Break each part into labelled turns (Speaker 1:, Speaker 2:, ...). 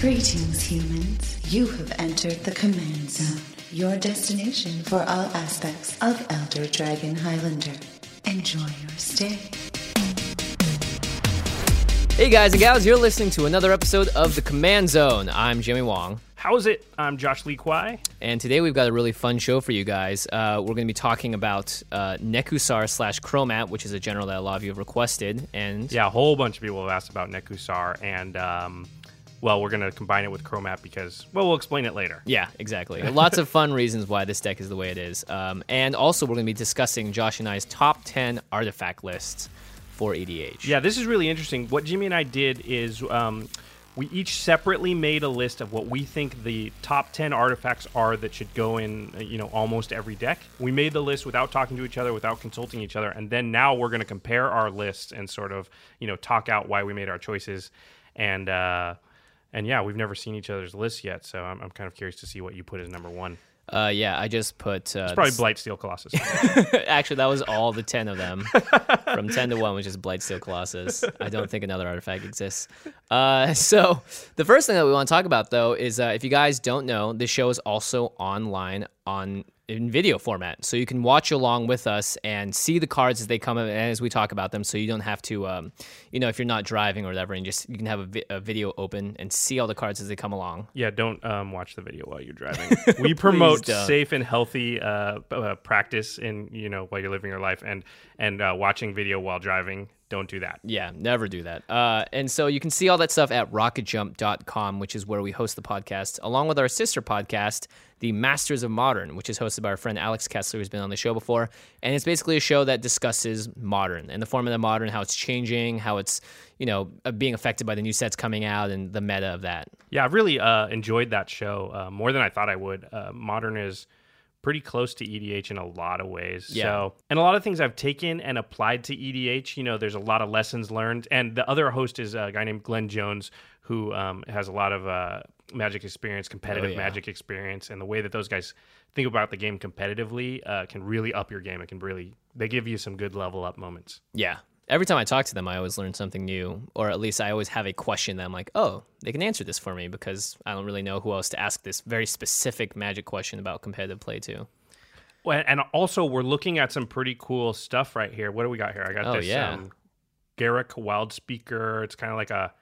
Speaker 1: Greetings, humans. You have entered the command zone, your destination for all aspects of Elder Dragon Highlander. Enjoy your stay.
Speaker 2: Hey guys and gals, you're listening to another episode of The Command Zone. I'm Jimmy Wong,
Speaker 3: How's it? I'm Josh Lee Kwai.
Speaker 2: and today we've got a really fun show for you guys. Uh, we're going to be talking about uh, Nekusar slash Chromat, which is a general that a lot of you have requested. And
Speaker 3: Yeah, a whole bunch of people have asked about Nekusar, and um, well, we're gonna combine it with Chromat because well, we'll explain it later.
Speaker 2: Yeah, exactly. Lots of fun reasons why this deck is the way it is. Um, and also, we're going to be discussing Josh and I's top 10 artifact lists for E EDH.
Speaker 3: Yeah, this is really interesting. What Jimmy and I did is um, we each separately made a list of what we think the top ten artifacts are that should go in, uh, you know, almost every deck. We made the list without talking to each other, without consulting each other, and then now we're gonna compare our lists and sort of you know talk out why we made our choices, and uh, and yeah, we've never seen each other's lists yet, so I'm, I'm kind of curious to see what you put as number one.
Speaker 2: Uh, yeah, I just put. Uh,
Speaker 3: It's probably Blightsteel Colossus.
Speaker 2: Actually, that was all the 10 of them. From 10 to 1 was just Blightsteel Colossus. I don't think another artifact exists. Uh, so, the first thing that we want to talk about, though, is uh, if you guys don't know, this show is also online on in video format. So, you can watch along with us and see the cards as they come and as we talk about them. So, you don't have to, um, you know, if you're not driving or whatever, and just you can have a, vi- a video open and see all the cards as they come along.
Speaker 3: yeah, don't um, watch the video while you're driving. We promote
Speaker 2: don't.
Speaker 3: safe and healthy uh, p- uh, practice in you know while you're living your life, and and uh, watching video while driving. Don't do that.
Speaker 2: Yeah, never do that. Uh, and so you can see all that stuff at rocketjump.com, which is where we host the podcast, along with our sister podcast, The Masters of Modern, which is hosted by our friend Alex Kessler, who's been on the show before. And it's basically a show that discusses modern and the format of modern, how it's changing, how it's, you know, uh, being affected by the new sets coming out and the meta of that.
Speaker 3: Yeah, I really uh, enjoyed that show uh, more than I thought I would. Uh, Modern is pretty close to EDH in a lot of ways.
Speaker 2: Yeah.
Speaker 3: So, and a lot of things I've taken and applied to EDH. You know, there's a lot of lessons learned. And the other host is a guy named Glenn Jones, who um, has a lot of uh, magic experience, competitive
Speaker 2: Oh, yeah.
Speaker 3: magic experience, and the way that those guys think about the game competitively uh, can really up your game. It can really they give you some good level up moments.
Speaker 2: Yeah. Every time I talk to them, I always learn something new, or at least I always have a question that I'm like, oh, they can answer this for me because I don't really know who else to ask this very specific magic question about competitive play to.
Speaker 3: Well, and also we're looking at some pretty cool stuff right here. What do we got here? I got
Speaker 2: Oh,
Speaker 3: this
Speaker 2: yeah.
Speaker 3: um, Garrick Wild Speaker. It's kind of like a,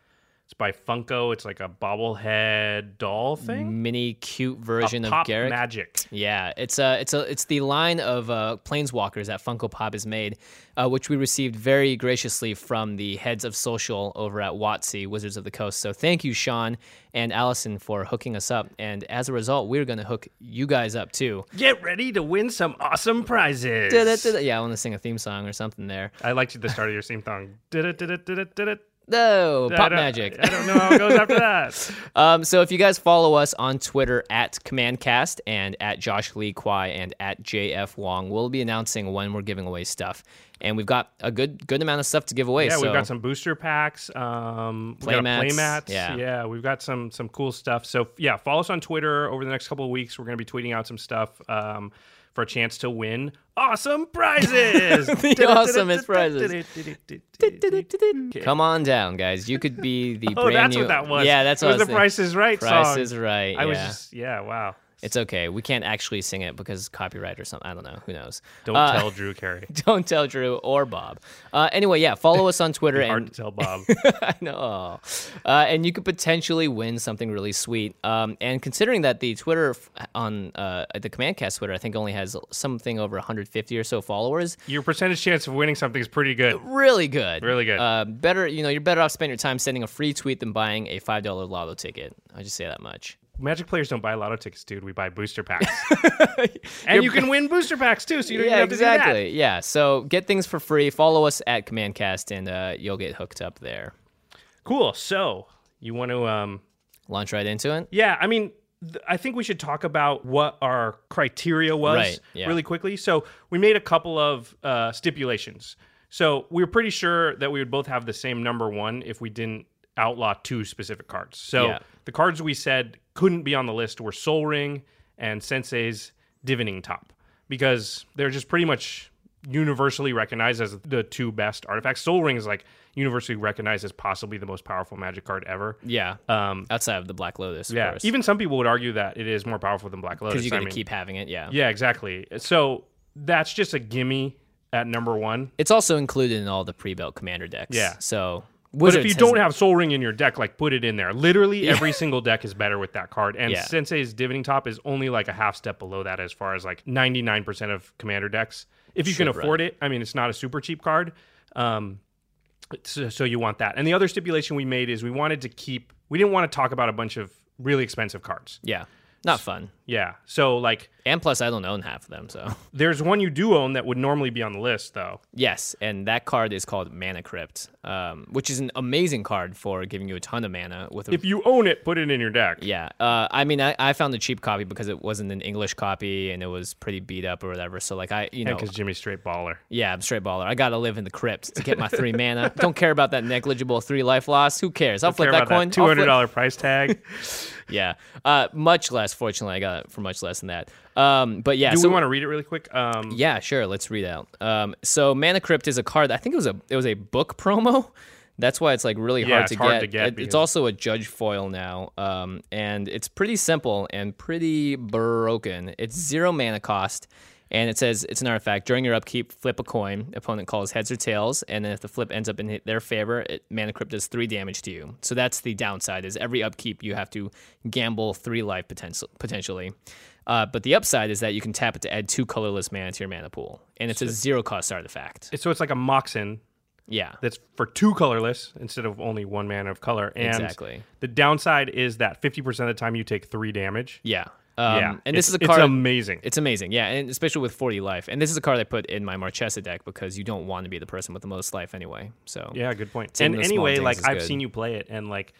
Speaker 3: it's by Funko. It's like a bobblehead doll thing.
Speaker 2: mini cute Mm. version
Speaker 3: a
Speaker 2: of
Speaker 3: pop
Speaker 2: Garrick.
Speaker 3: magic.
Speaker 2: yeah, it's a it's a it's the line of uh, planeswalkers that Funko Pop has made, uh, which we received very graciously from the heads of social over at WotC Wizards of the Coast. So thank you, Sean and Allison, for hooking us up. And as a result, we're going to hook you guys up too.
Speaker 3: Get ready to win some awesome prizes.
Speaker 2: Yeah, I want to sing a theme song or something there.
Speaker 3: I liked the start of your theme song. Did-it-did-it-did-it-did-it.
Speaker 2: No,
Speaker 3: I
Speaker 2: pop
Speaker 3: don't-
Speaker 2: magic.
Speaker 3: I don't know how it goes after that.
Speaker 2: Um, so if you guys follow us on Twitter at CommandCast and at Josh Lee Kwai and at JF Wong, we'll be announcing when we're giving away stuff. And we've got a good good amount of stuff to give away.
Speaker 3: Yeah,
Speaker 2: so
Speaker 3: we've got some booster packs, um, we got a
Speaker 2: Playmats,
Speaker 3: playmats.
Speaker 2: yeah.
Speaker 3: we've got some some cool stuff. So yeah, follow us on Twitter over the next couple of weeks. We're going to be tweeting out some stuff um, for a chance to win awesome prizes.
Speaker 2: The awesomest prizes. Come on down, guys. You could be the
Speaker 3: Oh,
Speaker 2: brand
Speaker 3: that's
Speaker 2: new.
Speaker 3: what that was.
Speaker 2: Yeah, that's
Speaker 3: It
Speaker 2: what I
Speaker 3: was
Speaker 2: was
Speaker 3: the
Speaker 2: thinking.
Speaker 3: Price is Right
Speaker 2: Price
Speaker 3: song.
Speaker 2: is right.
Speaker 3: I
Speaker 2: yeah.
Speaker 3: was just yeah, wow.
Speaker 2: It's okay. We can't actually sing it because copyright or something. I don't know. Who knows?
Speaker 3: Don't
Speaker 2: Uh,
Speaker 3: tell Drew Carey.
Speaker 2: Don't tell Drew or Bob. Uh, anyway, yeah, follow us on Twitter
Speaker 3: Hard
Speaker 2: and
Speaker 3: to tell Bob.
Speaker 2: I know. Uh, and you could potentially win something really sweet. Um, and considering that the Twitter f- on uh, the Commandcast Twitter, I think only has something over 150 or so followers.
Speaker 3: Your percentage chance of winning something is pretty good.
Speaker 2: Really good.
Speaker 3: Really good.
Speaker 2: Uh, better, you know, you're better off spending your time sending a free tweet than buying a five dollar lotto ticket. I just say that much.
Speaker 3: Magic players don't buy lotto tickets, dude. We buy booster packs. and you can win booster packs too, so you don't
Speaker 2: yeah,
Speaker 3: even have to do that.
Speaker 2: exactly. Yeah. So get things for free. Follow us at Commandcast, and uh, you'll get hooked up there.
Speaker 3: Cool. So you want to, um,
Speaker 2: Launch right into it.
Speaker 3: yeah, I mean, th- I think we should talk about what our criteria was
Speaker 2: Right, yeah.
Speaker 3: really quickly. So we made a couple of uh, stipulations. So we were pretty sure that we would both have the same number one if we didn't outlaw two specific cards. So
Speaker 2: Yeah.
Speaker 3: the cards we said couldn't be on the list were Soul Ring and Sensei's Divining Top because they're just pretty much universally recognized as the two best artifacts. Soul Ring is like universally recognized as possibly the most powerful magic card ever.
Speaker 2: Yeah.
Speaker 3: Um,
Speaker 2: Outside of the Black Lotus, of
Speaker 3: yeah.
Speaker 2: course.
Speaker 3: Even some people would argue that it is more powerful than Black Lotus.
Speaker 2: because you're
Speaker 3: I
Speaker 2: gonna
Speaker 3: mean,
Speaker 2: keep having it. Yeah.
Speaker 3: Yeah, exactly. So that's just a gimme at number one.
Speaker 2: It's also included in all the pre-built commander decks.
Speaker 3: Yeah.
Speaker 2: So.
Speaker 3: But if
Speaker 2: Wizards
Speaker 3: you
Speaker 2: has-
Speaker 3: don't have Soul Ring in your deck, like put it in there. Literally every single deck is better with that card. And
Speaker 2: Yeah.
Speaker 3: Sensei's Divining Top is only like a half step below that as far as like 99% of commander decks. If you can
Speaker 2: Should run.
Speaker 3: afford it, I mean, it's not a super cheap card. Um, so, so you want that. And the other stipulation we made is we wanted to keep, we didn't want to talk about a bunch of really expensive cards.
Speaker 2: yeah, not fun.
Speaker 3: Yeah. So like
Speaker 2: And plus, I don't own half of them, so
Speaker 3: there's one you do own that would normally be on the list though.
Speaker 2: yes. And that card is called Mana Crypt, um, which is an amazing card for giving you a ton of mana with a
Speaker 3: If you own it, put it in your deck.
Speaker 2: Yeah. Uh, I mean, I, I found the cheap copy because it wasn't an English copy and it was pretty beat up or whatever. So, like, I, you know,
Speaker 3: Because Jimmy's straight baller.
Speaker 2: yeah, I'm straight baller. I got to live in the crypt to get my three mana. Don't care about that negligible three life loss. Who cares? I'll flip
Speaker 3: Care
Speaker 2: that
Speaker 3: about
Speaker 2: coin.
Speaker 3: that
Speaker 2: I'll flip-
Speaker 3: $200 price tag.
Speaker 2: Yeah. Uh, much less, fortunately, I got it for much less than that. Um, but yeah.
Speaker 3: Do
Speaker 2: so
Speaker 3: we want to read it really quick? Um,
Speaker 2: Yeah, sure. Let's read out. Um, so Mana Crypt is a card. I think it was a it was a book promo. That's why it's like really
Speaker 3: Yeah,
Speaker 2: hard,
Speaker 3: it's
Speaker 2: to,
Speaker 3: hard
Speaker 2: get.
Speaker 3: to get
Speaker 2: It-
Speaker 3: because-
Speaker 2: it's also a judge foil now, um, and it's pretty simple and pretty broken. It's zero mana cost, and it says it's an artifact. During your upkeep, flip a coin. Opponent calls heads or tails, and then if the flip ends up in hi- their favor, it, Mana Crypt does three damage to you. So that's the downside. Is every upkeep you have to gamble three life potential potentially. Uh, but the upside is that you can tap it to add two colorless mana to your mana pool, and it's a zero cost artifact.
Speaker 3: So it's like a Moxin
Speaker 2: Yeah,
Speaker 3: that's for two colorless instead of only one mana of color. And
Speaker 2: Exactly.
Speaker 3: the downside is that 50% of the time you take three damage.
Speaker 2: yeah, um,
Speaker 3: yeah.
Speaker 2: And this
Speaker 3: It's-
Speaker 2: is a
Speaker 3: it's
Speaker 2: card.
Speaker 3: amazing.
Speaker 2: It's amazing, yeah, and especially with 40 life. And this is a card I put in my Marchesa deck because you don't want to be the person with the most life anyway. So
Speaker 3: yeah, good point.
Speaker 2: Taking
Speaker 3: and
Speaker 2: the small
Speaker 3: anyway,
Speaker 2: things
Speaker 3: like
Speaker 2: is
Speaker 3: I've
Speaker 2: good.
Speaker 3: seen you play it and like,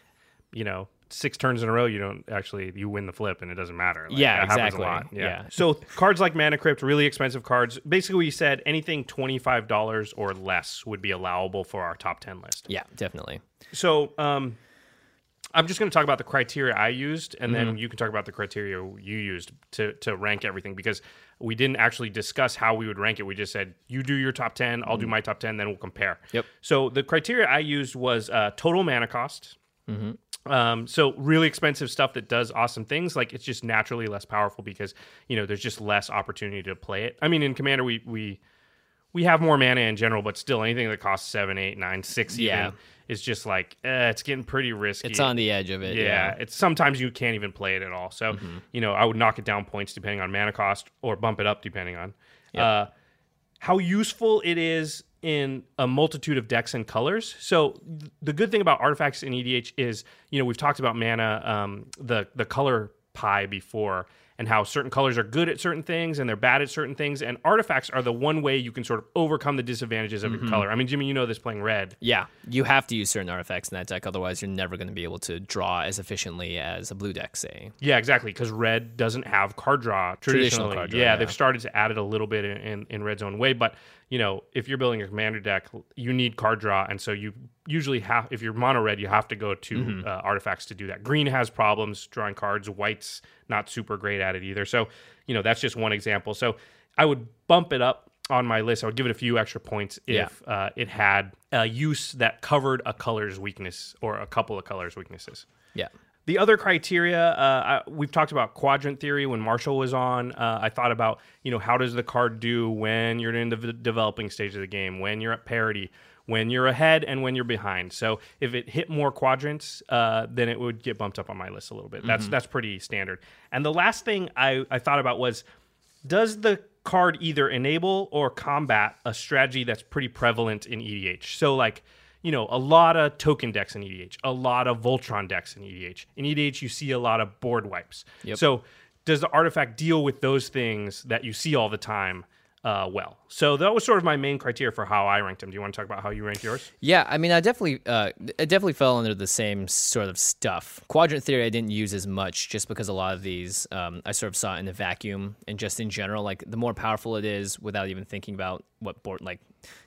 Speaker 3: you know, six turns in a row, you don't actually, you win the flip and it doesn't matter. Like,
Speaker 2: Yeah,
Speaker 3: that happens a
Speaker 2: exactly.
Speaker 3: lot.
Speaker 2: Yeah.
Speaker 3: So cards like Mana Crypt, really expensive cards. Basically, we said anything $25 or less would be allowable for our top 10 list.
Speaker 2: yeah, definitely.
Speaker 3: So, um, I'm just going to talk about the criteria I used, and then
Speaker 2: Mm-hmm.
Speaker 3: you can talk about the criteria you used to to rank everything because we didn't actually discuss how we would rank it. We just said you do your top ten, I'll do my top ten, then we'll compare.
Speaker 2: Mm-hmm. Yep.
Speaker 3: So the criteria I used was uh, total mana cost.
Speaker 2: Mm-hmm.
Speaker 3: Um, so really expensive stuff that does awesome things, like it's just naturally less powerful because you know there's just less opportunity to play it. I mean, in Commander we we we have more mana in general, but still anything that costs seven, eight, nine, six,
Speaker 2: Yeah.
Speaker 3: even is just like eh, it's getting pretty risky.
Speaker 2: It's on the edge of it.
Speaker 3: yeah,
Speaker 2: Yeah. Mm-hmm.
Speaker 3: it's sometimes you can't even play it at all. So you know I would knock it down points depending on mana cost or bump it up depending on uh, how useful it is in a multitude of decks and colors. So th- the good thing about artifacts in EDH is, you know, we've talked about mana, um, the the color pie before, and how certain colors are good at certain things and they're bad at certain things. And artifacts are the one way you can sort of overcome the disadvantages of
Speaker 2: Mm-hmm.
Speaker 3: your color. I mean, Jimmy, you know this playing red.
Speaker 2: Yeah, you have to use certain artifacts in that deck, otherwise you're never going to be able to draw as efficiently as a blue deck, say.
Speaker 3: Yeah, exactly. Because red doesn't have card draw
Speaker 2: Traditional
Speaker 3: traditionally.
Speaker 2: card draw,
Speaker 3: yeah,
Speaker 2: yeah.
Speaker 3: they've started to add it a little bit in, in, in red zone way. But you know, if you're building a commander deck, you need card draw, and so you usually have. If you're mono red, you have to go to
Speaker 2: Mm-hmm.
Speaker 3: uh, artifacts to do that. Green has problems drawing cards. White's not super great at it either. So you know, that's just one example. So I would bump it up on my list. I would give it a few extra points if uh, it had a use that covered a color's weakness or a couple of colors' weaknesses.
Speaker 2: Yeah.
Speaker 3: The other criteria, uh, I, we've talked about quadrant theory when Marshall was on. Uh, I thought about, you know, how does the card do when you're in the v- developing stage of the game, when you're at parity, when you're ahead, and when you're behind. So if it hit more quadrants, uh, then it would get bumped up on my list a little bit. That's that's pretty standard. And the last thing I, I thought about was, does the card either enable or combat a strategy that's pretty prevalent in EDH? So like you know, a lot of token decks in EDH, a lot of Voltron decks in EDH. In EDH, you see a lot of board wipes. So, does the artifact deal with those things that you see all the time uh, well? So, that was sort of my main criteria for how I ranked them. Do you want to talk about how you ranked yours?
Speaker 2: Yeah, I mean, I definitely, uh, it definitely fell under the same sort of stuff. Quadrant theory, I didn't use as much, just because a lot of these um, I sort of saw in a vacuum, and just in general, like the more powerful it is, without even thinking about what board, like,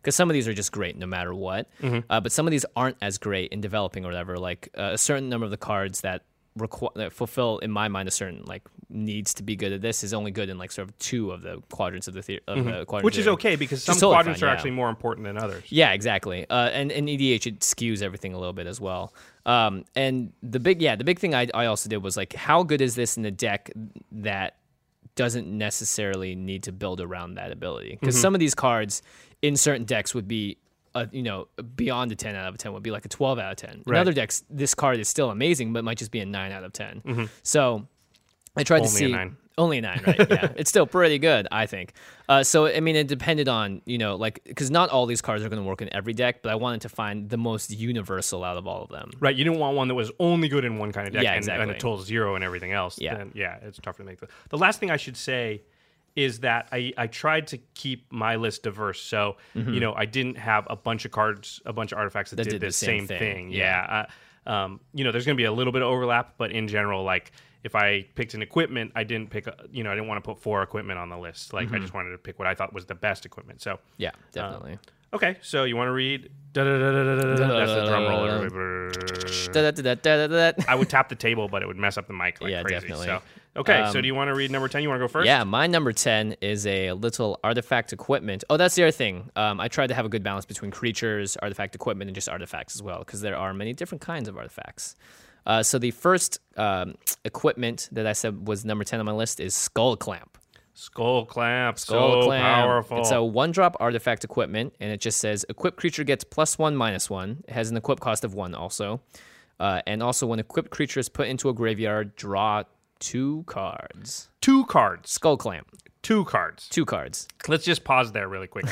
Speaker 2: because some of these are just great no matter what,
Speaker 3: Mm-hmm.
Speaker 2: uh, but some of these aren't as great in developing or whatever. Like uh, a certain number of the cards that requ- that fulfill, in my mind, a certain like needs to be good at this is only good in like sort of two of the quadrants of the, the- of the quadrant
Speaker 3: Mm-hmm. which is
Speaker 2: theory.
Speaker 3: okay because
Speaker 2: It's
Speaker 3: some
Speaker 2: totally
Speaker 3: quadrants
Speaker 2: fine,
Speaker 3: are
Speaker 2: yeah.
Speaker 3: actually more important than others.
Speaker 2: Yeah, exactly. Uh, and and EDH it skews everything a little bit as well. Um, and the big yeah, the big thing I, I also did was like, how good is this in a deck that doesn't necessarily need to build around that ability? Because some of these cards in certain decks would be. A, you know, beyond a 10 out of 10 would be like a 12 out of 10. In
Speaker 3: Right.
Speaker 2: other decks, this card is still amazing, but might just be a 9 out of 10. So I tried to
Speaker 3: Only a
Speaker 2: see
Speaker 3: nine.
Speaker 2: only a nine, right? Yeah, it's still pretty good, I think. Uh, so I mean, it depended on you know like because not all these cards are going to work in every deck, but I wanted to find the most universal out of all of them.
Speaker 3: Right, you didn't want one that was only good in one kind of deck
Speaker 2: Yeah,
Speaker 3: and, and
Speaker 2: exactly.
Speaker 3: a total zero and everything else.
Speaker 2: Yeah.
Speaker 3: then, yeah, it's tougher to make. The, the last thing I should say is that I, I tried to keep my list diverse, so you know I didn't have a bunch of cards, a bunch of artifacts Mm-hmm. that,
Speaker 2: That
Speaker 3: did, the same, thing.
Speaker 2: yeah.
Speaker 3: Yeah, I, um, you know, there's going to be a little bit of overlap, but in general, like if I picked an equipment, I didn't pick, a, you know, I didn't want to put four equipment on the list. Like I just wanted to pick what I thought was the best equipment. So
Speaker 2: Yeah, definitely.
Speaker 3: okay, so you want to read? Da-da-da-da-da-da-da. That's the drum roll. everybody.
Speaker 2: Da-da-da-da-da-da-da.
Speaker 3: I would tap the table, but it would mess up the mic like
Speaker 2: Yeah,
Speaker 3: crazy.
Speaker 2: definitely.
Speaker 3: So okay, so
Speaker 2: Um,
Speaker 3: do you want to read number ten? You want to go first?
Speaker 2: Yeah, my number 10 is a little artifact equipment. Oh, that's the other thing. Um, I tried to have a good balance between creatures, artifact equipment, and just artifacts as well, because there are many different kinds of artifacts. Uh, so the first um, equipment that I said was number 10 on my list is Skull Clamp.
Speaker 3: Skull clamp,
Speaker 2: Skull
Speaker 3: so
Speaker 2: Clamp.
Speaker 3: Oh, powerful.
Speaker 2: It's a one drop artifact equipment, and it just says equipped creature gets plus one, minus one. It has an equip cost of one also. Uh, and also, when equipped creature is put into a graveyard, draw two cards.
Speaker 3: two cards.
Speaker 2: Skull Clamp,
Speaker 3: Two cards.
Speaker 2: two cards.
Speaker 3: Let's just pause there really quick.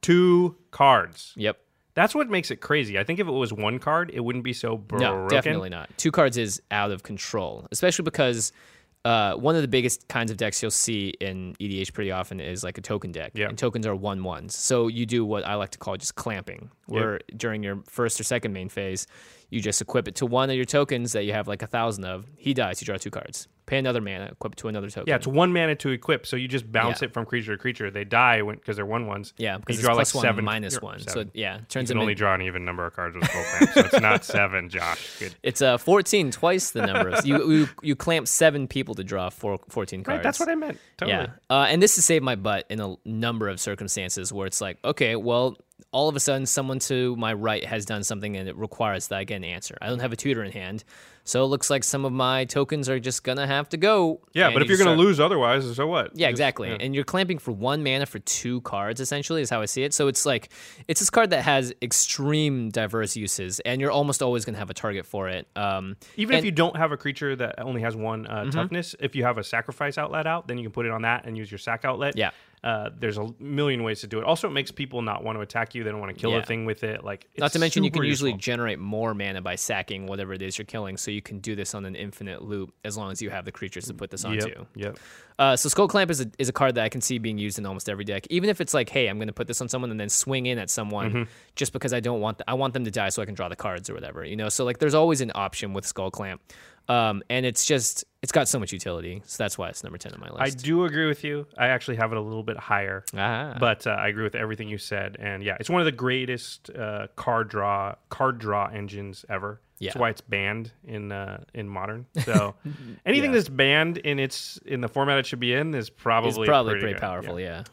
Speaker 3: two cards.
Speaker 2: Yep.
Speaker 3: That's what makes it crazy. I think if it was one card, it wouldn't be so broken.
Speaker 2: No, definitely not. Two cards is out of control, especially because uh, one of the biggest kinds of decks you'll see in EDH pretty often is like a token deck.
Speaker 3: Yeah.
Speaker 2: And tokens are one ones. So you do what I like to call just clamping, where during your first or second main phase, you just equip it to one of your tokens that you have like a thousand of. He dies, you draw two cards. Pay another mana, equip it to another token.
Speaker 3: Yeah, it's one mana to equip, so you just bounce
Speaker 2: Yeah.
Speaker 3: it from creature to creature. They die because they're one ones.
Speaker 2: yeah,
Speaker 3: You
Speaker 2: because it's
Speaker 3: draw
Speaker 2: plus
Speaker 3: like
Speaker 2: one,
Speaker 3: seven,
Speaker 2: minus
Speaker 3: you're-
Speaker 2: one.
Speaker 3: seven.
Speaker 2: So yeah, it
Speaker 3: you
Speaker 2: turns
Speaker 3: can
Speaker 2: into
Speaker 3: only draw an even number of cards with Skull Clamp, so it's not seven, Josh. Good.
Speaker 2: it's uh, 14, twice the number. Of, you, you you clamp seven people to draw four, 14 cards.
Speaker 3: Right, that's what I meant. Totally.
Speaker 2: Yeah. Uh, and this has saved my butt in a number of circumstances where it's like, okay, well, all of a sudden someone to my right has done something and it requires that I get an answer. I don't have a tutor in hand. So it looks like some of my tokens are just going to have to go.
Speaker 3: Yeah,
Speaker 2: And
Speaker 3: but if
Speaker 2: you
Speaker 3: you're going
Speaker 2: start-
Speaker 3: to lose otherwise, so what?
Speaker 2: Yeah, exactly. And you're clamping for one mana for two cards, essentially, is how I see it. So it's like, it's this card that has extreme diverse uses, and you're almost always going to have a target for it. Um,
Speaker 3: Even if
Speaker 2: and- Mm-hmm.
Speaker 3: you don't have a creature that only has one uh, toughness, if you have a sacrifice outlet out, then you can put it on that and use your sac outlet.
Speaker 2: Yeah.
Speaker 3: Uh, there's a million ways to do it. Also, it makes people not want to attack you. They don't want to kill
Speaker 2: Yeah.
Speaker 3: a thing with it. Like,
Speaker 2: Not
Speaker 3: it's
Speaker 2: to mention, you can
Speaker 3: super
Speaker 2: usually
Speaker 3: useful.
Speaker 2: generate more mana by sacking whatever it is you're killing, so you can do this on an infinite loop as long as you have the creatures to put this onto.
Speaker 3: Yep. Yep.
Speaker 2: Uh, so Skull Clamp is a, is a card that I can see being used in almost every deck, even if it's like, hey, I'm going to put this on someone and then swing in at someone,
Speaker 3: Mm-hmm.
Speaker 2: just because I don't want th- I want them to die so I can draw the cards or whatever, you know. So like, there's always an option with Skull Clamp, um, and it's just it's got so much utility, so that's why it's number ten on my
Speaker 3: I
Speaker 2: list.
Speaker 3: do agree with you. I actually have it a little bit higher,
Speaker 2: ah,
Speaker 3: but uh, I agree with everything you said. And yeah, it's one of the greatest uh, card draw card draw engines ever.
Speaker 2: Yeah.
Speaker 3: That's why it's banned in uh, in modern. So anything that's banned in its in the format it should be in is probably
Speaker 2: it's probably pretty,
Speaker 3: good.
Speaker 2: powerful, yeah.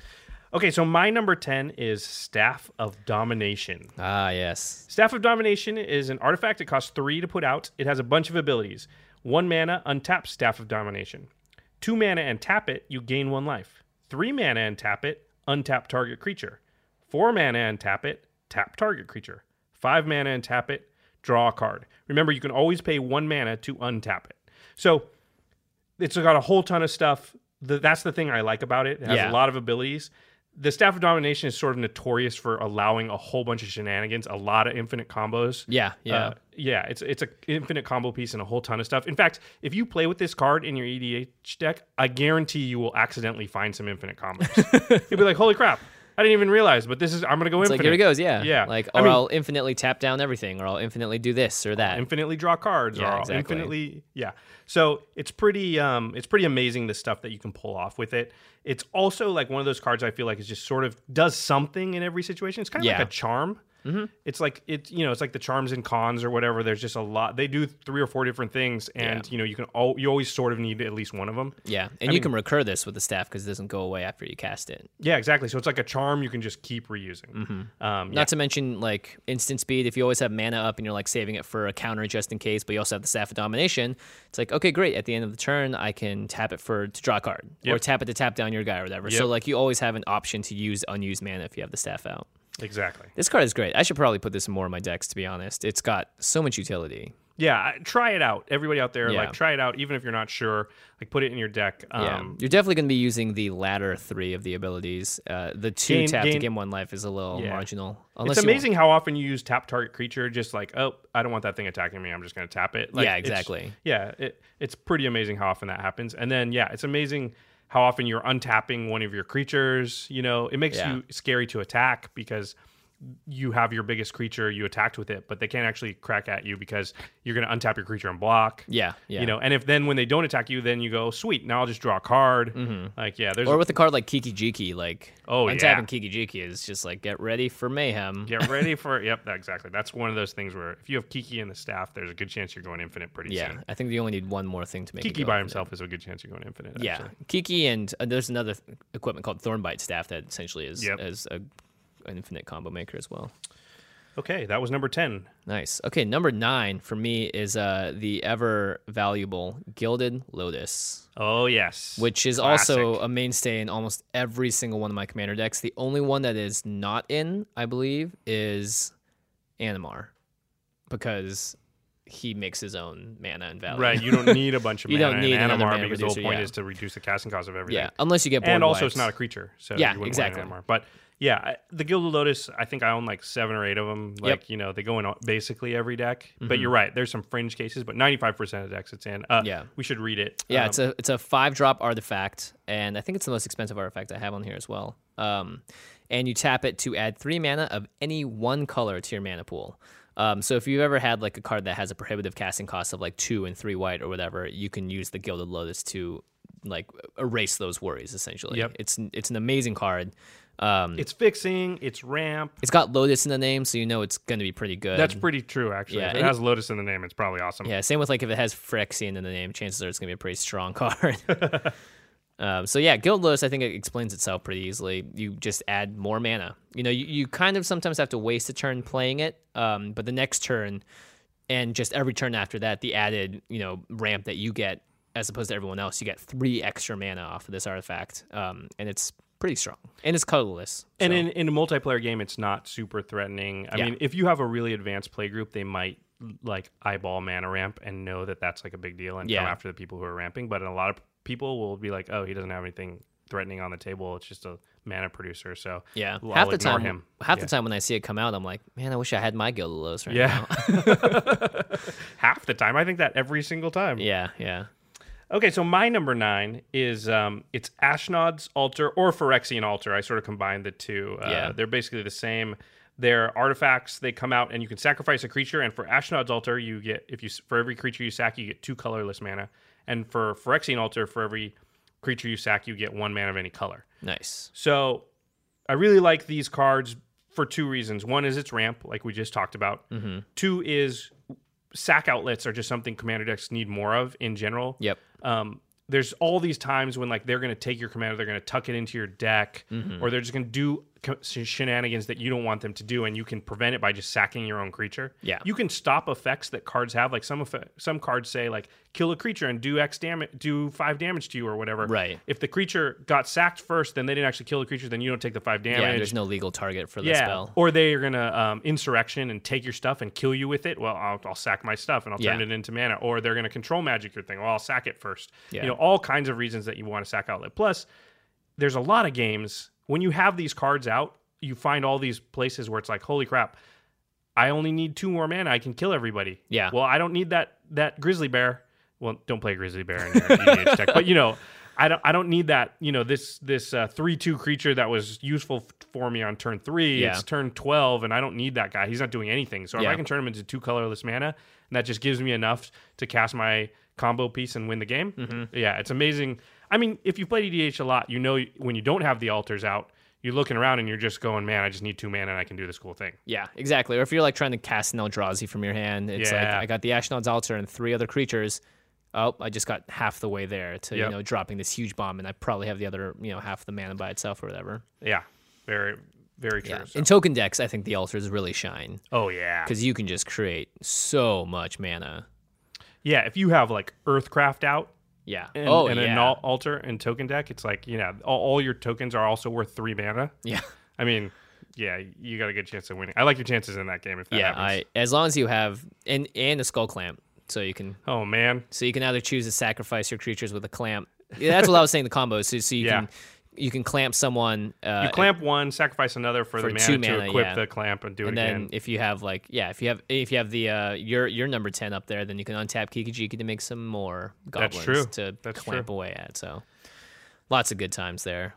Speaker 3: Okay, so my number 10 is Staff of Domination.
Speaker 2: Ah, yes.
Speaker 3: Staff of Domination is an artifact. It costs three to put out. It has a bunch of abilities. One mana, untap Staff of Domination. Two mana and tap it, you gain one life. Three mana and tap it, untap target creature. Four mana and tap it, tap target creature. Five mana and tap it, draw a card. Remember, you can always pay one mana to untap it. So it's got a whole ton of stuff. Th- That's the thing I like about it. It has
Speaker 2: Yeah.
Speaker 3: a lot of abilities. The Staff of Domination is sort of notorious for allowing a whole bunch of shenanigans, a lot of infinite combos.
Speaker 2: Yeah, yeah.
Speaker 3: Uh, yeah, it's it's a infinite combo piece and a whole ton of stuff. In fact, if you play with this card in your EDH deck, I guarantee you will accidentally find some infinite combos. You'll be like, "Holy crap! I didn't even realize." But this is I'm gonna go
Speaker 2: It's like
Speaker 3: infinite.
Speaker 2: here it goes, yeah.
Speaker 3: Yeah.
Speaker 2: Like, or
Speaker 3: I mean- Oh,
Speaker 2: I'll infinitely tap down everything, or I'll infinitely do this or that.
Speaker 3: infinitely draw cards
Speaker 2: Yeah,
Speaker 3: or I'll
Speaker 2: exactly.
Speaker 3: infinitely yeah so it's pretty um it's pretty amazing the stuff that you can pull off with it it's also like one of those cards i feel like is just sort of does something in every situation it's kind of
Speaker 2: Yeah. Mm-hmm.
Speaker 3: like a charm It's like it's you know it's like the charms and cons or whatever. There's just a lot. They do three or four different things, and
Speaker 2: Yeah.
Speaker 3: you know you can all you always sort of need at least one of them.
Speaker 2: Yeah, and you can recur this with the staff because it doesn't go away after you cast it.
Speaker 3: Yeah, exactly. So it's like a charm you can just keep reusing.
Speaker 2: Mm-hmm.
Speaker 3: Um, yeah.
Speaker 2: Not to mention like instant speed. If you always have mana up and you're like saving it for a counter just in case, but you also have the staff of domination, it's like okay, great. At the end of the turn, I can tap it for to draw a card or
Speaker 3: Yep.
Speaker 2: tap it to tap down your guy or whatever. So
Speaker 3: Yep.
Speaker 2: like you always have an option to use unused mana if you have the staff out.
Speaker 3: Exactly.
Speaker 2: This card is great. I should probably put this in more of my decks to be honest. It's got so much utility.
Speaker 3: Yeah, I- try it out. Everybody out there,
Speaker 2: Yeah.
Speaker 3: like try it out, even if you're not sure. Like put it in your deck.
Speaker 2: Yeah,
Speaker 3: Um,
Speaker 2: you're definitely going to be using the latter three of the abilities. Uh, the two
Speaker 3: Gain-
Speaker 2: tap to
Speaker 3: gain-
Speaker 2: gain one life is a little
Speaker 3: Yeah.
Speaker 2: marginal. Unless
Speaker 3: it's
Speaker 2: you want-
Speaker 3: amazing how often you use tap target creature. Just like, oh, I don't want that thing attacking me. I'm just going to tap it. Like,
Speaker 2: Yeah,
Speaker 3: it's-
Speaker 2: exactly.
Speaker 3: yeah, it, it's pretty amazing how often that happens. And then yeah, it's amazing how often you're untapping one of your creatures. You know, it makes
Speaker 2: Yeah.
Speaker 3: you scary to attack because you have your biggest creature you attacked with it, but they can't actually crack at you because you're going to untap your creature and block.
Speaker 2: Yeah, yeah.
Speaker 3: You know, and if then when they don't attack you, then you go, sweet, now I'll just draw a card. Like, yeah, there's
Speaker 2: Mm-hmm. Or with a card like Kiki Jiki, like
Speaker 3: Oh,
Speaker 2: untapping
Speaker 3: yeah.
Speaker 2: Kiki Jiki is just like get ready for mayhem.
Speaker 3: Get ready for yep, that, exactly. That's one of those things where if you have Kiki and the staff, there's a good chance you're going infinite pretty
Speaker 2: Yeah,
Speaker 3: soon.
Speaker 2: I think you only need one more thing to make it
Speaker 3: Kiki
Speaker 2: go
Speaker 3: by
Speaker 2: over
Speaker 3: himself is a good chance you're going infinite.
Speaker 2: there. Yeah,
Speaker 3: actually.
Speaker 2: Kiki and uh, there's another th- equipment called Thornbite Staff that essentially is
Speaker 3: Yep.
Speaker 2: is a, an infinite combo maker as well.
Speaker 3: Okay, that was number ten.
Speaker 2: Nice. Okay, number nine for me is uh, the ever valuable Gilded Lotus.
Speaker 3: Oh yes,
Speaker 2: which is also uh,
Speaker 3: Classic.
Speaker 2: a mainstay in almost every single one of my commander decks. The only one that is not in, I believe, is Animar because he makes his own mana and value.
Speaker 3: right. You don't need a bunch of
Speaker 2: You
Speaker 3: mana
Speaker 2: don't need
Speaker 3: and
Speaker 2: another
Speaker 3: Animar
Speaker 2: mana
Speaker 3: because the whole
Speaker 2: reducer,
Speaker 3: point
Speaker 2: yeah.
Speaker 3: is to reduce the casting cost of everything.
Speaker 2: Yeah, unless you get bored
Speaker 3: and also it's
Speaker 2: wipes.
Speaker 3: not a creature, so
Speaker 2: Yeah,
Speaker 3: you wouldn't
Speaker 2: exactly.
Speaker 3: want an Animar. But yeah, I, the Gilded Lotus. I think I own like seven or eight of them. Like you know, they go in all- basically every deck.
Speaker 2: Mm-hmm.
Speaker 3: But you're right. There's some fringe cases, but 95 percent of decks it's in. Uh,
Speaker 2: Yeah.
Speaker 3: we should read it.
Speaker 2: Yeah,
Speaker 3: Um,
Speaker 2: it's a it's a five drop artifact, and I think it's the most expensive artifact I have on here as well. Um, and you tap it to add three mana of any one color to your mana pool. Um, so if you've ever had like a card that has a prohibitive casting cost of like two and three white or whatever, you can use the Gilded Lotus to like erase those worries. Essentially,
Speaker 3: Yep.
Speaker 2: it's it's an amazing card. Um,
Speaker 3: it's fixing. It's ramp.
Speaker 2: it's got Lotus in the name, so you know it's going to be pretty good.
Speaker 3: That's pretty true, actually.
Speaker 2: Yeah,
Speaker 3: if it
Speaker 2: and-
Speaker 3: has Lotus in the name, it's probably awesome.
Speaker 2: Yeah, same with like if it has Phyrexian in the name, chances are it's gonna be a pretty strong card. um, so yeah, Guild Lotus, I think it explains itself pretty easily. You just add more mana. You know, you, you kind of sometimes have to waste a turn playing it, um, but the next turn and just every turn after that, the added you know ramp that you get as opposed to everyone else, you get three extra mana off of this artifact, um, and it's pretty strong and it's colorless.
Speaker 3: And
Speaker 2: so-
Speaker 3: in, in a multiplayer game, it's not super threatening. I
Speaker 2: Yeah.
Speaker 3: mean, if you have a really advanced playgroup, they might like eyeball mana ramp and know that that's like a big deal and
Speaker 2: Yeah.
Speaker 3: come after the people who are ramping. But a lot of people will be like, "Oh, he doesn't have anything threatening on the table. It's just a mana producer." So
Speaker 2: yeah,
Speaker 3: I'll
Speaker 2: half the
Speaker 3: ignore
Speaker 2: time,
Speaker 3: him.
Speaker 2: half
Speaker 3: Yeah.
Speaker 2: the time when I see it come out, I'm like, man, I wish I had my Guild Lotus right now.
Speaker 3: Yeah, half the time. I think that every single time.
Speaker 2: Yeah, yeah.
Speaker 3: Okay, so my number nine is um, it's Ashnod's altar or Phyrexian altar. I sort of combined the two. Uh,
Speaker 2: Yeah.
Speaker 3: They're basically the same. They're artifacts. They come out and you can sacrifice a creature. And for Ashnod's altar, you get if you s- for every creature you sack, you get two colorless mana. And for Phyrexian altar, for every creature you sack, you get one mana of any color.
Speaker 2: Nice.
Speaker 3: So I really like these cards for two reasons. One is its ramp, like we just talked about. Two is sack outlets are just something commander decks need more of in general.
Speaker 2: Yep.
Speaker 3: Um, there's all these times when like they're going to take your commander, they're going to tuck it into your deck,
Speaker 2: Mm-hmm.
Speaker 3: or they're just going to do co- sh- shenanigans that you don't want them to do, and you can prevent it by just sacking your own creature.
Speaker 2: Yeah.
Speaker 3: you can stop effects that cards have. Like some effe- some cards say like kill a creature and do X damage, do five damage to you or whatever.
Speaker 2: Right.
Speaker 3: If the creature got sacked first, then they didn't actually kill the creature, then you don't take the five damage.
Speaker 2: Yeah, there's no legal target for the spell.
Speaker 3: Or they are gonna um, insurrection and take your stuff and kill you with it. Well, I'll, I'll sack my stuff and I'll turn
Speaker 2: Yeah.
Speaker 3: it into mana. Or they're gonna control magic your thing. Well, I'll sack it first.
Speaker 2: Yeah.
Speaker 3: You know, all kinds of reasons that you want to sack outlet. Plus, there's a lot of games when you have these cards out, you find all these places where it's like, holy crap, I only need two more mana. I can kill everybody.
Speaker 2: Yeah.
Speaker 3: Well, I don't need that that grizzly bear. Well, don't play grizzly bear in your EDH deck, but you know, I don't I don't need that. You know, this this uh, three two creature that was useful f- for me on turn three.
Speaker 2: Yeah.
Speaker 3: It's turn twelve, and I don't need that guy. He's not doing anything. So if
Speaker 2: Yeah.
Speaker 3: I can turn him into two colorless mana, and that just gives me enough to cast my combo piece and win the
Speaker 2: Mm-hmm.
Speaker 3: game. Yeah, it's amazing. I mean, if you played EDH a lot, you know when you don't have the altars out, you're looking around and you're just going, man, I just need two mana and I can do this cool thing.
Speaker 2: Yeah, exactly. Or if you're like trying to cast an Eldrazi from your hand, it's
Speaker 3: Yeah.
Speaker 2: like I got the Ashnod's Altar and three other creatures. Oh, I just got half the way there to
Speaker 3: Yep.
Speaker 2: you know dropping this huge bomb, and I probably have the other you know half the mana by itself or whatever.
Speaker 3: Yeah, very, very true.
Speaker 2: Yeah.
Speaker 3: so-
Speaker 2: In token decks, I think the altars really shine
Speaker 3: oh yeah,
Speaker 2: because you can just create so much mana.
Speaker 3: yeah. If you have like Earthcraft out
Speaker 2: Yeah.
Speaker 3: and,
Speaker 2: oh
Speaker 3: and
Speaker 2: yeah.
Speaker 3: an al- altar and token deck, it's like you know all, all your tokens are also worth three mana.
Speaker 2: yeah.
Speaker 3: I mean, yeah, you got a good chance of winning. I like your chances in that game if that
Speaker 2: Yeah.
Speaker 3: happens.
Speaker 2: I as long as you have and and a skull clamp, so you can
Speaker 3: oh man,
Speaker 2: So you can either choose to sacrifice your creatures with a clamp. Yeah, that's what I was saying. The combos. So, so you
Speaker 3: Yeah.
Speaker 2: can you can clamp someone. Uh,
Speaker 3: you clamp one, sacrifice another for,
Speaker 2: for
Speaker 3: the
Speaker 2: two
Speaker 3: mana to
Speaker 2: mana,
Speaker 3: equip
Speaker 2: yeah.
Speaker 3: the clamp and do
Speaker 2: And
Speaker 3: it
Speaker 2: then
Speaker 3: again.
Speaker 2: if you have like yeah, if you have if you have the uh, your your number ten up there, then you can untap Kikijiki to make some more goblins
Speaker 3: That's true.
Speaker 2: to
Speaker 3: That's
Speaker 2: clamp away at. So lots of good times there.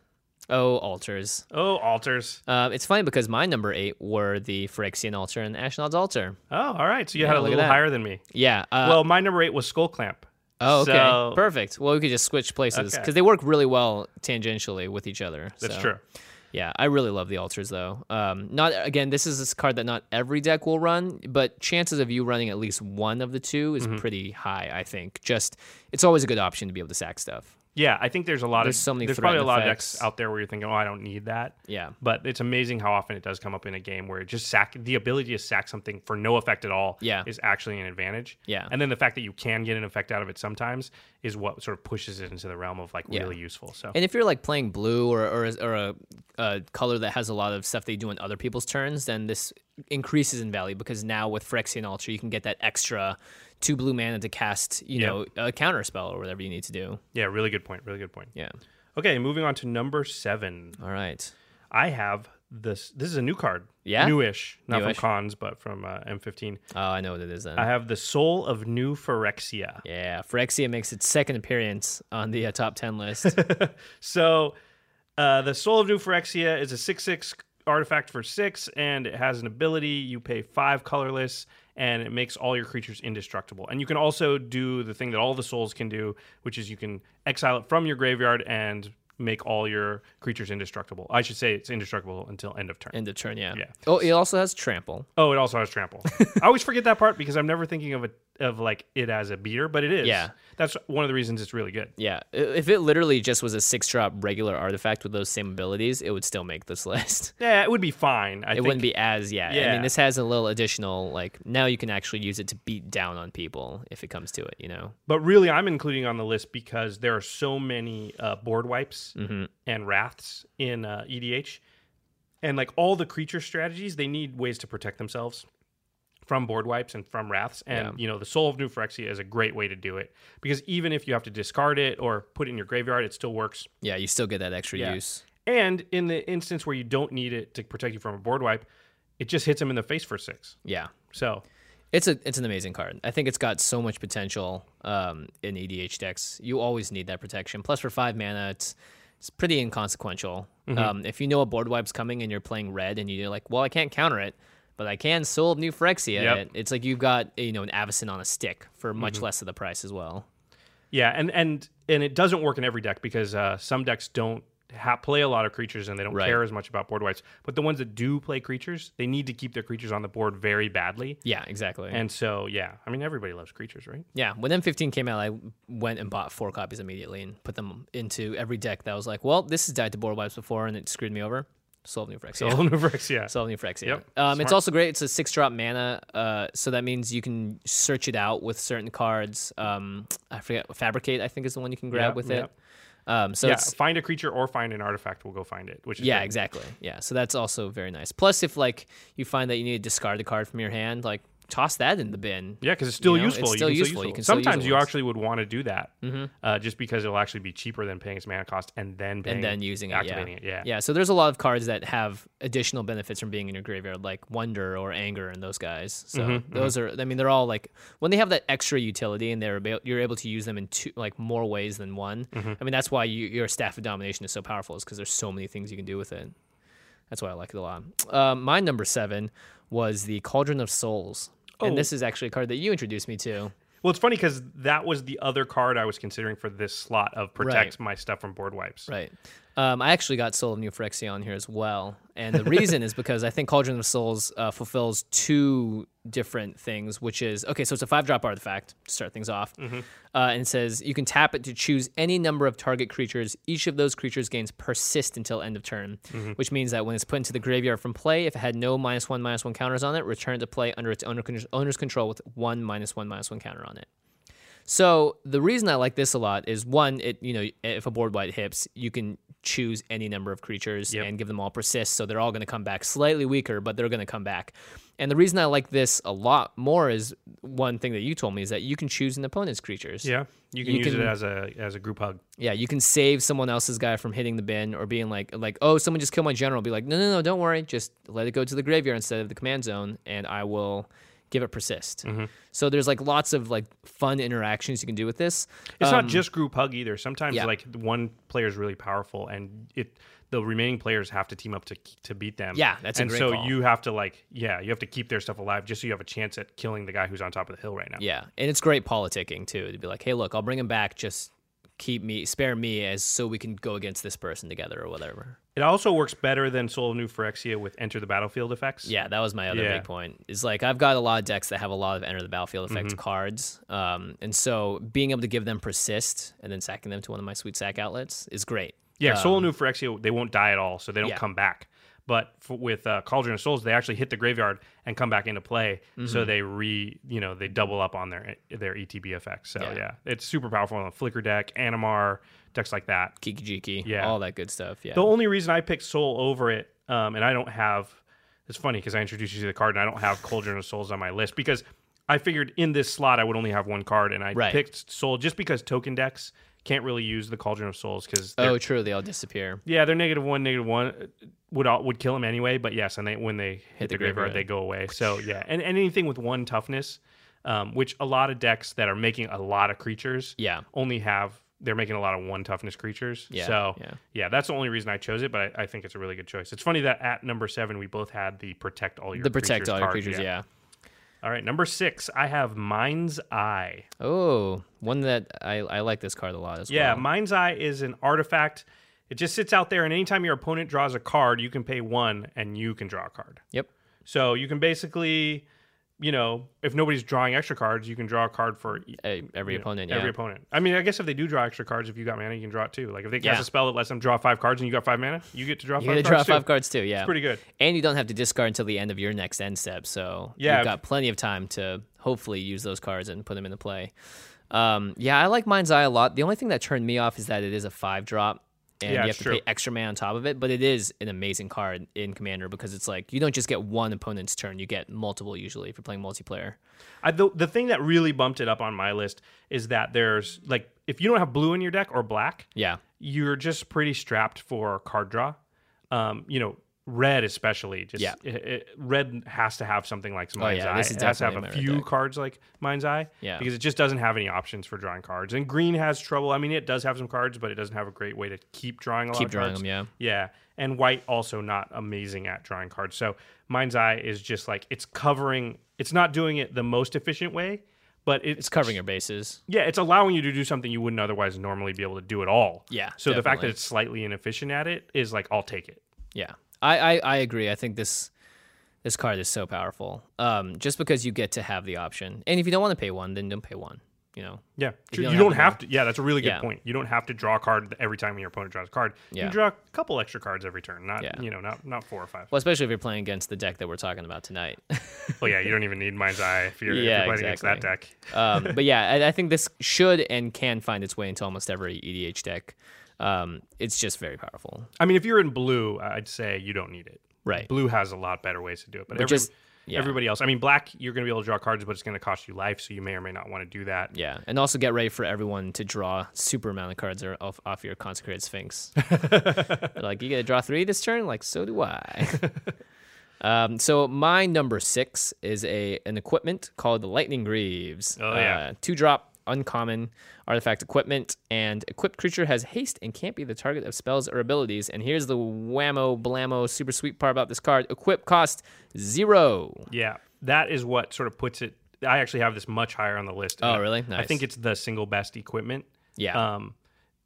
Speaker 2: Oh, altars.
Speaker 3: Oh, altars.
Speaker 2: Uh, it's funny because my number eight were the Phyrexian altar and Ashnod's altar.
Speaker 3: Oh, all right. So you
Speaker 2: Yeah,
Speaker 3: had a
Speaker 2: look at
Speaker 3: little
Speaker 2: that.
Speaker 3: higher than me.
Speaker 2: Yeah. Uh,
Speaker 3: well, my number eight was skull clamp.
Speaker 2: oh, okay.
Speaker 3: so-
Speaker 2: Perfect. Well, we could just switch places
Speaker 3: Okay.
Speaker 2: because they work really well tangentially with each other.
Speaker 3: That's
Speaker 2: so.
Speaker 3: true.
Speaker 2: Yeah, I really love the altars though. Um, not again, this is this card that not every deck will run, but chances of you running at least one of the two
Speaker 3: Mm-hmm.
Speaker 2: is pretty high. I think just it's always a good option to be able to sack stuff.
Speaker 3: Yeah, I think there's a lot
Speaker 2: There's
Speaker 3: of
Speaker 2: so many
Speaker 3: there's probably a
Speaker 2: threat
Speaker 3: lot of
Speaker 2: effects.
Speaker 3: decks out there where you're thinking, oh, I don't need that.
Speaker 2: Yeah,
Speaker 3: But it's amazing how often it does come up in a game where it just sack the ability to sack something for no effect at all
Speaker 2: Yeah.
Speaker 3: is actually an advantage.
Speaker 2: Yeah.
Speaker 3: And then the fact that you can get an effect out of it sometimes is what sort of pushes it into the realm of like
Speaker 2: Yeah.
Speaker 3: really useful. So
Speaker 2: and if you're like playing blue or or, or a, a color that has a lot of stuff they do on other people's turns, then this increases in value because now with Phyrexian altar you can get that extra two blue mana to cast you
Speaker 3: Yeah.
Speaker 2: know a counter spell or whatever you need to do.
Speaker 3: yeah, really good point. Really good point.
Speaker 2: Yeah.
Speaker 3: Okay, moving on to number seven.
Speaker 2: All right.
Speaker 3: I have this this is a new card.
Speaker 2: Yeah?
Speaker 3: Newish. Not
Speaker 2: Newish.
Speaker 3: from cons, but from uh, M fifteen.
Speaker 2: Oh, I know what it is then.
Speaker 3: I have the soul of new Phyrexia.
Speaker 2: Yeah, Phyrexia makes its second appearance on the uh, top 10 list.
Speaker 3: So, uh, the Soul of New Phyrexia is a 6 6 artifact for 6, and it has an ability. You pay 5 colorless, and it makes all your creatures indestructible. And you can also do the thing that all the souls can do, which is you can exile it from your graveyard and make all your creatures indestructible. I should say it's indestructible until end of turn.
Speaker 2: End of turn, yeah.
Speaker 3: Yeah.
Speaker 2: Oh, it also has Trample.
Speaker 3: oh, it also has trample. I always forget that part because I'm never thinking of it of like it as a beater, but it is.
Speaker 2: Yeah.
Speaker 3: That's one of the reasons it's really good.
Speaker 2: Yeah. i- If it literally just was a six drop regular artifact with those same abilities, it would still make this list.
Speaker 3: Yeah, it would be fine. I
Speaker 2: It
Speaker 3: think
Speaker 2: wouldn't be as, yeah. I
Speaker 3: Yeah.
Speaker 2: mean, this has a little additional, like, now you can actually use it to beat down on people if it comes to it, you know?
Speaker 3: But really, I'm including on the list because there are so many uh, board wipes and wraths in uh, EDH, and like all the creature strategies, they need ways to protect themselves from board wipes and from wraths. And
Speaker 2: Yeah.
Speaker 3: you know, the Soul of New Phyrexia is a great way to do it because even if you have to discard it or put it in your graveyard, it still works.
Speaker 2: Yeah, you still get that extra
Speaker 3: Yeah.
Speaker 2: use.
Speaker 3: And in the instance where you don't need it to protect you from a board wipe, it just hits them in the face for six.
Speaker 2: Yeah.
Speaker 3: So
Speaker 2: It's a it's an amazing card. I think it's got so much potential um, in EDH decks. You always need that protection. Plus, for five mana, it's it's pretty inconsequential.
Speaker 3: Mm-hmm.
Speaker 2: Um, if you know a board wipe's coming and you're playing red, and you're like, well, I can't counter it, but I can Soul of New Phyrexia.
Speaker 3: Yep. Mm-hmm.
Speaker 2: it. It's like you've got you know an Avacyn on a stick for much less of the price as well.
Speaker 3: Yeah, and and and it doesn't work in every deck because uh, some decks don't ha- play a lot of creatures and they don't
Speaker 2: Right.
Speaker 3: care as much about board wipes. But the ones that do play creatures, they need to keep their creatures on the board very badly.
Speaker 2: Yeah, exactly.
Speaker 3: And so, yeah, I mean, everybody loves creatures, right?
Speaker 2: yeah, when M15 came out, I went and bought four copies immediately and put them into every deck that was like, well, this has died to board wipes before and it screwed me over. Soul of New Phyrexia.
Speaker 3: So, Lubrix, yeah.
Speaker 2: Solve New Phyrexia.
Speaker 3: Yep,
Speaker 2: Um,
Speaker 3: smart.
Speaker 2: it's also great. It's a six drop mana, uh, so that means you can search it out with certain cards. Um, I forget. Fabricate, I think, is the one you can grab
Speaker 3: Yep,
Speaker 2: with
Speaker 3: yep.
Speaker 2: it. Um, so
Speaker 3: yeah,
Speaker 2: it's
Speaker 3: find a creature or find an artifact. We'll go find it. Which is
Speaker 2: yeah,
Speaker 3: great.
Speaker 2: exactly. Yeah, so that's also very nice. Plus, if like you find that you need to discard a card from your hand, like toss that in the bin.
Speaker 3: Yeah, because it's still
Speaker 2: You know, it's
Speaker 3: useful.
Speaker 2: still
Speaker 3: you can
Speaker 2: useful.
Speaker 3: Still
Speaker 2: You
Speaker 3: use
Speaker 2: can
Speaker 3: it.
Speaker 2: still use
Speaker 3: Sometimes
Speaker 2: it
Speaker 3: you
Speaker 2: once. Mm-hmm.
Speaker 3: actually would want to do that, uh, just because it'll actually be cheaper than paying its mana cost and then paying,
Speaker 2: and then using it,
Speaker 3: activating it. Yeah,
Speaker 2: yeah. So there's a lot of cards that have additional benefits from being in your graveyard, like Wonder or Anger and those guys. So
Speaker 3: Mm-hmm,
Speaker 2: those are, I mean, they're all like when they have that extra utility and they're able, you're able to use them in two, like more ways than one.
Speaker 3: Mm-hmm.
Speaker 2: I mean, that's why you, your Staff of Domination is so powerful, is because there's so many things you can do with it. That's why I like it a lot. Uh, my number seven was the Cauldron of Souls.
Speaker 3: Oh.
Speaker 2: And this is actually a card that you introduced me to.
Speaker 3: Well, it's funny because that was the other card I was considering for this slot of protects my stuff from board wipes.
Speaker 2: Right. Um, I actually got Soul of New Phyrexian here as well, and the reason is because I think Cauldron of Souls uh, fulfills two different things, which is okay. So it's a five drop artifact to start things off, uh, and it says you can tap it to choose any number of target creatures. Each of those creatures gains persist until end of turn, which means that when it's put into the graveyard from play, if it had no minus one minus one counters on it, return it to play under its owner, owner's control with one minus one minus one counter on it. So the reason I like this a lot is one, it you know, if a board wide hits, you can choose any number of creatures
Speaker 3: Yep.
Speaker 2: and give them all persist. So they're all going to come back slightly weaker, but they're going to come back. And the reason I like this a lot more is one thing that you told me is that you can choose an opponent's creatures.
Speaker 3: Yeah, you can
Speaker 2: You
Speaker 3: use
Speaker 2: can-
Speaker 3: it as a as a group hug.
Speaker 2: Yeah, you can save someone else's guy from hitting the bin or being like, like, oh, someone just killed my general. Be like, no, no, no, don't worry, just let it go to the graveyard instead of the command zone, and I will give it persist. So there's like lots of like fun interactions you can do with this.
Speaker 3: It's not just group hug either. Sometimes
Speaker 2: Um, yeah.
Speaker 3: like one player is really powerful, and it the remaining players have to team up to to beat them.
Speaker 2: Yeah, that's a
Speaker 3: and
Speaker 2: great
Speaker 3: so
Speaker 2: call.
Speaker 3: you have to like yeah, you have to keep their stuff alive just so you have a chance at killing the guy who's on top of the hill right now.
Speaker 2: Yeah, and it's great politicking too to be like, hey, look, I'll bring him back. Just keep me, spare me, as so we can go against this person together or whatever.
Speaker 3: It also works better than Soul of New Phyrexia with Enter the Battlefield effects.
Speaker 2: Yeah, that was my other
Speaker 3: Yeah.
Speaker 2: big point. Is like I've got a lot of decks that have a lot of enter the battlefield effect
Speaker 3: Mm-hmm.
Speaker 2: cards, um, and so being able to give them persist and then sacking them to one of my sweet sack outlets is great.
Speaker 3: Yeah, Soul of New Phyrexia, they won't die at all, so they don't
Speaker 2: Um, Yeah.
Speaker 3: come back. But f with uh, Cauldron of Souls, they actually hit the graveyard and come back into play,
Speaker 2: Mm-hmm.
Speaker 3: so they re, you know, they double up on their e, their ETB effects. So
Speaker 2: Yeah.
Speaker 3: yeah, it's super powerful on the Flicker deck, Animar decks like that.
Speaker 2: Kiki Jiki,
Speaker 3: Yeah.
Speaker 2: all that good stuff. Yeah,
Speaker 3: The only reason I picked Soul over it, um, and I don't have, it's funny because I introduced you to the card, and I don't have Cauldron of Souls on my list because I figured in this slot I would only have one card, and I
Speaker 2: Right.
Speaker 3: picked Soul just because token decks can't really use the Cauldron of Souls because
Speaker 2: oh, true, they all disappear.
Speaker 3: yeah, they're negative one, negative one uh, would all, would kill them anyway. But yes, and they when they hit, the,
Speaker 2: the
Speaker 3: graveyard,
Speaker 2: graveyard.
Speaker 3: they go away. So yeah, and, and anything with one toughness, um, which a lot of decks that are making a lot of creatures,
Speaker 2: Yeah.
Speaker 3: only have they're making a lot of one toughness creatures.
Speaker 2: Yeah,
Speaker 3: so
Speaker 2: yeah.
Speaker 3: yeah. that's the only reason I chose it. But I, I think it's a really good choice. It's funny that at number seven we both had the protect all your
Speaker 2: The protect
Speaker 3: creatures
Speaker 2: all your
Speaker 3: card.
Speaker 2: creatures. yeah.
Speaker 3: All right, number six, I have Mind's Eye.
Speaker 2: Oh, one that I I like this card a lot as
Speaker 3: Yeah,
Speaker 2: well.
Speaker 3: Mind's Eye is an artifact. It just sits out there, and anytime your opponent draws a card, you can pay one and you can draw a card.
Speaker 2: Yep.
Speaker 3: So you can basically, you know, if nobody's drawing extra cards, you can draw a card for e-
Speaker 2: Eh, Every
Speaker 3: you know,
Speaker 2: opponent.
Speaker 3: Every
Speaker 2: yeah.
Speaker 3: opponent. I mean, I guess if they do draw extra cards, if you got mana, you can draw it too. Like if they
Speaker 2: Yeah.
Speaker 3: cast a spell that lets them draw five cards and you got five mana, you get to draw
Speaker 2: You
Speaker 3: five
Speaker 2: get to draw
Speaker 3: cards.
Speaker 2: five
Speaker 3: too.
Speaker 2: cards too. Yeah, it's
Speaker 3: pretty good.
Speaker 2: And you don't have to discard until the end of your next end step, so
Speaker 3: Yeah,
Speaker 2: you've
Speaker 3: if-
Speaker 2: got plenty of time to hopefully use those cards and put them into play. Um, yeah, I like Mind's Eye a lot. The only thing that turned me off is that it is a five drop, and
Speaker 3: Yeah,
Speaker 2: you have
Speaker 3: it's
Speaker 2: to
Speaker 3: true.
Speaker 2: pay extra mana on top of it. But it is an amazing card in Commander because it's like you don't just get one opponent's turn; you get multiple usually if you're playing multiplayer.
Speaker 3: I, the, the thing that really bumped it up on my list is that there's like if you don't have blue in your deck or black,
Speaker 2: Yeah,
Speaker 3: you're just pretty strapped for card draw. Um, you know, red especially. Just
Speaker 2: Yeah. Oh,
Speaker 3: it, it- red has to have something like
Speaker 2: yeah,
Speaker 3: Mind's Eye.
Speaker 2: this is
Speaker 3: It has to have
Speaker 2: definitely
Speaker 3: a
Speaker 2: in my red
Speaker 3: few
Speaker 2: deck.
Speaker 3: cards like Mind's Eye.
Speaker 2: Yeah.
Speaker 3: because it just doesn't have any options for drawing cards. And green has trouble. I mean, it does have some cards, but it doesn't have a great way to keep drawing a lot
Speaker 2: Keep
Speaker 3: of
Speaker 2: drawing
Speaker 3: cards.
Speaker 2: them, yeah.
Speaker 3: Yeah. And white also not amazing at drawing cards. So Mind's Eye is just like it's covering. It's not doing it the most efficient way, but
Speaker 2: it's covering your bases.
Speaker 3: yeah, it's allowing you to do something you wouldn't otherwise normally be able to do at all.
Speaker 2: Yeah,
Speaker 3: So the fact
Speaker 2: definitely.
Speaker 3: that it's slightly inefficient at it is like, I'll take it.
Speaker 2: Yeah, I, I I agree. I think this this card is so powerful. Um, just because you get to have the option, and if you don't want to pay one, then don't pay one. You know,
Speaker 3: Yeah.
Speaker 2: you
Speaker 3: You
Speaker 2: don't have
Speaker 3: don't,
Speaker 2: to
Speaker 3: have to. Yeah, that's a really good
Speaker 2: Yeah.
Speaker 3: point. You don't have to draw a card every time your opponent draws a card. You
Speaker 2: Yeah.
Speaker 3: can draw a couple extra cards every turn, not,
Speaker 2: Yeah.
Speaker 3: you know, not not four or five.
Speaker 2: well, especially if you're playing against the deck that we're talking about tonight.
Speaker 3: well, yeah, you don't even need Mind's Eye if you're,
Speaker 2: Yeah,
Speaker 3: if you're playing against that
Speaker 2: exactly.
Speaker 3: deck.
Speaker 2: um, but yeah, I, I think this should and can find its way into almost every EDH deck. Um, it's just very powerful,
Speaker 3: I mean, if you're in blue, I'd say you don't need it.
Speaker 2: right?
Speaker 3: Blue has a lot better ways to do it, but,
Speaker 2: But
Speaker 3: every,
Speaker 2: just- yeah.
Speaker 3: everybody else. I mean, black, you're going to be able to draw cards, but it's going to cost you life, so you may or may not want to do that.
Speaker 2: Yeah, and also get ready for everyone to draw super amount of cards or off, off your consecrated sphinx. They're like you get to draw three this turn. Like so do I. um, so my number six is a an equipment called the Lightning Greaves.
Speaker 3: Oh, yeah.
Speaker 2: Uh, two drop uncommon artifact equipment and equipped creature has haste and can't be the target of spells or abilities and here's the whammo blammo super sweet part about this card equip cost zero
Speaker 3: Yeah, that is what sort of puts it. I actually have this much higher on the list.
Speaker 2: Oh,
Speaker 3: Uh,
Speaker 2: really?
Speaker 3: I
Speaker 2: Nice.
Speaker 3: think it's the single best equipment.
Speaker 2: yeah
Speaker 3: Um,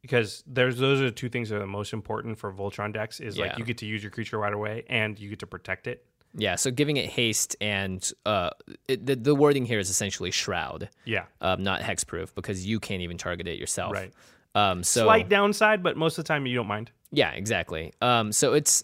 Speaker 3: because there's those are the two things that are the most important for Voltron decks is
Speaker 2: Yeah.
Speaker 3: like you get to use your creature right away and you get to protect it.
Speaker 2: Yeah, so giving it haste and uh, it, the, the wording here is essentially shroud,
Speaker 3: Yeah.
Speaker 2: um, not hexproof, because you can't even target it yourself.
Speaker 3: Right.
Speaker 2: Um, so
Speaker 3: Slight downside, but most of the time you don't mind.
Speaker 2: yeah, exactly. Um, so it's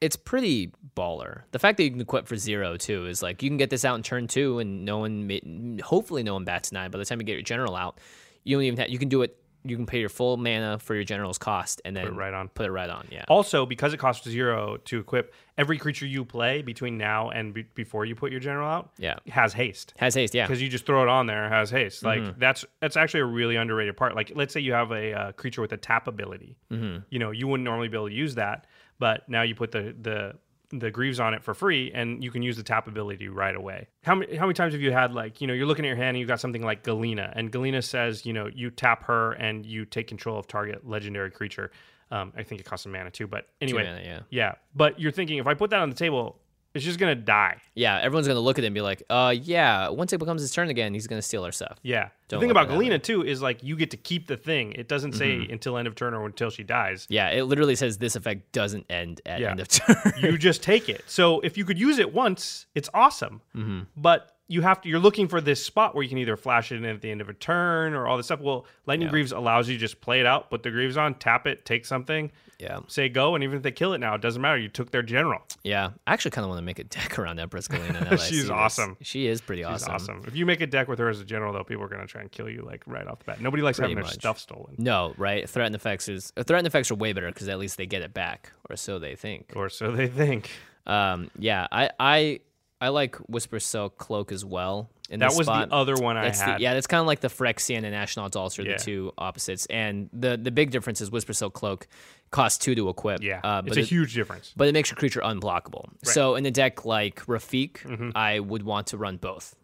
Speaker 2: it's pretty baller. The fact that you can equip for zero too is like you can get this out in turn two, and no one, ma- hopefully, no one bats an eye. By the time you get your general out, you don't even have, you can do it. You can pay your full mana for your general's cost, and then
Speaker 3: it right on.
Speaker 2: Put it right on. Yeah.
Speaker 3: Also, because it costs zero to equip, every creature you play between now and be- before you put your general out
Speaker 2: Yeah.
Speaker 3: has haste.
Speaker 2: Has haste. Yeah. Mm-hmm.
Speaker 3: because you just throw it on there it has haste like that's that's actually a really underrated part like let's say you have a uh, creature with a tap ability
Speaker 2: Mm-hmm.
Speaker 3: you know you wouldn't normally be able to use that but now you put the the the greaves on it for free and you can use the tap ability right away how many how many times have you had like you know you're looking at your hand and you've got something like galena and galena says you know you tap her and you take control of target legendary creature um, i think it costs a mana too but anyway
Speaker 2: mana, yeah.
Speaker 3: yeah but you're thinking if i put that on the table it's just gonna die
Speaker 2: Yeah, everyone's gonna look at it and be like, "Uh, yeah." Once it becomes his turn again, he's gonna steal our stuff.
Speaker 3: Yeah.
Speaker 2: Don't
Speaker 3: the thing
Speaker 2: let
Speaker 3: about
Speaker 2: that Mm-hmm. happen.
Speaker 3: Galena too is like you get to keep the thing. It doesn't say until end of turn or until she dies.
Speaker 2: Yeah, it literally says this effect doesn't end at
Speaker 3: Yeah.
Speaker 2: end of turn.
Speaker 3: You just take it. So if you could use it once, it's awesome.
Speaker 2: Mm-hmm.
Speaker 3: But you have to. You're looking for this spot where you can either flash it in at the end of a turn or all this stuff. Well, Lightning Greaves allows you to just play it out, put the Greaves on, tap it, take something,
Speaker 2: yeah,
Speaker 3: say go, and even if they kill it now, it doesn't matter. You took their general.
Speaker 2: yeah. I actually kind of want to make a deck around Empress Galena. now that I
Speaker 3: She's
Speaker 2: see this.
Speaker 3: awesome.
Speaker 2: She is pretty
Speaker 3: It's
Speaker 2: awesome.
Speaker 3: awesome. If you make a deck with her as a general, though, people are gonna try and kill you like right off the bat. Nobody likes
Speaker 2: Pretty
Speaker 3: having
Speaker 2: much.
Speaker 3: their stuff stolen.
Speaker 2: No, right? Threat and effects is uh, threat and effects are way better because at least they get it back, or so they think.
Speaker 3: Or so they think.
Speaker 2: Um, yeah, I I I like Whisper Silk Cloak as well. In
Speaker 3: That
Speaker 2: this
Speaker 3: was
Speaker 2: spot.
Speaker 3: the other one I
Speaker 2: That's the-
Speaker 3: had.
Speaker 2: yeah, that's kind of like the Phyrexian and Ashnod's Altar,
Speaker 3: Yeah.
Speaker 2: the two opposites. And the the big difference is Whisper Silk Cloak costs two to equip.
Speaker 3: Yeah,
Speaker 2: uh, but
Speaker 3: it's a
Speaker 2: it-
Speaker 3: huge difference.
Speaker 2: but it makes your creature unblockable. So in a deck like Rafik,
Speaker 3: Mm-hmm.
Speaker 2: I would want to run both.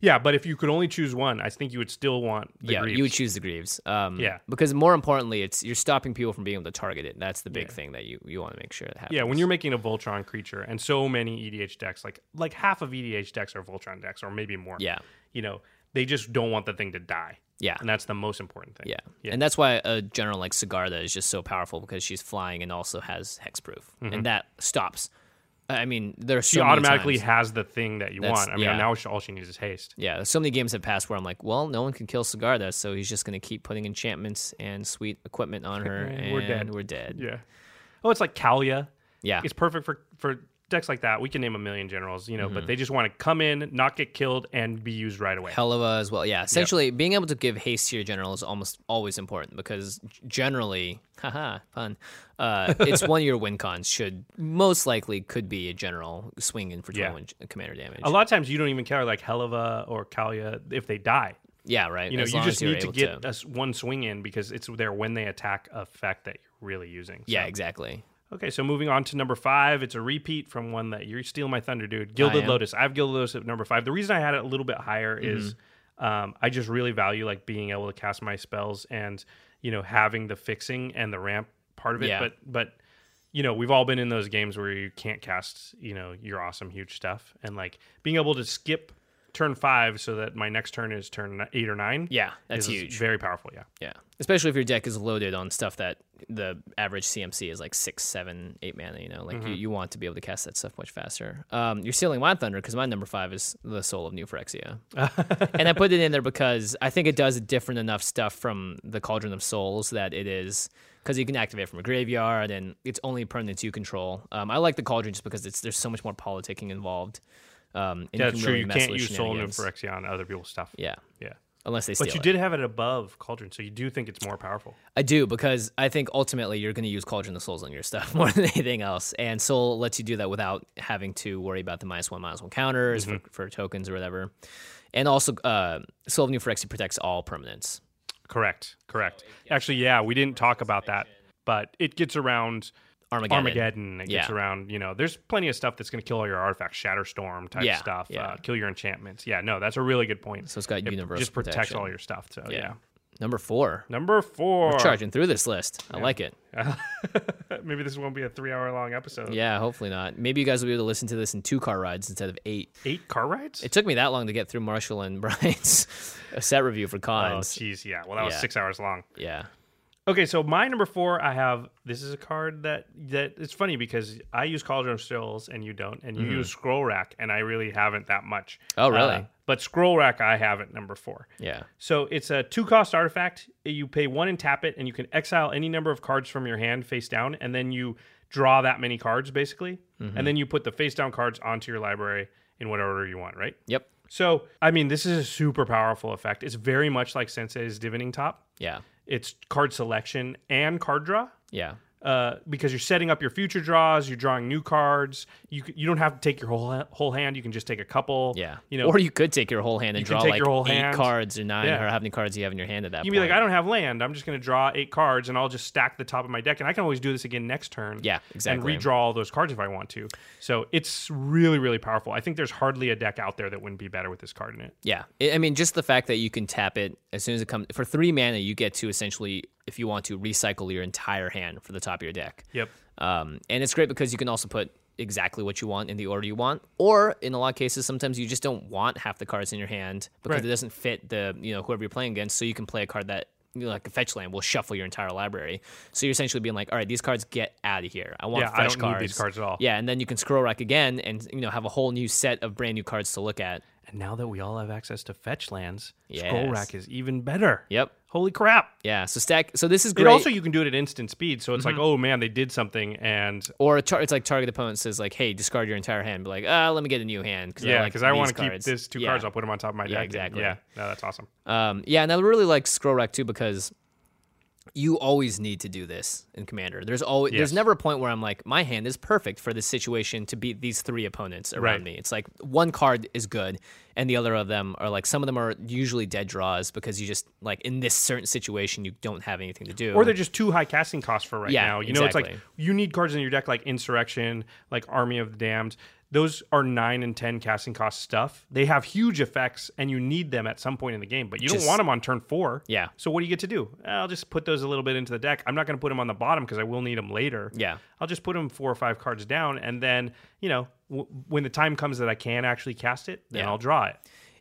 Speaker 3: Yeah, but if you could only choose one, I think you would still want the
Speaker 2: yeah,
Speaker 3: Greaves.
Speaker 2: you would choose the Greaves. Um,
Speaker 3: Yeah.
Speaker 2: because more importantly, it's you're stopping people from being able to target it. That's the big thing that you, you want to make sure that happens.
Speaker 3: yeah, when you're making a Voltron creature, and so many EDH decks, like like half of EDH decks are Voltron decks, or maybe more.
Speaker 2: yeah
Speaker 3: you know they just don't want the thing to die,
Speaker 2: yeah
Speaker 3: and that's the most important thing.
Speaker 2: yeah.
Speaker 3: yeah,
Speaker 2: and that's why a general like Sigarda is just so powerful because she's flying and also has hexproof, and that stops. I mean, there's
Speaker 3: Mm-hmm. she
Speaker 2: so many
Speaker 3: automatically
Speaker 2: times-
Speaker 3: has the thing that you
Speaker 2: That's-
Speaker 3: want. I mean,
Speaker 2: yeah.
Speaker 3: now she, all she needs is haste.
Speaker 2: Yeah, so many games have passed where I'm like, well, no one can kill Sigarda, so he's just going to keep putting enchantments and sweet equipment on her, and,
Speaker 3: And we're dead.
Speaker 2: We're dead.
Speaker 3: Yeah. Oh, it's like Kalia.
Speaker 2: Yeah.
Speaker 3: It's perfect for for decks like that. We can name a million generals, you know,
Speaker 2: Mm-hmm.
Speaker 3: but they just want to come in, not get killed, and be used right away.
Speaker 2: Helava as well. Yeah, essentially being able to give haste to your general is almost always important because g- generally, haha, pun. Uh, it's one of your win cons should most likely could be a general swinging for
Speaker 3: Yeah.
Speaker 2: 21 j- commander damage.
Speaker 3: A lot of times you don't even care like Helava or Kalia if they die.
Speaker 2: yeah, right.
Speaker 3: You know,
Speaker 2: as
Speaker 3: you
Speaker 2: long
Speaker 3: just
Speaker 2: as you're
Speaker 3: need to
Speaker 2: able
Speaker 3: get us one swing in because it's there when they attack effect that you're really using. So-
Speaker 2: yeah, exactly.
Speaker 3: Okay, so moving on to number five, it's a repeat from one that you're stealing my thunder, dude. Gilded
Speaker 2: am. Mm-hmm.
Speaker 3: Lotus. I have Gilded Lotus at number five. The reason I had it a little bit higher is um, I just really value like being able to cast my spells and you know having the fixing and the ramp part of it.
Speaker 2: Yeah.
Speaker 3: But but you know we've all been in those games where you can't cast you know your awesome huge stuff and like being able to skip turn five so that my next turn is turn ni- eight or nine.
Speaker 2: Yeah, that's
Speaker 3: is
Speaker 2: huge.
Speaker 3: Very powerful. Yeah.
Speaker 2: Yeah, especially if your deck is loaded on stuff that the average CMC is like six, seven, eight mana. You know, like
Speaker 3: Mm-hmm.
Speaker 2: you, you want to be able to cast that stuff much faster. Um, you're stealing my thunder because my number five is the Soul of New Phyrexia, and I put it in there because I think it does different enough stuff from the Cauldron of Souls that it is because you can activate from a graveyard and it's only permanents you control. Um, I like the Cauldron just because it's there's so much more politicking involved. Um, and
Speaker 3: Yeah,
Speaker 2: you
Speaker 3: that's
Speaker 2: can
Speaker 3: true.
Speaker 2: really
Speaker 3: you
Speaker 2: mess
Speaker 3: can't
Speaker 2: with
Speaker 3: use Soul
Speaker 2: shenanigans.
Speaker 3: Phyrexia on other people's stuff.
Speaker 2: Yeah,
Speaker 3: Yeah.
Speaker 2: unless they steal.
Speaker 3: But you
Speaker 2: it.
Speaker 3: did have it above Cauldron, so you do think it's more powerful.
Speaker 2: I do because I think ultimately you're going to use Cauldron of Souls on your stuff more than anything else, and Soul lets you do that without having to worry about the minus one minus one counters
Speaker 3: Mm-hmm.
Speaker 2: for, for tokens or whatever, and also uh, Soul of New Phyrexia protects all permanents.
Speaker 3: Correct. Correct. Actually, yeah, we didn't talk about that, but it gets around
Speaker 2: Armageddon.
Speaker 3: Armageddon. It gets
Speaker 2: Yeah.
Speaker 3: around, you know, there's plenty of stuff that's going to kill all your artifacts, Shatterstorm type
Speaker 2: Yeah,
Speaker 3: stuff,
Speaker 2: yeah.
Speaker 3: Uh, kill your enchantments. Yeah, no, that's a really good point.
Speaker 2: So it's got
Speaker 3: it
Speaker 2: universal
Speaker 3: just protects
Speaker 2: protection.
Speaker 3: all your stuff. So, yeah.
Speaker 2: Number four,
Speaker 3: Number four.
Speaker 2: charging through this list. I like it.
Speaker 3: Maybe this won't be a three hour long episode.
Speaker 2: Yeah, hopefully not. Maybe you guys will be able to listen to this in two car rides instead of eight.
Speaker 3: Eight car rides?
Speaker 2: It took me that long to get through Marshall and Brian's set review for
Speaker 3: oh,
Speaker 2: cons.
Speaker 3: jeez. Yeah. Well, that was
Speaker 2: Yeah.
Speaker 3: six hours long.
Speaker 2: yeah.
Speaker 3: Okay, so my number four, I have this is a card that that it's funny because I use Cauldron of Stills and you don't, and you use Scroll Rack, and I really haven't that much.
Speaker 2: Mm-hmm.
Speaker 3: Uh,
Speaker 2: Oh, really?
Speaker 3: but Scroll Rack, I have at number four.
Speaker 2: Yeah.
Speaker 3: So it's a two cost artifact. You pay one and tap it, and you can exile any number of cards from your hand face down, and then you draw that many cards basically,
Speaker 2: Mm-hmm.
Speaker 3: and then you put the face down cards onto your library in whatever order you want, right?
Speaker 2: Yep.
Speaker 3: So I mean, this is a super powerful effect. It's very much like Sensei's Divining Top
Speaker 2: Yeah.
Speaker 3: it's card selection and card draw
Speaker 2: Yeah.
Speaker 3: uh, because you're setting up your future draws. You're drawing new cards. You c- you don't have to take your whole ha- whole hand. You can just take a couple.
Speaker 2: Yeah.
Speaker 3: you know,
Speaker 2: or you could take your whole hand and
Speaker 3: can
Speaker 2: draw
Speaker 3: take
Speaker 2: like
Speaker 3: your whole
Speaker 2: eight
Speaker 3: hand.
Speaker 2: cards or nine
Speaker 3: Yeah.
Speaker 2: or how many cards you have in your hand at that
Speaker 3: you
Speaker 2: point.
Speaker 3: can be like, I don't have land. I'm just going to draw eight cards, and I'll just stack the top of my deck, and I can always do this again next turn.
Speaker 2: Yeah, exactly.
Speaker 3: And redraw all those cards if I want to. So it's really really powerful. I think there's hardly a deck out there that wouldn't be better with this card in it.
Speaker 2: Yeah, I I mean, just the fact that you can tap it as soon as it comes for three mana, you get to essentially, if you want to, recycle your entire hand for the top of your deck.
Speaker 3: Yep.
Speaker 2: Um, and it's great because you can also put exactly what you want in the order you want, or in a lot of cases, sometimes you just don't want half the cards in your hand because
Speaker 3: Right.
Speaker 2: it doesn't fit the you know whoever you're playing against. So you can play a card that. You know, like a fetch land will shuffle your entire library, so you're essentially being like, "All right, these cards get out of here. I want
Speaker 3: Yeah, I
Speaker 2: fresh
Speaker 3: don't need these cards at all.
Speaker 2: Yeah, and then you can scroll rack again, and you know have a whole new set of brand new cards to look at.
Speaker 3: And now that we all have access to fetch lands, Skull
Speaker 2: Yes.
Speaker 3: Rack is even better.
Speaker 2: Yep.
Speaker 3: Holy crap!
Speaker 2: Yeah, so stack. So this is
Speaker 3: It
Speaker 2: great.
Speaker 3: also you can do it at instant speed, so it's like, oh man, they did something, and
Speaker 2: or a tar- it's like target opponent says like, "Hey, discard your entire hand." Be like, "Ah, let me get a new hand." Cause
Speaker 3: yeah,
Speaker 2: because
Speaker 3: because I want to keep this two
Speaker 2: yeah.
Speaker 3: cards. I'll put them on top of my deck. and-
Speaker 2: exactly.
Speaker 3: Yeah, no, that's awesome.
Speaker 2: Um, yeah, and I really like scroll rack too because you always need to do this in commander. There's always
Speaker 3: Yes.
Speaker 2: there's never a point where I'm like, my hand is perfect for this situation to beat these three opponents around
Speaker 3: Right.
Speaker 2: me. It's like one card is good, and the other of them are like some of them are usually dead draws because you just like in this certain situation you don't have anything to do.
Speaker 3: Or they're just too high casting costs for right
Speaker 2: Yeah,
Speaker 3: now. You know, it's like
Speaker 2: exactly.
Speaker 3: you need cards in your deck like Insurrection, like Army of the Damned. Those are nine and ten casting cost stuff. They have huge effects, and you need them at some point in the game. But you don't
Speaker 2: Just-
Speaker 3: want them on turn four.
Speaker 2: Yeah.
Speaker 3: So what do you get to do? Eh, I'll just put those a little bit into the deck. I'm not going to put them on the bottom because I will need them later.
Speaker 2: Yeah.
Speaker 3: I'll just put them four or five cards down, and then you know w- when the time comes that I can actually cast it, then
Speaker 2: Yeah.
Speaker 3: I'll draw it.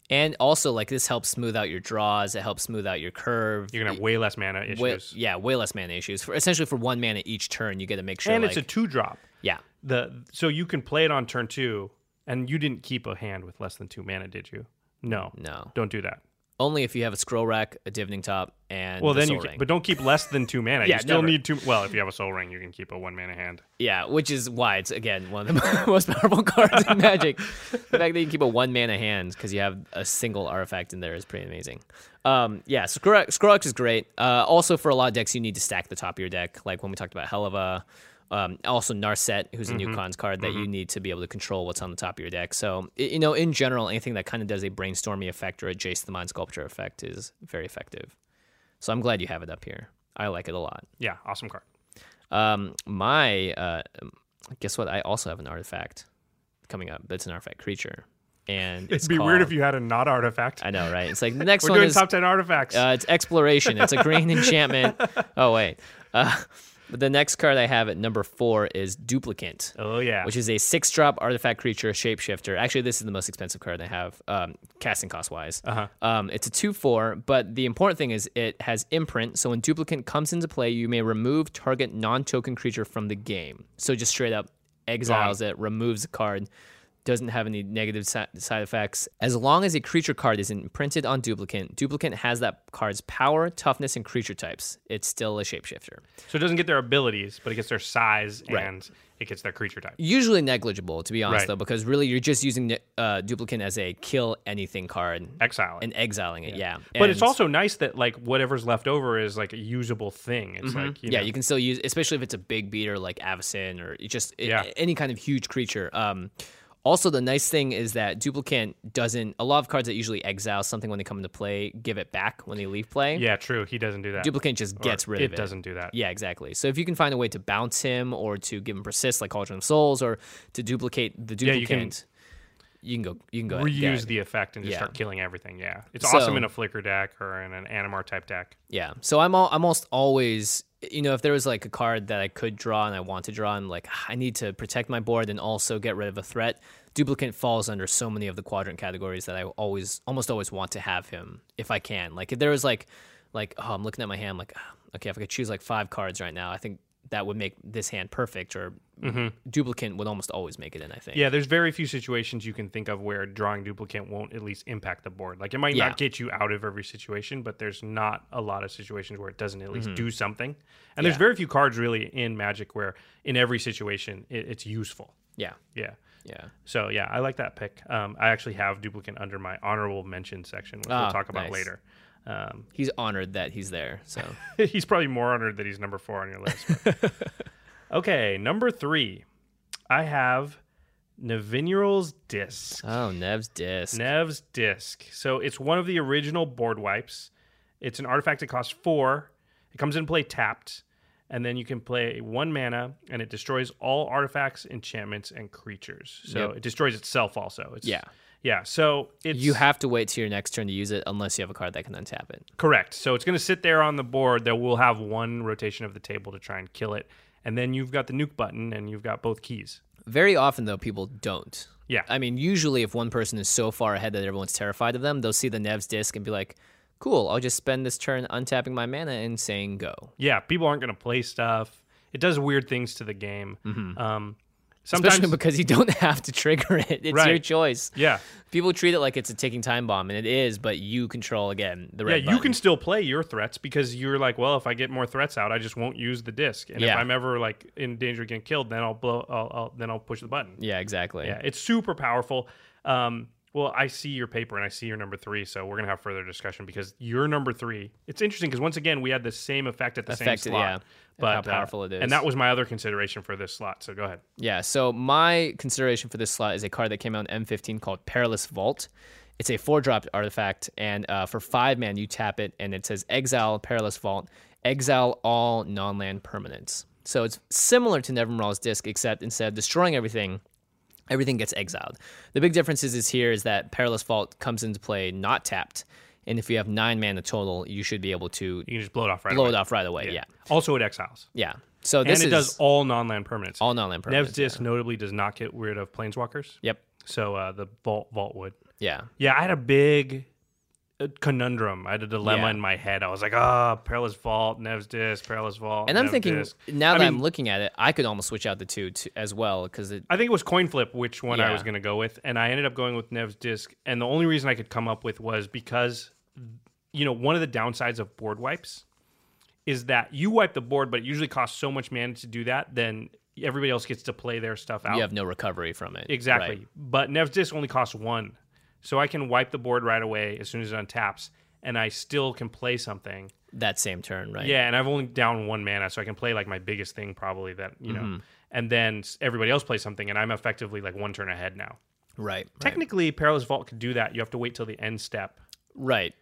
Speaker 2: and also like this helps smooth out your draws. It helps smooth out your curve.
Speaker 3: You're gonna have way less mana issues.
Speaker 2: Way, yeah, way less mana issues. For essentially for one mana each turn, you get to make sure.
Speaker 3: and
Speaker 2: like,
Speaker 3: it's a two drop.
Speaker 2: yeah,
Speaker 3: The so you can play it on turn two, and you didn't keep a hand with less than two mana, did you? No,
Speaker 2: No.
Speaker 3: don't do that.
Speaker 2: only if you have a scroll rack, a divining top, and
Speaker 3: Well,
Speaker 2: the
Speaker 3: then
Speaker 2: Soul
Speaker 3: you, can,
Speaker 2: Ring.
Speaker 3: but don't keep less than two mana.
Speaker 2: Yeah,
Speaker 3: you still
Speaker 2: never.
Speaker 3: need two. Well, if you have a soul ring, you can keep a one mana hand.
Speaker 2: yeah, which is why it's again one of the most powerful cards in Magic. The fact that you can keep a one mana hand because you have a single artifact in there is pretty amazing. Um, yeah, scroll rack- scroll rack is great. Uh, also for a lot of decks, you need to stack the top of your deck. Like when we talked about Helava. Um, also, Narset, who's a new cons card that you need to be able to control what's on the top of your deck. So, i- you know, in general, anything that kind of does a brainstormy effect or a Jace the Mind Sculpture effect is very effective. So I'm glad you have it up here. I like it a lot.
Speaker 3: Yeah, awesome card.
Speaker 2: Um, my uh, guess what? I also have an artifact coming up. That's an artifact creature, and
Speaker 3: It'd
Speaker 2: it's
Speaker 3: be weird if
Speaker 2: called-
Speaker 3: you had a not artifact.
Speaker 2: I know, right? It's like the next
Speaker 3: We're
Speaker 2: one
Speaker 3: doing
Speaker 2: is
Speaker 3: top ten artifacts.
Speaker 2: uh, it's exploration. It's a green enchantment. Oh wait, uh, but the next card I have at number four is duplicant.
Speaker 3: oh yeah,
Speaker 2: Which is a six drop artifact creature shapeshifter. Actually, this is the most expensive card I have, um, casting cost wise. Uh-huh. Um, it's a 2 4, but the important thing is it has imprint. So when duplicate comes into play, you may remove target non token creature from the game. So just straight up exiles it, removes a card, doesn't have any negative si- side effects. As long as a creature card is imprinted on duplicate, duplicate has that card's power, toughness, and creature types. It's still a shapeshifter.
Speaker 3: so it doesn't get their abilities, but it gets their size
Speaker 2: Right.
Speaker 3: and it gets their creature type.
Speaker 2: usually negligible to be honest
Speaker 3: Right.
Speaker 2: though because really you're just using uh, duplicate as a kill anything card
Speaker 3: Exile. it.
Speaker 2: and exiling it yeah,
Speaker 3: but it's
Speaker 2: And-
Speaker 3: also nice that like whatever's left over is like a usable thing. It's like you
Speaker 2: Mm-hmm. yeah
Speaker 3: know,
Speaker 2: you can still use especially if it's a big beater like avison or it just it-
Speaker 3: Yeah.
Speaker 2: any kind of huge creature um also the nice thing is that duplicate doesn't a lot of cards that usually exile something when they come into play give it back when they leave play
Speaker 3: yeah, true. He doesn't do that.
Speaker 2: duplicate just gets rid
Speaker 3: it
Speaker 2: of it
Speaker 3: doesn't do that.
Speaker 2: Yeah, exactly. So if you can find a way to bounce him or to give him persist like Cauldron of Souls or to duplicate the duplicate,
Speaker 3: you
Speaker 2: you,
Speaker 3: can
Speaker 2: can, go you can go ahead and get
Speaker 3: reuse
Speaker 2: it.
Speaker 3: the effect and just
Speaker 2: Yeah.
Speaker 3: start killing everything. Yeah, it's
Speaker 2: So-
Speaker 3: awesome in a flicker deck or in an Animar type deck.
Speaker 2: Yeah. So I'm all, I'm almost always, you know, if there was like a card that I could draw and I want to draw, I'm like, "Ah, I need to protect my board and also get rid of a threat. Duplicate falls under so many of the quadrant categories that I always, almost always want to have him if I can. Like if there was like like, oh, I'm looking at my hand, like, ah, okay, if I could choose like five cards right now, I think that would make this hand perfect or duplicate would almost always make it in, I think.
Speaker 3: Yeah, there's very few situations you can think of where drawing duplicate won't at least impact the board. Like it might
Speaker 2: Yeah.
Speaker 3: not get you out of every situation, but there's not a lot of situations where it doesn't at least do something. And there's
Speaker 2: Mm-hmm. Yeah.
Speaker 3: very few cards really in Magic where in every situation it, it's useful.
Speaker 2: Yeah.
Speaker 3: Yeah.
Speaker 2: Yeah.
Speaker 3: So yeah, I like that pick. Um, I actually have duplicate under my honorable mention section, which
Speaker 2: Ah,
Speaker 3: we'll talk about
Speaker 2: nice.
Speaker 3: later. Um,
Speaker 2: He's honored that he's there. So
Speaker 3: he's probably more honored that he's number four on your list. but- okay, number three, I have Navinural's disc.
Speaker 2: Oh, Nev's disc.
Speaker 3: Nev's disc. So it's one of the original board wipes. It's an artifact that costs four. It comes in play tapped, and then you can play one mana, and it destroys all artifacts, enchantments, and creatures. So
Speaker 2: Yep.
Speaker 3: it destroys itself also. It's,
Speaker 2: Yeah.
Speaker 3: yeah. So it's
Speaker 2: you have to wait till your next turn to use it unless you have a card that can untap it.
Speaker 3: Correct. So it's going to sit there on the board that we'll have one rotation of the table to try and kill it. And then you've got the nuke button and you've got both keys.
Speaker 2: Very often, though, people don't.
Speaker 3: Yeah.
Speaker 2: I mean, usually, if one person is so far ahead that everyone's terrified of them, they'll see the Nev's disc and be like, cool, I'll just spend this turn untapping my mana and saying go.
Speaker 3: Yeah, people aren't going to play stuff. It does weird things to the game. Um, sometimes,
Speaker 2: Mm-hmm. Especially because you don't have to trigger it. It's your
Speaker 3: Right.
Speaker 2: choice.
Speaker 3: yeah,
Speaker 2: People treat it like it's a ticking time bomb, and it is, but you control again the
Speaker 3: yeah,
Speaker 2: red
Speaker 3: you
Speaker 2: button.
Speaker 3: can still play your threats because you're like, well, if I get more threats out, I just won't use the disc. And if
Speaker 2: Yeah.
Speaker 3: I'm ever like in danger of getting killed, then I'll blow. I'll, I'll then I'll push the button.
Speaker 2: Yeah, exactly.
Speaker 3: Yeah, it's super powerful. Um, well, I see your paper and I see your number three, so we're gonna have further discussion because your number three. It's interesting because once again we had the same effect at the
Speaker 2: Effect,
Speaker 3: same slot,
Speaker 2: yeah, of
Speaker 3: but
Speaker 2: how
Speaker 3: uh,
Speaker 2: powerful it is.
Speaker 3: And that was my other consideration for this slot. So go ahead.
Speaker 2: Yeah, so my consideration for this slot is a card that came out in M15 called Perilous Vault. It's a four drop artifact, and uh, for five man, you tap it, and it says Exile Perilous Vault, Exile all non land permanents. So it's similar to Nevermoral's Disc, except instead of destroying everything, everything gets exiled. The big difference is, is here is that Perilous Vault comes into play not tapped, and if you have nine mana total, you should be able to
Speaker 3: You can just blow it off right
Speaker 2: blow
Speaker 3: away.
Speaker 2: it off right away. Yeah, yeah.
Speaker 3: Also, it exiles
Speaker 2: So this
Speaker 3: and it
Speaker 2: is
Speaker 3: does all non-land permanents.
Speaker 2: all non land
Speaker 3: Nev's
Speaker 2: permanents.
Speaker 3: disc notably does not get rid of planeswalkers.
Speaker 2: Yep.
Speaker 3: So uh, the vault vault would.
Speaker 2: Yeah.
Speaker 3: Yeah, I had a big uh, conundrum. I had a dilemma
Speaker 2: Yeah.
Speaker 3: in my head. I was like, ah, perilous vault, Nev's disc, perilous vault,
Speaker 2: And I'm
Speaker 3: Nev's
Speaker 2: thinking
Speaker 3: disc.
Speaker 2: now that
Speaker 3: I mean,
Speaker 2: I'm looking at it, I could almost switch out the two to, as well because it.
Speaker 3: I think it was coin flip which one I
Speaker 2: Yeah.
Speaker 3: was going to go with, and I ended up going with Nev's disc. And the only reason I could come up with was because, you know, one of the downsides of board wipes is that you wipe the board, but it usually costs so much mana to do that, then everybody else gets to play their stuff out.
Speaker 2: You have no recovery from it.
Speaker 3: Oh. exactly.
Speaker 2: right?
Speaker 3: But Nev's disc only costs one, so I can wipe the board right away as soon as it untaps, and I still can play something.
Speaker 2: That same turn, right?
Speaker 3: Yeah, and I've only down one mana, so I can play like my biggest thing probably that you
Speaker 2: Mm-hmm.
Speaker 3: know, and then s- everybody else plays something, and I'm effectively like one turn ahead now.
Speaker 2: Right. Right.
Speaker 3: Technically, Perilous Vault could do that. You have to wait till the end step.
Speaker 2: right.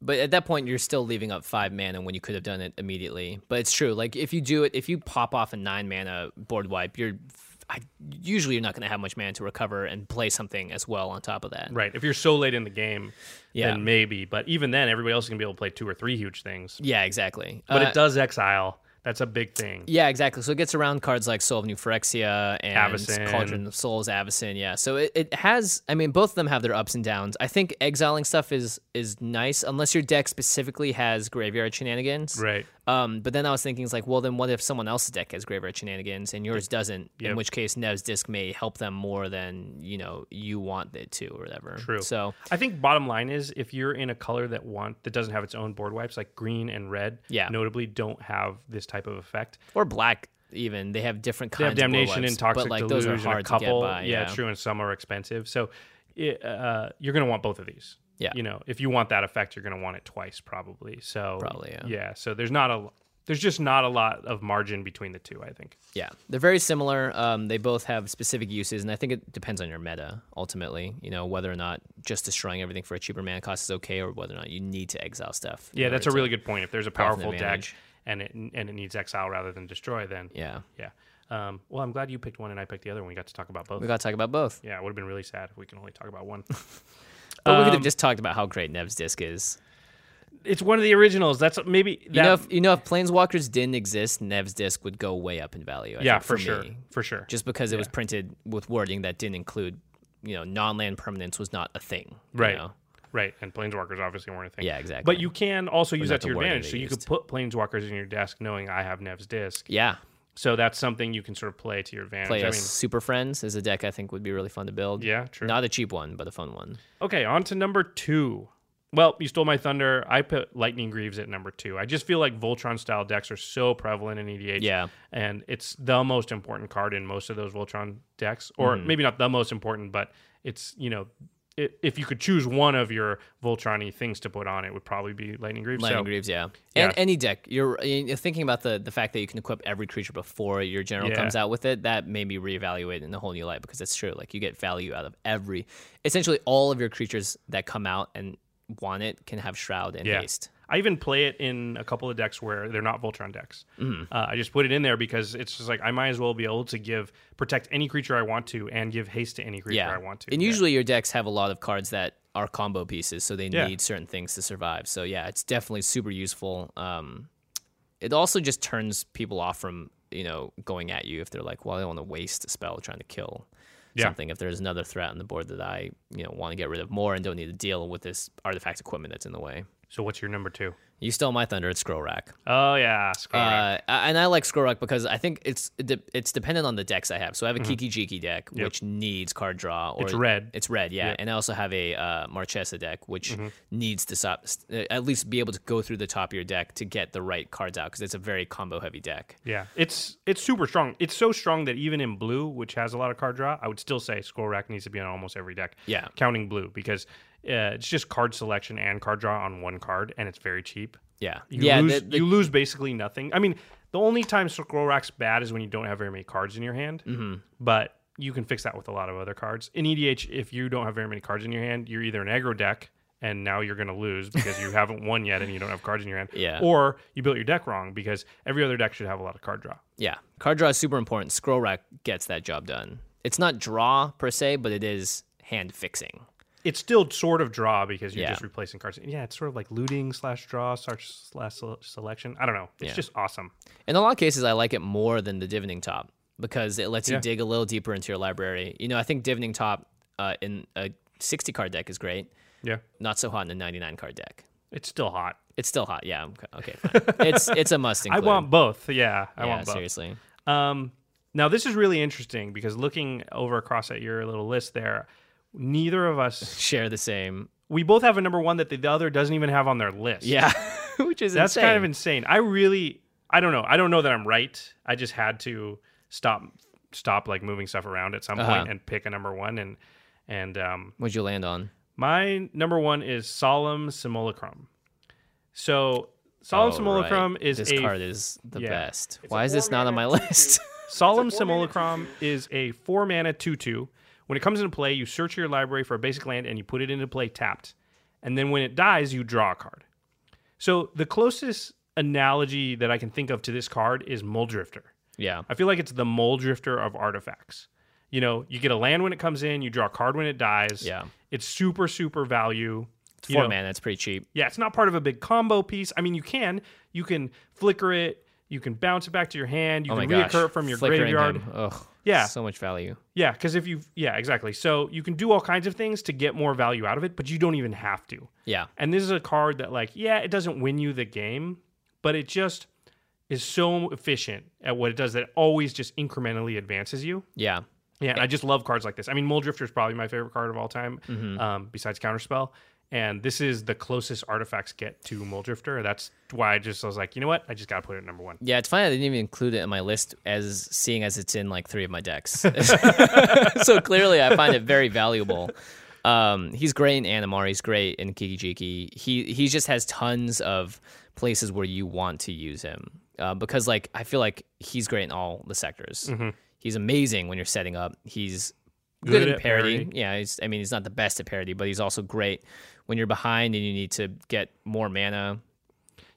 Speaker 2: But at that point, you're still leaving up five mana when you could have done it immediately. But it's true. Like if you do it, if you pop off a nine mana board wipe, you're I, usually you're not going to have much mana to recover and play something as well on top of that.
Speaker 3: Right. If you're so late in the game,
Speaker 2: Yeah.
Speaker 3: then maybe. But even then, everybody else is gonna be able to play two or three huge things.
Speaker 2: Yeah. Exactly.
Speaker 3: But
Speaker 2: Uh,
Speaker 3: it does exile. That's a big thing.
Speaker 2: Yeah, exactly. So it gets around cards like Soul of New Phyrexia and
Speaker 3: Avacyn.
Speaker 2: Cauldron of Souls, Avacyn. Yeah. So it, it has, I mean, both of them have their ups and downs. I think exiling stuff is is nice unless your deck specifically has graveyard shenanigans.
Speaker 3: Right.
Speaker 2: Um, but then I was thinking, it's like, well, then what if someone else's deck has graveyard shenanigans and yours doesn't?
Speaker 3: Yep.
Speaker 2: In which case, Nev's disc may help them more than you know you want it to or whatever.
Speaker 3: True.
Speaker 2: So
Speaker 3: I think bottom line is if you're in a color that want that doesn't have its own board wipes, like green and red,
Speaker 2: Yeah.
Speaker 3: notably don't have this type of effect.
Speaker 2: or black even they have different
Speaker 3: they
Speaker 2: kinds.
Speaker 3: have damnation
Speaker 2: of
Speaker 3: and
Speaker 2: blow ups,
Speaker 3: toxic
Speaker 2: but like
Speaker 3: delusion.
Speaker 2: those are hard
Speaker 3: a couple,
Speaker 2: to get by.
Speaker 3: yeah, true, and some are expensive. So it, uh, you're going to want both of these.
Speaker 2: Yeah.
Speaker 3: you know, if you want that effect, you're going to want it twice probably. So
Speaker 2: Probably, yeah.
Speaker 3: So there's not a there's just not a lot of margin between the two. I think.
Speaker 2: Yeah, they're very similar. Um, they both have specific uses, and I think it depends on your meta ultimately. You know, whether or not just destroying everything for a cheaper mana cost is okay, or whether or not you need to exile stuff. in
Speaker 3: Yeah, that's a
Speaker 2: order
Speaker 3: really
Speaker 2: to-
Speaker 3: good point. If there's a powerful deck
Speaker 2: advantage.
Speaker 3: and it and it needs exile rather than destroy, then
Speaker 2: Yeah,
Speaker 3: yeah. Um, well, I'm glad you picked one and I picked the other one. We got to talk about both.
Speaker 2: we got to talk about both.
Speaker 3: yeah, it would have been really sad if we can only talk about one.
Speaker 2: But
Speaker 3: Um,
Speaker 2: we could have just talked about how great Nev's disc is.
Speaker 3: it's one of the originals. That's maybe that,
Speaker 2: You know, if you know if Planeswalkers didn't exist, Nev's disc would go way up in value. I
Speaker 3: yeah,
Speaker 2: think,
Speaker 3: for,
Speaker 2: for,
Speaker 3: sure,
Speaker 2: me.
Speaker 3: for sure.
Speaker 2: Just because it was printed with wording that didn't include, you know, non-land permanence was not a thing. you
Speaker 3: Right.
Speaker 2: know?
Speaker 3: Right, and planeswalkers obviously weren't a thing.
Speaker 2: Yeah, exactly.
Speaker 3: But you can also use
Speaker 2: not
Speaker 3: that to
Speaker 2: the
Speaker 3: your
Speaker 2: word that
Speaker 3: advantage.
Speaker 2: they
Speaker 3: So you could
Speaker 2: used.
Speaker 3: put planeswalkers in your desk, knowing I have Nev's disc.
Speaker 2: Yeah.
Speaker 3: So that's something you can sort of play to your advantage.
Speaker 2: Play
Speaker 3: I
Speaker 2: a
Speaker 3: mean,
Speaker 2: Super Friends is a deck I think would be really fun to build.
Speaker 3: Yeah, true.
Speaker 2: Not a cheap one, but a fun one.
Speaker 3: okay, on to number two. Well, you stole my thunder. I put Lightning Greaves at number two. I just feel like Voltron style decks are so prevalent in EDH.
Speaker 2: Yeah.
Speaker 3: And it's the most important card in most of those Voltron decks, or
Speaker 2: Mm-hmm.
Speaker 3: maybe not the most important, but it's, you know, i if you could choose one of your Voltron things to put on, it would probably be Lightning Greaves.
Speaker 2: Lightning
Speaker 3: so,
Speaker 2: Greaves, yeah. And
Speaker 3: yeah.
Speaker 2: any deck, you're, you're thinking about the, the fact that you can equip every creature before your general
Speaker 3: Yeah.
Speaker 2: comes out with it. That made me reevaluate in a whole new light because it's true. Like you get value out of every, essentially all of your creatures that come out and want it can have Shroud and
Speaker 3: Yeah.
Speaker 2: Haste.
Speaker 3: I even play it in a couple of decks where they're not Voltron decks.
Speaker 2: Mm-hmm.
Speaker 3: Uh, I just put it in there because it's just like I might as well be able to give protect any creature I want to and give haste to any creature
Speaker 2: Yeah,
Speaker 3: I want to.
Speaker 2: And
Speaker 3: Yeah.
Speaker 2: usually your decks have a lot of cards that are combo pieces, so they
Speaker 3: Yeah.
Speaker 2: need certain things to survive. So yeah, it's definitely super useful. Um, it also just turns people off from you know going at you if they're like, well, I don't want to waste a spell trying to kill
Speaker 3: Yeah.
Speaker 2: something. If there's another threat on the board that I you know want to get rid of more and don't need to deal with this artifact equipment that's in the way.
Speaker 3: So what's your number two?
Speaker 2: You stole my thunder. It's Scroll Rack.
Speaker 3: Oh yeah, Scarab.
Speaker 2: Uh, and I like Skorak because I think it's de- it's dependent on the decks I have. So I have a Kiki Jiki deck, which needs card draw. Or
Speaker 3: Mm-hmm. It's red. Mm-hmm.
Speaker 2: It's red, yeah. And I also have a uh, Marchesa deck, which needs to stop, st- uh, at least be able to go through the top of your deck to get the right cards out because it's a very combo heavy deck.
Speaker 3: yeah, it's it's super strong. It's so strong that even in blue, which has a lot of card draw, I would still say Skorak needs to be on almost every deck.
Speaker 2: Yeah.
Speaker 3: counting blue because uh, it's just card selection and card draw on one card, and it's very cheap.
Speaker 2: Yeah,
Speaker 3: You
Speaker 2: yeah.
Speaker 3: lose,
Speaker 2: the- the-
Speaker 3: you lose basically nothing. I mean, the only time scroll rack's bad is when you don't have very many cards in your hand. Mm-hmm. But you can fix that with a lot of other cards. In EDH, if you don't have very many cards in your hand, you're either an aggro deck and now you're going to lose because you haven't won yet and you don't have cards in your hand.
Speaker 2: Yeah.
Speaker 3: Or you built your deck wrong because every other deck should have a lot of card draw.
Speaker 2: yeah, card draw is super important. Scroll Rack gets that job done. It's not draw per se, but it is hand fixing.
Speaker 3: It's still sort of draw because you're
Speaker 2: Yeah.
Speaker 3: just replacing cards. Yeah, it's sort of like looting slash draw slash slash sele- selection. I don't know. It's
Speaker 2: Yeah.
Speaker 3: just awesome.
Speaker 2: In a lot of cases, I like it more than the Divining Top because it lets
Speaker 3: Yeah.
Speaker 2: you dig a little deeper into your library. You know, I think Divining Top uh, in a 60 card deck is great,
Speaker 3: Yeah.
Speaker 2: not so hot in a 99 card deck.
Speaker 3: It's still hot.
Speaker 2: It's still hot. Yeah. Okay. okay fine. it's it's a must
Speaker 3: I
Speaker 2: include.
Speaker 3: want both. Yeah, I
Speaker 2: Yeah,
Speaker 3: want both.
Speaker 2: seriously.
Speaker 3: Um, now this is really interesting because looking over across at your little list there, neither of us
Speaker 2: Share the same.
Speaker 3: we both have a number one that the, the other doesn't even have on their list.
Speaker 2: Yeah. Which is
Speaker 3: that's
Speaker 2: insane.
Speaker 3: kind of insane. I really, I don't know. I don't know that I'm right. I just had to stop, stop like moving stuff around at some point
Speaker 2: Uh-huh.
Speaker 3: and pick a number one. And and um,
Speaker 2: What'd you land on?
Speaker 3: my number one is Solemn Simulacrum. So Solemn
Speaker 2: Oh,
Speaker 3: Simulacrum
Speaker 2: right.
Speaker 3: is
Speaker 2: this
Speaker 3: a
Speaker 2: card is the
Speaker 3: yeah.
Speaker 2: best. Why is this not on my list?
Speaker 3: Solemn Simulacrum is a four mana 2 2. When it comes into play, you search your library for a basic land and you put it into play tapped. And then when it dies, you draw a card. So the closest analogy that I can think of to this card is Mole Drifter.
Speaker 2: yeah.
Speaker 3: I feel like it's the Mole Drifter of artifacts. You know, you get a land when it comes in, you draw a card when it dies.
Speaker 2: Yeah.
Speaker 3: It's super, super value. You
Speaker 2: Four
Speaker 3: know,
Speaker 2: man. That's pretty cheap.
Speaker 3: yeah, it's not part of a big combo piece. I mean, you can you can flicker it, you can bounce it back to your hand, you
Speaker 2: Oh my
Speaker 3: can
Speaker 2: gosh.
Speaker 3: reoccur it from your
Speaker 2: Flickering
Speaker 3: graveyard.
Speaker 2: Him. Ugh.
Speaker 3: Yeah.
Speaker 2: So much value.
Speaker 3: Yeah, because if you yeah exactly, so you can do all kinds of things to get more value out of it, but you don't even have to.
Speaker 2: Yeah.
Speaker 3: And this is a card that like yeah, it doesn't win you the game, but it just is so efficient at what it does that it always just incrementally advances you.
Speaker 2: Yeah.
Speaker 3: Yeah, and I just love cards like this. I mean, Mole Drifter is probably my favorite card of all time, um, besides Counterspell. And this is the closest artifacts get to Mole Drifter. That's why I just I was like, you know what? I just got to put it at number one.
Speaker 2: Yeah, it's funny I didn't even include it in my list as seeing as it's in like three of my decks. so clearly I find it very valuable. Um, he's great in Animar, he's great in Kiki Jiki. He he just has tons of places where you want to use him. Uh, because like I feel like he's great in all the sectors. He's amazing when you're setting up. He's good,
Speaker 3: Mm-hmm.
Speaker 2: in
Speaker 3: Good at
Speaker 2: parody.
Speaker 3: parody.
Speaker 2: Yeah, he's, I mean he's not the best at parody, but he's also great when you're behind and you need to get more mana.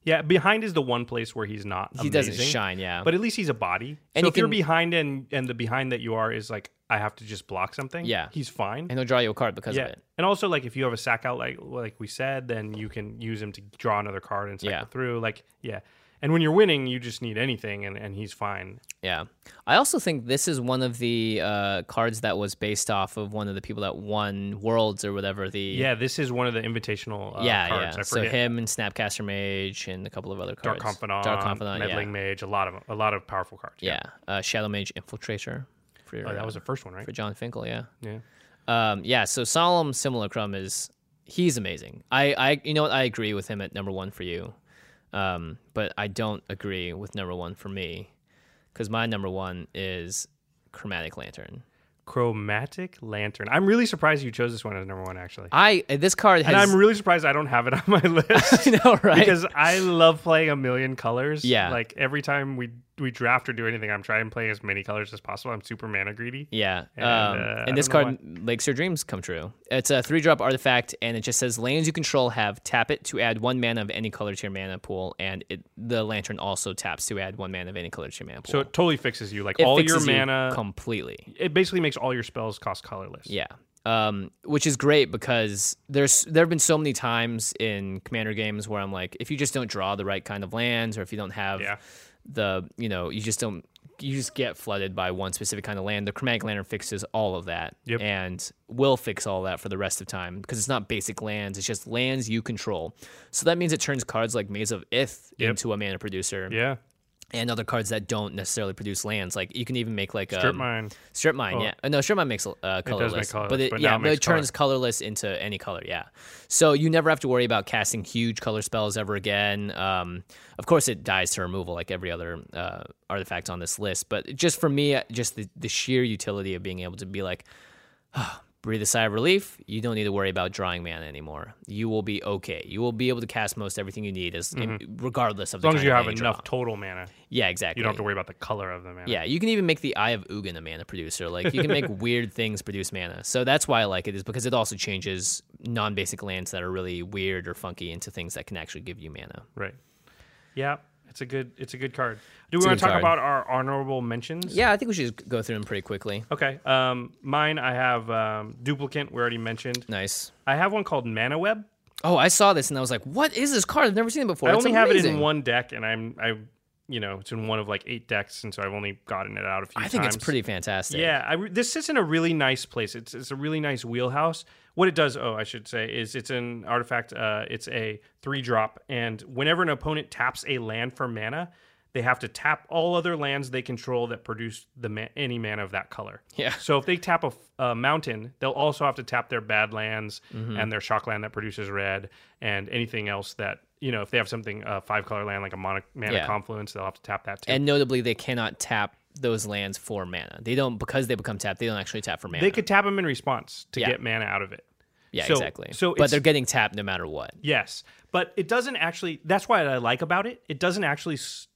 Speaker 3: Yeah, behind is the one place where he's not.
Speaker 2: He doesn't
Speaker 3: amazing.
Speaker 2: shine, yeah.
Speaker 3: but at least he's a body.
Speaker 2: And
Speaker 3: so
Speaker 2: he
Speaker 3: if you're
Speaker 2: can-
Speaker 3: behind and and the behind that you are is like I have to just block something.
Speaker 2: Yeah.
Speaker 3: he's fine.
Speaker 2: and he'll draw you a card because
Speaker 3: yeah,
Speaker 2: of it.
Speaker 3: and also like if you have a sack out like like we said, then you can use him to draw another card and cycle
Speaker 2: Yeah.
Speaker 3: through. Like yeah, And when you're winning, you just need anything, and, and he's fine.
Speaker 2: Yeah. I also think this is one of the uh, cards that was based off of one of the people that won Worlds or whatever. The
Speaker 3: Yeah, this is one of the invitational uh,
Speaker 2: yeah,
Speaker 3: cards.
Speaker 2: yeah.
Speaker 3: I
Speaker 2: So
Speaker 3: forget.
Speaker 2: him and Snapcaster Mage and a couple of other
Speaker 3: Dark
Speaker 2: cards.
Speaker 3: Confidant,
Speaker 2: Dark Confidant,
Speaker 3: Meddling
Speaker 2: yeah.
Speaker 3: Mage, a lot of a lot of powerful cards.
Speaker 2: Yeah. Uh, Shadow Mage Infiltrator. For,
Speaker 3: Oh, that was
Speaker 2: uh,
Speaker 3: the first one, right?
Speaker 2: for John Finkel, yeah.
Speaker 3: Yeah.
Speaker 2: Um, yeah, so Solemn Simulacrum is he's amazing. I, I you know what I agree with him at number one for you. Um, but I don't agree with number one for me. Because my number one is Chromatic Lantern.
Speaker 3: Chromatic Lantern. I'm really surprised you chose this one as number one, actually.
Speaker 2: I this card has
Speaker 3: and I'm really surprised I don't have it on my list.
Speaker 2: I know, right?
Speaker 3: Because I love playing a million colors.
Speaker 2: Yeah.
Speaker 3: Like every time we we draft or do anything, I'm trying to play as many colors as possible. I'm super mana greedy.
Speaker 2: yeah,
Speaker 3: And,
Speaker 2: um,
Speaker 3: uh, I
Speaker 2: and this
Speaker 3: don't know
Speaker 2: card makes your dreams come true. It's a three-drop artifact, and it just says lands you control have tap it to add one mana of any color to your mana pool, and it, the lantern also taps to add one mana of any color to your mana pool.
Speaker 3: So it totally fixes you. Like
Speaker 2: It
Speaker 3: all your
Speaker 2: fixes you
Speaker 3: mana
Speaker 2: completely.
Speaker 3: it basically makes all your spells cost colorless.
Speaker 2: Yeah. Um, which is great because there's there have been so many times in commander games where I'm like, if you just don't draw the right kind of lands, or if you don't have
Speaker 3: Yeah.
Speaker 2: the you know you just don't you just get flooded by one specific kind of land. The chromatic lantern fixes all of that
Speaker 3: Yep.
Speaker 2: and will fix all that for the rest of time because it's not basic lands; it's just lands you control. So that means it turns cards like Maze of Ith
Speaker 3: Yep.
Speaker 2: into a mana producer
Speaker 3: Yeah.
Speaker 2: and other cards that don't necessarily produce lands. Like you can even make like
Speaker 3: Strip
Speaker 2: um,
Speaker 3: mine.
Speaker 2: Strip mine,
Speaker 3: Well,
Speaker 2: yeah. Uh, No, strip mine makes uh, colorless, but
Speaker 3: colorless,
Speaker 2: it,
Speaker 3: but now
Speaker 2: yeah,
Speaker 3: it
Speaker 2: but
Speaker 3: makes
Speaker 2: it turns colorless into any color, yeah. So you never have to worry about casting huge color spells ever again. Um, of course, it dies to removal like every other uh, artifact on this list, but just for me, uh, just the, the sheer utility of being able to be like, "Ah, breathe a sigh of relief. You don't need to worry about drawing mana anymore. You will be okay. You will be able to cast most everything you need, as regardless of
Speaker 3: Mm-hmm.
Speaker 2: the
Speaker 3: As long as
Speaker 2: kind
Speaker 3: you
Speaker 2: of
Speaker 3: have
Speaker 2: land
Speaker 3: enough
Speaker 2: draw.
Speaker 3: total mana,
Speaker 2: yeah, exactly.
Speaker 3: you don't have to worry about the color of the mana.
Speaker 2: Yeah, you can even make the Eye of Ugin a mana producer. Like you can make weird things produce mana. So that's why I like it is because it also changes non-basic lands that are really weird or funky into things that can actually give you mana.
Speaker 3: Right. Yeah. It's a good it's a good card. Do
Speaker 2: It's
Speaker 3: we
Speaker 2: a
Speaker 3: want
Speaker 2: good
Speaker 3: to
Speaker 2: card.
Speaker 3: talk about our honorable mentions?
Speaker 2: Yeah, I think we should just go through them pretty quickly.
Speaker 3: Okay. Um, mine, I have um, duplicant. We already mentioned.
Speaker 2: Nice.
Speaker 3: I have one called Mana Web.
Speaker 2: Oh, I saw this and I was like, "What is this card? I've never seen it before."
Speaker 3: I
Speaker 2: It's
Speaker 3: only have it
Speaker 2: amazing.
Speaker 3: in one deck, and I'm I, you know, it's in one of like eight decks, and so I've only gotten it out a few.
Speaker 2: I think it's
Speaker 3: times.
Speaker 2: pretty fantastic.
Speaker 3: Yeah, I re- this sits in a really nice place. It's it's a really nice wheelhouse. What it does, oh, I should say, is it's an artifact. Uh, it's a three drop, and whenever an opponent taps a land for mana, they have to tap all other lands they control that produce the ma- any mana of that color.
Speaker 2: Yeah.
Speaker 3: So if they tap a, f- a mountain, they'll also have to tap their bad lands
Speaker 2: Mm-hmm.
Speaker 3: and their shock land that produces red and anything else that you know. If they have something uh, five color land like a mono- mana
Speaker 2: Yeah.
Speaker 3: confluence, they'll have to tap that too.
Speaker 2: And notably, they cannot tap those lands for mana. They don't because they become tapped. They don't actually tap for mana.
Speaker 3: they could tap them in response to
Speaker 2: Yeah.
Speaker 3: get mana out of it.
Speaker 2: yeah,
Speaker 3: so-
Speaker 2: exactly.
Speaker 3: so
Speaker 2: but
Speaker 3: it's-
Speaker 2: they're getting tapped no matter what.
Speaker 3: Yes, but it doesn't actually. That's what I like about it. It doesn't actually s-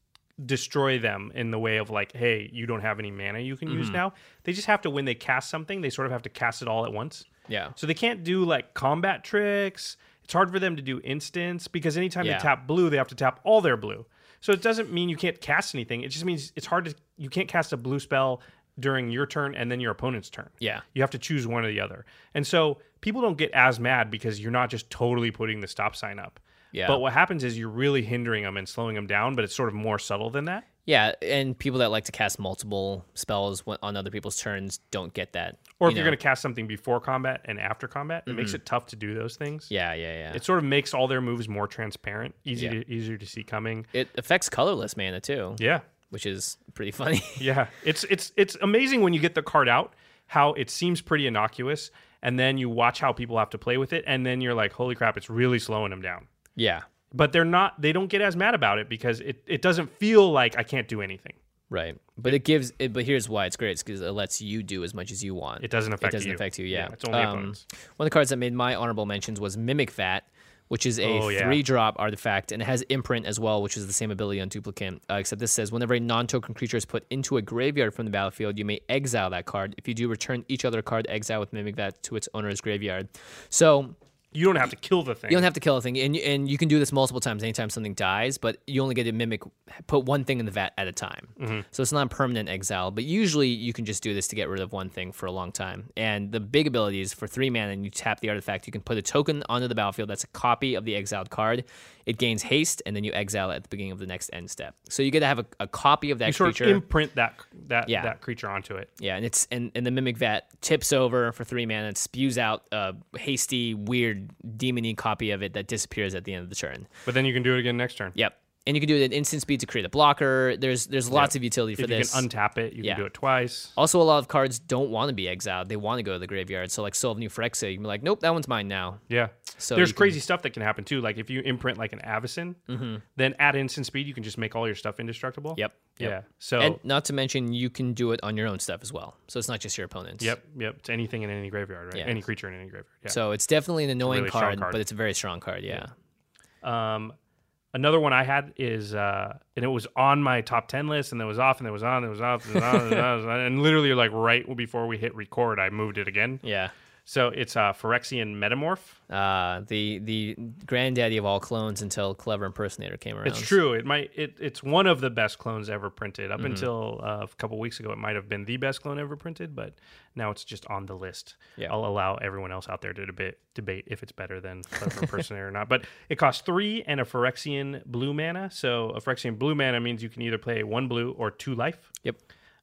Speaker 3: destroy them in the way of like, hey, you don't have any mana you can
Speaker 2: Mm-hmm.
Speaker 3: use now. They just have to when they cast something, they sort of have to cast it all at once.
Speaker 2: Yeah.
Speaker 3: So they can't do like combat tricks. It's hard for them to do instants because anytime
Speaker 2: Yeah.
Speaker 3: they tap blue, they have to tap all their blue. So it doesn't mean you can't cast anything. It just means it's hard to you can't cast a blue spell during your turn and then your opponent's turn.
Speaker 2: Yeah.
Speaker 3: You have to choose one or the other. And so people don't get as mad because you're not just totally putting the stop sign up.
Speaker 2: Yeah.
Speaker 3: But what happens is you're really hindering them and slowing them down, but it's sort of more subtle than that.
Speaker 2: Yeah, and people that like to cast multiple spells wh- on other people's turns don't get that.
Speaker 3: Or if
Speaker 2: you know?
Speaker 3: you are
Speaker 2: Mm-hmm.
Speaker 3: going to cast something before combat and after combat, it makes it tough to do those things.
Speaker 2: yeah, yeah, yeah.
Speaker 3: It sort of makes all their moves more transparent, easy
Speaker 2: Yeah.
Speaker 3: to, easier to see coming.
Speaker 2: it affects colorless mana too,
Speaker 3: Yeah,
Speaker 2: which is pretty funny.
Speaker 3: yeah. It's it's it's amazing when you get the card out how it seems pretty innocuous, and then you watch how people have to play with it, and then you're like, holy crap, it's really slowing them down.
Speaker 2: yeah,
Speaker 3: But they're not. They don't get as mad about it because it it doesn't feel like I can't do anything.
Speaker 2: right. But it gives. It, but here's why it's great: it's because it lets you do as much as you want.
Speaker 3: It doesn't affect.
Speaker 2: it doesn't
Speaker 3: you.
Speaker 2: affect you. Yeah,
Speaker 3: it's only
Speaker 2: Um,
Speaker 3: opponents.
Speaker 2: One of the cards that made my honorable mentions was Mimic Vat, which is a
Speaker 3: Oh, yeah.
Speaker 2: three-drop artifact, and it has Imprint as well, which is the same ability on Duplicant. Uh, except this says, whenever a non-token creature is put into a graveyard from the battlefield, you may exile that card. If you do, return each other card exiled with Mimic Vat to its owner's graveyard. So
Speaker 3: You don't have to kill the thing.
Speaker 2: you don't have to kill a thing, and and you can do this multiple times. Anytime something dies, but you only get to mimic, put one thing in the vat at a time.
Speaker 3: Mm-hmm.
Speaker 2: So it's not a permanent exile, but usually you can just do this to get rid of one thing for a long time. And the big ability is for three mana, and you tap the artifact. You can put a token onto the battlefield that's a copy of the exiled card. It gains haste, and then you exile it at the beginning of the next end step. So you get to have a, a copy of that
Speaker 3: You sort
Speaker 2: creature.
Speaker 3: of imprint that that
Speaker 2: Yeah.
Speaker 3: that creature onto it.
Speaker 2: Yeah, and it's and, and the mimic vat tips over for three mana and spews out a hasty, weird, demony copy of it that disappears at the end of the turn.
Speaker 3: But then you can do it again next turn.
Speaker 2: Yep, and you can do it at instant speed to create a blocker. There's there's lots of utility
Speaker 3: If
Speaker 2: for
Speaker 3: you
Speaker 2: this.
Speaker 3: can untap it, you
Speaker 2: Yeah.
Speaker 3: can do it twice.
Speaker 2: also, a lot of cards don't want to be exiled; they want to go to the graveyard. So like Soul of New Phyrexia, you can be like, nope, that one's mine now.
Speaker 3: Yeah.
Speaker 2: So
Speaker 3: So there's
Speaker 2: you can- Mm-hmm.
Speaker 3: crazy stuff that can happen too. Like if you imprint like an Avicen, then at instant speed you can just make all your stuff indestructible.
Speaker 2: Yep. yep.
Speaker 3: Yeah. So
Speaker 2: And not to mention, you can do it on your own stuff as well. So it's not just your opponents.
Speaker 3: yep, yep. It's anything in any graveyard, right?
Speaker 2: Yeah.
Speaker 3: Any creature in any graveyard. Yeah.
Speaker 2: So it's definitely an annoying
Speaker 3: really strong
Speaker 2: card,
Speaker 3: card.
Speaker 2: but it's a very strong card. yeah.
Speaker 3: Um, another one I had is, uh, and it was on my top 10 list, and it was off, and it was on, and it was off, and it was on, and, it was on, and literally, like, right before we hit record, I moved it again.
Speaker 2: Yeah.
Speaker 3: So it's uh, Phyrexian Metamorph.
Speaker 2: uh, the the granddaddy of all clones until clever impersonator came around.
Speaker 3: It's true. It might. It, it's one of the best clones ever printed. Up until uh, a couple weeks ago, it might have been the best clone ever printed, but now it's just on the list.
Speaker 2: Yeah.
Speaker 3: I'll allow everyone else out there to debate debate if it's better than clever impersonator or not. But it costs three and a Phyrexian blue mana. So a Phyrexian blue mana means you can either play one blue or two life.
Speaker 2: Yep.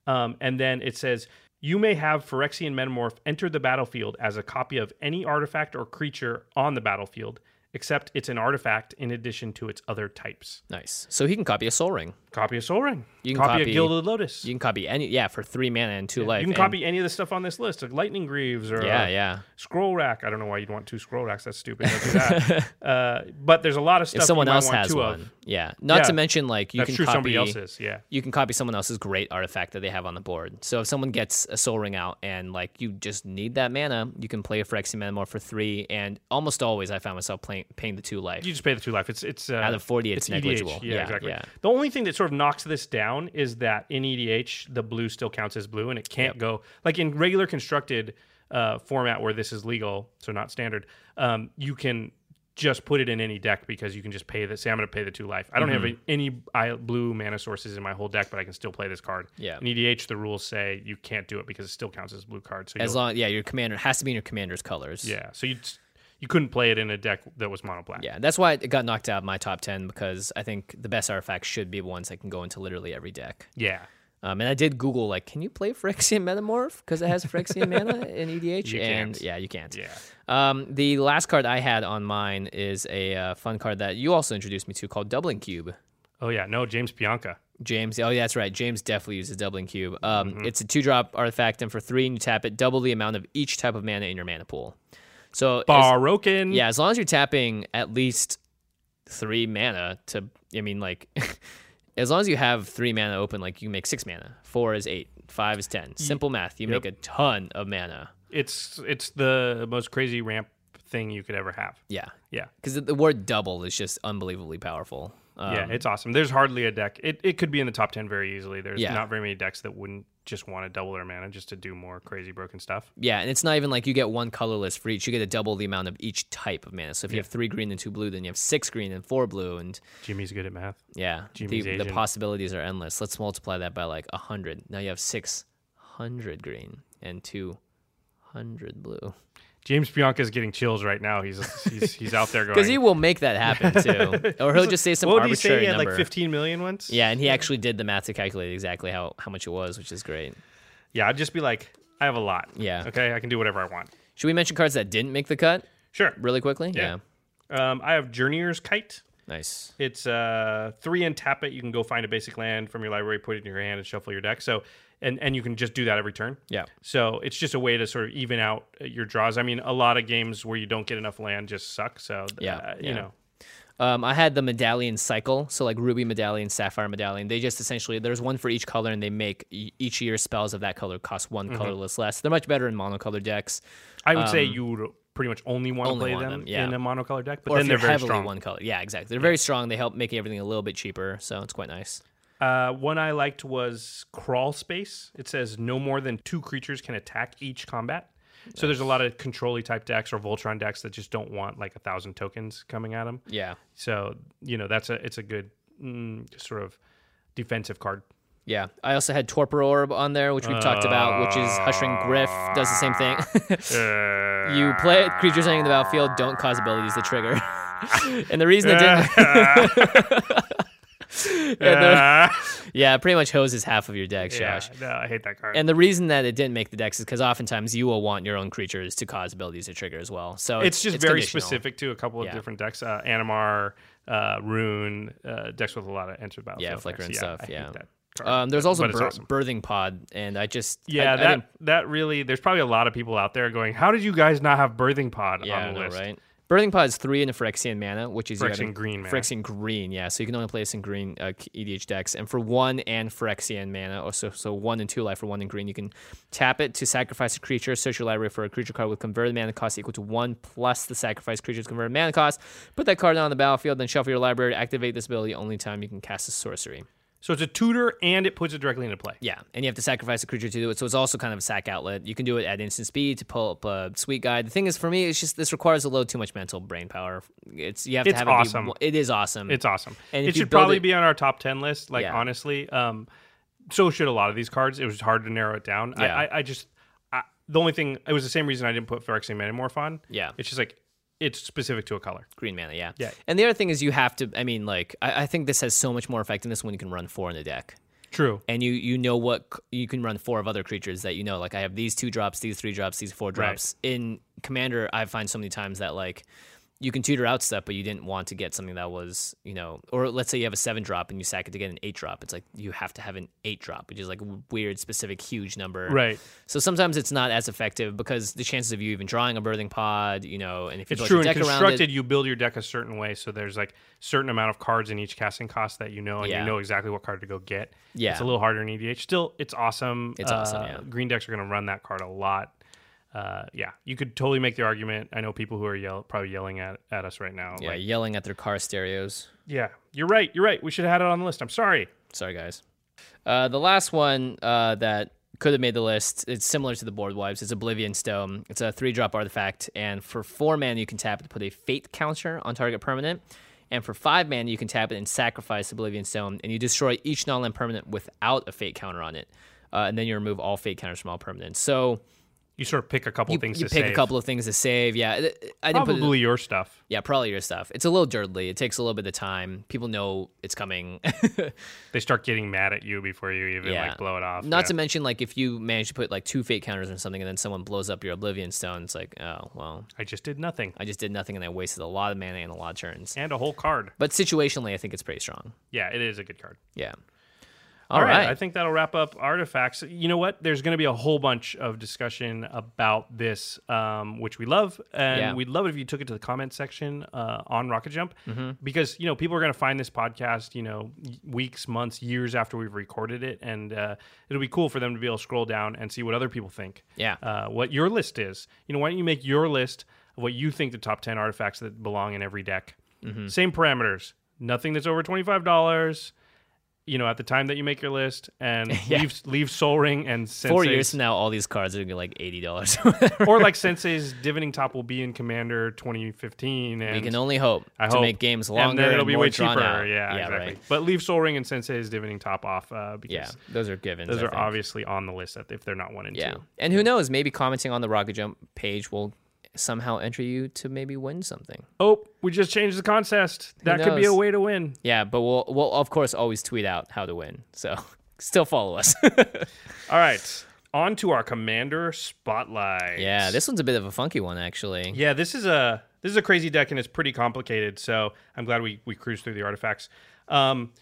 Speaker 3: Um, and then it says, you may have Phyrexian Metamorph enter the battlefield as a copy of any artifact or creature on the battlefield, except it's an artifact in addition to its other types.
Speaker 2: Nice. So he can copy a soul ring.
Speaker 3: Copy a Soul Ring.
Speaker 2: You can
Speaker 3: copy,
Speaker 2: copy-
Speaker 3: a Gilded Lotus.
Speaker 2: You
Speaker 3: You,
Speaker 2: can copy any yeah for three mana and two life.
Speaker 3: can
Speaker 2: and-
Speaker 3: copy any of the stuff on this list, like Lightning Greaves or
Speaker 2: Yeah,
Speaker 3: uh,
Speaker 2: yeah.
Speaker 3: Scroll Rack. I don't know why you'd want two Scroll Racks. That's stupid. Don't do that. uh, but there's a lot of stuff
Speaker 2: If someone
Speaker 3: you might
Speaker 2: else
Speaker 3: want
Speaker 2: has
Speaker 3: two
Speaker 2: one,
Speaker 3: of.
Speaker 2: yeah. Not to
Speaker 3: Yeah.
Speaker 2: mention like you
Speaker 3: That's
Speaker 2: can
Speaker 3: true.
Speaker 2: copy
Speaker 3: Somebody else's. Yeah.
Speaker 2: You can copy someone else's great artifact that they have on the board. So if someone gets a soul ring out and like you just need that mana, you can play a Phyrexian Metamorph for three. And almost always, I found myself playing paying the two life.
Speaker 3: You just pay the two life. It's it's uh,
Speaker 2: Out of 40, it's
Speaker 3: EDH.
Speaker 2: negligible.
Speaker 3: Yeah,
Speaker 2: Yeah,
Speaker 3: exactly.
Speaker 2: yeah.
Speaker 3: The only thing that sort of knocks this down is that in EDH the blue still counts as blue, and it can't go like in regular constructed uh, format where this is legal, so not standard. Um, you can just put it in any deck because you can just pay the. Say I'm going to pay the two life. I don't have
Speaker 2: Mm-hmm.
Speaker 3: any I, blue mana sources in my whole deck, but I can still play this card.
Speaker 2: Yeah.
Speaker 3: In EDH, the rules say you can't do it because it still counts as a blue card. So
Speaker 2: as
Speaker 3: you'll-
Speaker 2: long yeah, your commander it has to be in your commander's colors.
Speaker 3: yeah, so you you couldn't play it in a deck that was mono black.
Speaker 2: Yeah, that's why it got knocked out of my top 10 because I think the best artifacts should be ones that can go into literally every deck.
Speaker 3: Yeah.
Speaker 2: Um, and I did Google, like, can you play Phyrexian Metamorph? Because it has Phyrexian mana in EDH.
Speaker 3: You
Speaker 2: and
Speaker 3: can't.
Speaker 2: yeah, you can't.
Speaker 3: Yeah.
Speaker 2: Um, the last card I had on mine is a uh, fun card that you also introduced me to called Doubling Cube.
Speaker 3: Oh yeah. No, James Bianca.
Speaker 2: James, oh yeah, that's right. James definitely uses Doubling Cube. Um, It's a two-drop artifact, and for three, and you tap it, double the amount of each type of mana in your mana pool. So as-
Speaker 3: Barokin.
Speaker 2: Yeah, as long as you're tapping at least three mana to, I mean, like, as long as you have three mana open, like, you make six mana. Four is eight. Five is ten. Simple math. You make a ton of mana.
Speaker 3: It's it's the most crazy ramp thing you could ever have.
Speaker 2: Yeah.
Speaker 3: Yeah.
Speaker 2: Because the word double is just unbelievably powerful. Um,
Speaker 3: yeah, it's awesome. There's hardly a deck. It, it could be in the top 10 very easily. There's
Speaker 2: Yeah.
Speaker 3: not very many decks that wouldn't just want to double their mana just to do more crazy broken stuff.
Speaker 2: Yeah, and it's not even like you get one colorless for each. You get a double the amount of each type of mana. So if you have three green and two blue, then you have six green and four blue. And
Speaker 3: Jimmy's good at math.
Speaker 2: yeah,
Speaker 3: Jimmy's
Speaker 2: the, the
Speaker 3: agent.
Speaker 2: possibilities are endless. Let's multiply that by like 100. Now you have 600 green and 200 blue.
Speaker 3: James Bianca's getting chills right now. He's he's, he's out there going.
Speaker 2: Because he will make that happen too. or he'll just say some
Speaker 3: what would he say?
Speaker 2: arbitrary
Speaker 3: He had
Speaker 2: number.
Speaker 3: like 15 million once.
Speaker 2: yeah, and he actually did the math to calculate exactly how, how much it was, which is great.
Speaker 3: Yeah. I'd just be like, I have a lot.
Speaker 2: Yeah.
Speaker 3: Okay. I can do whatever I want.
Speaker 2: Should we mention cards that didn't make the cut
Speaker 3: Sure.
Speaker 2: really quickly?
Speaker 3: Yeah. Um, I have Journeyer's Kite.
Speaker 2: Nice.
Speaker 3: It's uh, three and tap it. You can go find a basic land from your library, put it in your hand, and shuffle your deck. So, and and you can just do that every turn.
Speaker 2: Yeah.
Speaker 3: So it's just a way to sort of even out uh, your draws. I mean, a lot of games where you don't get enough land just suck. So th-
Speaker 2: Yeah,
Speaker 3: uh,
Speaker 2: yeah.
Speaker 3: you know,
Speaker 2: Um, I had the medallion cycle, so like ruby medallion, sapphire medallion. They just essentially there's one for each color, and they make e- each of your spells of that color cost one
Speaker 3: Mm-hmm.
Speaker 2: colorless less. They're much better in monocolor decks,
Speaker 3: I would say you would pretty much only want to
Speaker 2: Um, only
Speaker 3: play
Speaker 2: want
Speaker 3: them,
Speaker 2: them, yeah.
Speaker 3: in a monocolor deck, but
Speaker 2: or
Speaker 3: then
Speaker 2: if
Speaker 3: they're
Speaker 2: you're
Speaker 3: very
Speaker 2: heavily
Speaker 3: strong.
Speaker 2: one color. Yeah, exactly. They're very strong. They help make everything a little bit cheaper, so it's quite nice.
Speaker 3: Uh, one I liked was Crawl Space. It says no more than two creatures can attack each combat. So there's a lot of controlly type decks or Voltron decks that just don't want like a thousand tokens coming at them.
Speaker 2: Yeah,
Speaker 3: So you know that's a it's a good mm, sort of defensive card.
Speaker 2: yeah. I also had torpor orb on there, which we've talked about, which is hushing griff does the same thing. you play it, creatures entering the battlefield don't cause abilities to trigger. and the reason it didn't. and the-
Speaker 3: Ah,
Speaker 2: yeah, it pretty much hoses half of your deck,
Speaker 3: yeah,
Speaker 2: Josh.
Speaker 3: no, I hate that card.
Speaker 2: And the reason that it didn't make the decks is because oftentimes you will want your own creatures to cause abilities to trigger as well. So
Speaker 3: it's just very
Speaker 2: conditional.
Speaker 3: specific to a couple of
Speaker 2: Yeah.
Speaker 3: different decks uh, Animar, uh, Rune, uh, decks with a lot of enter battlefield.
Speaker 2: Yeah, flicker
Speaker 3: effects.
Speaker 2: and
Speaker 3: I
Speaker 2: stuff.
Speaker 3: hate
Speaker 2: Yeah.
Speaker 3: that card,
Speaker 2: Um, there's
Speaker 3: but-
Speaker 2: also
Speaker 3: but it's
Speaker 2: bir-
Speaker 3: awesome.
Speaker 2: birthing pod, and I just I-
Speaker 3: Yeah,
Speaker 2: I
Speaker 3: that
Speaker 2: didn't-
Speaker 3: that really. There's probably a lot of people out there going, "How did you guys not have Birthing Pod
Speaker 2: yeah,
Speaker 3: on
Speaker 2: I
Speaker 3: the
Speaker 2: know,
Speaker 3: list?"
Speaker 2: right? Birthing pod is three in a Phyrexian mana, which is you gotta-
Speaker 3: Phyrexian green mana.
Speaker 2: Phyrexian green, yeah. So you can only play this in green uh, EDH decks, and for one and Phyrexian mana, or so so one and two life for one in green, you can tap it to sacrifice a creature, search your library for a creature card with converted mana cost equal to one plus the sacrificed creature's converted mana cost. Put that card on the battlefield, then shuffle your library to activate this ability. Only time you can cast a sorcery.
Speaker 3: So it's a tutor, and it puts it directly into play.
Speaker 2: Yeah, and you have to sacrifice a creature to do it. So it's also kind of a sack outlet. You can do it at instant speed to pull up a sweet guy. The thing is, for me, it's just this requires a little too much mental brain power. It's you have
Speaker 3: It's
Speaker 2: to have
Speaker 3: awesome.
Speaker 2: it be. It is awesome.
Speaker 3: It's awesome.
Speaker 2: And
Speaker 3: it
Speaker 2: if you
Speaker 3: should
Speaker 2: build
Speaker 3: probably
Speaker 2: it-
Speaker 3: be on our top ten list. Like
Speaker 2: Yeah.
Speaker 3: honestly, um, so should a lot of these cards. It was hard to narrow it down.
Speaker 2: Yeah.
Speaker 3: I, I, I just I, the only thing it was the same reason I didn't put Phyrexian Metamorph on.
Speaker 2: Yeah.
Speaker 3: it's just like it's specific to a color.
Speaker 2: green mana. Yeah.
Speaker 3: Yeah.
Speaker 2: And the other thing is, you have to. I mean, like, I, I think this has so much more effectiveness when you can run four in the deck.
Speaker 3: True.
Speaker 2: and you you know what c- you can run four of other creatures that you know like i have these two drops these three drops these four drops in commander i find so many times that like you can tutor out stuff but you didn't want to get something that was you know or let's say you have a seven drop and you sack it to get an eight drop it's like you have to have an eight drop which is like a weird specific huge number
Speaker 3: Right.
Speaker 2: so sometimes it's not as effective because the chances of you even drawing a birthing pod you know and if you
Speaker 3: It's
Speaker 2: build
Speaker 3: true.
Speaker 2: your
Speaker 3: And
Speaker 2: deck around
Speaker 3: constructed,
Speaker 2: it
Speaker 3: you build your deck a certain way, so there's like certain amount of cards in each casting cost that you know, and
Speaker 2: Yeah.
Speaker 3: you know exactly what card to go get.
Speaker 2: Yeah.
Speaker 3: it's a little harder in EDH. Still, it's awesome.
Speaker 2: It's awesome,
Speaker 3: Uh,
Speaker 2: yeah.
Speaker 3: Green decks are going to run that card a lot. Uh, yeah, you could totally make the argument. I know people who are yell probably yelling at, at us right now.
Speaker 2: yeah
Speaker 3: like,
Speaker 2: yelling at their car stereos
Speaker 3: yeah, you're right. You're right. We should have had it on the list. I'm sorry.
Speaker 2: Sorry, guys. Uh, the last one uh, that could have made the list, it's similar to the board wipes. It's Oblivion Stone. It's a three drop artifact. And for four mana, you can tap it to put a fate counter on target permanent. And for five mana, you can tap it and sacrifice Oblivion Stone. And you destroy each non land permanent without a fate counter on it. Uh, and then you remove all fate counters from all permanents. So
Speaker 3: You sort of pick a couple
Speaker 2: you,
Speaker 3: things
Speaker 2: you
Speaker 3: to
Speaker 2: pick a
Speaker 3: save.
Speaker 2: couple of things to save. Yeah. it- I didn't put it-
Speaker 3: Probably your stuff.
Speaker 2: yeah, probably your stuff. It's a little dirtly. It takes a little bit of time. People know it's coming.
Speaker 3: They start getting mad at you before you even like blow it off.
Speaker 2: Not
Speaker 3: Yeah.
Speaker 2: to mention, like, if you manage to put like two fate counters or something, and then someone blows up your oblivion stone, it's like, oh well,
Speaker 3: I just did nothing
Speaker 2: I just did nothing, and I wasted a lot of mana and a lot of turns.
Speaker 3: and a whole card.
Speaker 2: But situationally, I think it's pretty strong.
Speaker 3: Yeah, it is a good card.
Speaker 2: Yeah.
Speaker 3: All right. I think that'll wrap up artifacts. You know what? There's going to be a whole bunch of discussion about this, um, which we love, and
Speaker 2: Yeah.
Speaker 3: we'd love it if you took it to the comment section uh, on Rocket Jump, because you know people are going to find this podcast, you know, y- weeks, months, years after we've recorded it, and uh, it'll be cool for them to be able to scroll down and see what other people think.
Speaker 2: Yeah.
Speaker 3: uh, what your list is. You know, why don't you make your list of what you think the top ten artifacts that belong in every deck? Same parameters. Nothing that's over twenty five dollars you know, at the time that you make your list and leave leave Soul Ring and Sensei's,
Speaker 2: four years from now, all these cards are gonna be like eighty dollars.
Speaker 3: or like Sensei's Divining Top will be in Commander 2015, and
Speaker 2: we can only hope
Speaker 3: I
Speaker 2: to
Speaker 3: hope
Speaker 2: make games longer
Speaker 3: and then it'll be
Speaker 2: more
Speaker 3: way
Speaker 2: drawn
Speaker 3: cheaper.
Speaker 2: out.
Speaker 3: Yeah,
Speaker 2: yeah,
Speaker 3: exactly.
Speaker 2: right.
Speaker 3: But leave Soul Ring and Sensei's Divining Top off uh, because
Speaker 2: Yeah, those are givens.
Speaker 3: those
Speaker 2: I
Speaker 3: are
Speaker 2: think.
Speaker 3: obviously on the list if they're not one and
Speaker 2: Yeah,
Speaker 3: two.
Speaker 2: and who knows? Maybe commenting on the rocket jump page will somehow enter you to maybe win something.
Speaker 3: Oh, we just changed the contest. That could be
Speaker 2: knows?
Speaker 3: a way to win.
Speaker 2: Yeah, but we'll we'll of course always tweet out how to win. So still follow us.
Speaker 3: All right, on to our Commander Spotlight.
Speaker 2: yeah, this one's a bit of a funky one actually.
Speaker 3: Yeah, this is a this is a crazy deck and it's pretty complicated. So I'm glad we we cruised through the artifacts. Um,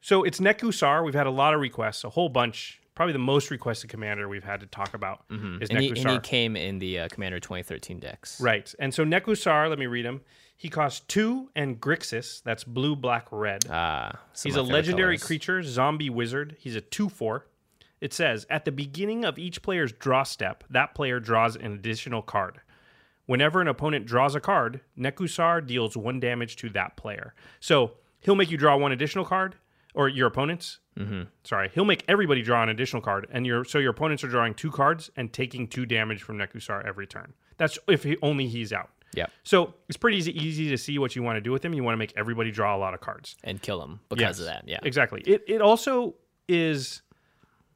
Speaker 3: so it's Nekusar. We've had a lot of requests, a whole bunch. Probably the most requested commander we've had to talk about is
Speaker 2: Mm-hmm. and, he, and he
Speaker 3: Nekusar.
Speaker 2: came in the uh, Commander 2013 decks.
Speaker 3: right, and so Nekusar. Let me read him. He costs two and Grixis. That's blue, black, red.
Speaker 2: Ah, some
Speaker 3: He's
Speaker 2: of my
Speaker 3: a
Speaker 2: favorite
Speaker 3: legendary
Speaker 2: colors.
Speaker 3: creature, zombie wizard. He's a 2 4. It says At the beginning of each player's draw step, that player draws an additional card. Whenever an opponent draws a card, Nekusar deals one damage to that player. So he'll make you draw one additional card, or your opponents. Mm-hmm. Sorry, he'll make everybody draw an additional card, and your so your opponents are drawing two cards and taking two damage from Nekusar every turn. That's if he, only he's out.
Speaker 2: Yep.
Speaker 3: So it's pretty easy, easy to see what you want to do with him. You want to make everybody draw a lot of cards
Speaker 2: And kill him because of
Speaker 3: Yes,
Speaker 2: that. Yeah.
Speaker 3: exactly. It it also is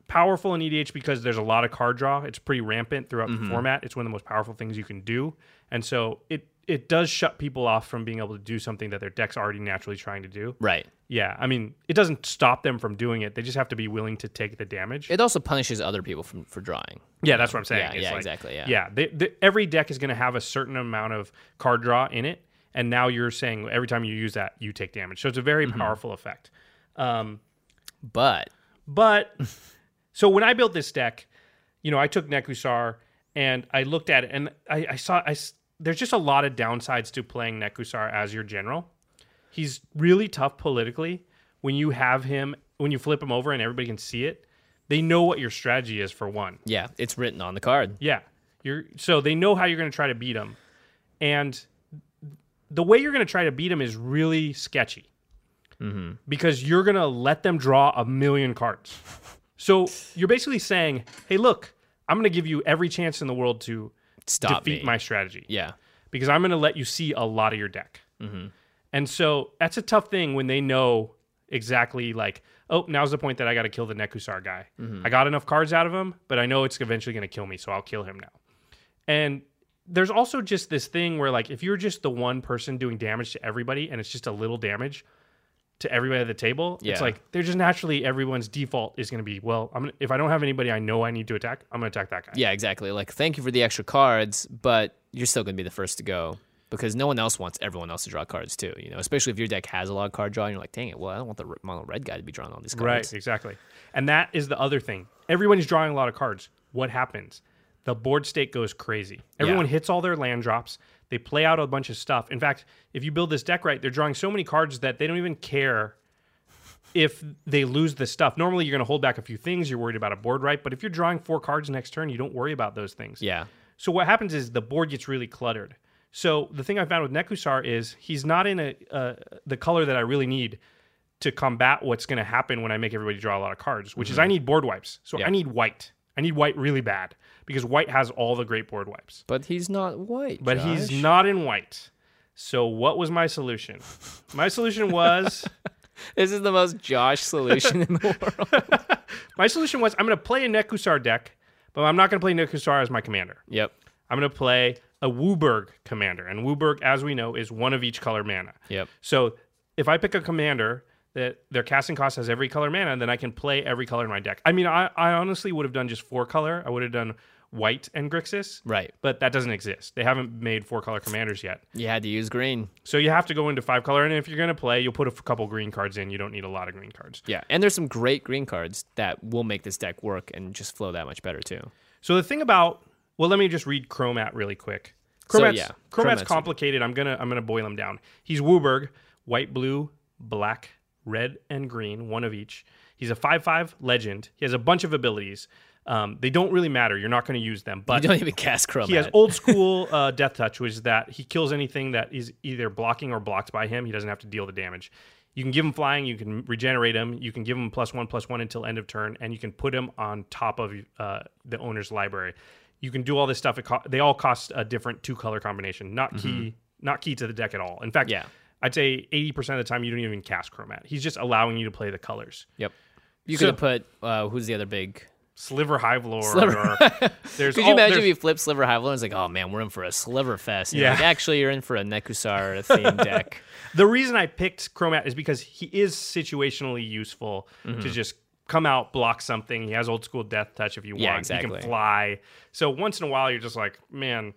Speaker 3: powerful in EDH because there's a
Speaker 2: Mm-hmm.
Speaker 3: lot of card draw. It's pretty rampant throughout the format. It's one of the most powerful things you can do, and so it it does shut people off from being able to do something that their deck's already naturally trying to do.
Speaker 2: Right.
Speaker 3: Yeah, I mean, it doesn't stop them from doing it. They just have to be willing to take the damage.
Speaker 2: It also punishes other people from, for drawing.
Speaker 3: yeah, that's what I'm saying.
Speaker 2: Yeah,
Speaker 3: It's
Speaker 2: yeah,
Speaker 3: like-
Speaker 2: exactly, yeah.
Speaker 3: yeah. They, they, every deck is going to have a certain amount of card draw in it, and now you're saying every time you use that, you take damage. So it's a very
Speaker 2: Mm-hmm.
Speaker 3: powerful effect.
Speaker 2: But
Speaker 3: But so when I built this deck, you know, I took Nekusar and I looked at it and I, I saw I s- there's just a lot of downsides to playing Nekusar as your general. He's really tough politically when you have him when you flip him over and everybody can see it. They know what your strategy is for one.
Speaker 2: yeah, it's written on the card.
Speaker 3: Yeah. You're so they know how you're going to try to beat them. And the way you're going to try to beat them is really sketchy. Because you're going to let them draw a million cards. So you're basically saying, "Hey, look, I'm going to give you every chance in the world to
Speaker 2: Stop
Speaker 3: defeat
Speaker 2: me.
Speaker 3: my strategy."
Speaker 2: yeah.
Speaker 3: because I'm going to let you see a lot of your deck. And so that's a tough thing when they know exactly like, oh, now's the point that I got to kill the Nekusar guy. I got enough cards out of him, but I know it's eventually going to kill me, so I'll kill him now. And there's also just this thing where like if you're just the one person doing damage to everybody and it's just a little damage to everybody at the table,
Speaker 2: Yeah.
Speaker 3: it's like they're just naturally everyone's default is going to be, well, I'm gonna, if I don't have anybody I know I need to attack, I'm going to attack that guy.
Speaker 2: Yeah, exactly. Like, thank you for the extra cards, but you're still going to be the first to go because no one else wants everyone else to draw cards too. You know, especially if your deck has a lot of card drawing, you're like, dang it, well, I don't want the r- mono red guy to be drawing all these cards.
Speaker 3: Right, exactly. And that is the other thing. Everybody's drawing a lot of cards. What happens? The board state goes crazy. Everyone
Speaker 2: Yeah.
Speaker 3: hits all their land drops. They play out a bunch of stuff. In fact, if you build this deck right, they're drawing so many cards that they don't even care if they lose the stuff. Normally, you're going to hold back a few things. You're worried about a board right. But if you're drawing four cards next turn, you don't worry about those things.
Speaker 2: Yeah.
Speaker 3: So what happens is the board gets really cluttered. So the thing I found with Nekusar is he's not in a uh, the color that I really need to combat what's going to happen when I make everybody draw a lot of cards, which is I need board wipes. So
Speaker 2: Mm-hmm. Yeah.
Speaker 3: I need white. I need white really bad because white has all the great board wipes.
Speaker 2: But he's not white.
Speaker 3: But he's
Speaker 2: Josh.
Speaker 3: not in white. So what was my solution? My solution was
Speaker 2: This is the most Josh solution in the world.
Speaker 3: my solution was I'm going to play a Nekusar deck, but I'm not going to play Nekusar as my commander.
Speaker 2: Yep.
Speaker 3: I'm going to play a Wooburg commander. And Wooburg, as we know, is one of each color mana.
Speaker 2: Yep.
Speaker 3: So if I pick a commander that their casting cost has every color mana, then I can play every color in my deck. I mean, I, I honestly would have done just four color. I would have done white and Grixis.
Speaker 2: Right.
Speaker 3: But that doesn't exist. They haven't made four color commanders yet.
Speaker 2: You had to use green.
Speaker 3: So you have to go into five color. And if you're going to play, you'll put a f- couple green cards in. You don't need a lot of green cards.
Speaker 2: Yeah. And there's some great green cards that will make this deck work and just flow that much better too.
Speaker 3: So the thing about well, let me just read Chromat really quick.
Speaker 2: So,
Speaker 3: Chromat's,
Speaker 2: yeah, Chromat's
Speaker 3: Chromat's
Speaker 2: a-
Speaker 3: complicated. I'm gonna I'm gonna boil him down. He's Wooburg, white, blue, black, red, and green, one of each. He's a five five legend. He has a bunch of abilities. Um, they don't really matter. You're not gonna use them,
Speaker 2: You
Speaker 3: but
Speaker 2: don't even cast Chrome.
Speaker 3: he has old school uh, death touch, which is that he kills anything that is either blocking or blocked by him. He doesn't have to deal the damage. You can give him flying, you can regenerate him, you can give him plus one plus one until end of turn, and you can put him on top of uh, the owner's library. You can do all this stuff. It co- they all cost a different two color combination, not key, not key to the deck at all. In fact,
Speaker 2: Mm-hmm. Yeah.
Speaker 3: I'd say eighty percent of the time you don't even cast Chromat. He's just allowing you to play the colors.
Speaker 2: Yep. You
Speaker 3: So-
Speaker 2: could have put uh, who's the other big?
Speaker 3: Sliver Hive Lord.
Speaker 2: Sliver-
Speaker 3: Or, there's
Speaker 2: Could
Speaker 3: all-
Speaker 2: you imagine
Speaker 3: Oh, there's-
Speaker 2: if you flip Sliver Highland and it's like, oh man, we're in for a Sliver fest? And you're
Speaker 3: Yeah.
Speaker 2: like, Actually, you're in for a Nekusar themed deck.
Speaker 3: The reason I picked Chromat is because he is situationally useful
Speaker 2: Mm-hmm.
Speaker 3: to just come out, block something. He has old school death touch if you
Speaker 2: Yeah,
Speaker 3: want. He
Speaker 2: exactly.
Speaker 3: can fly. So once in a while, you're just like, man,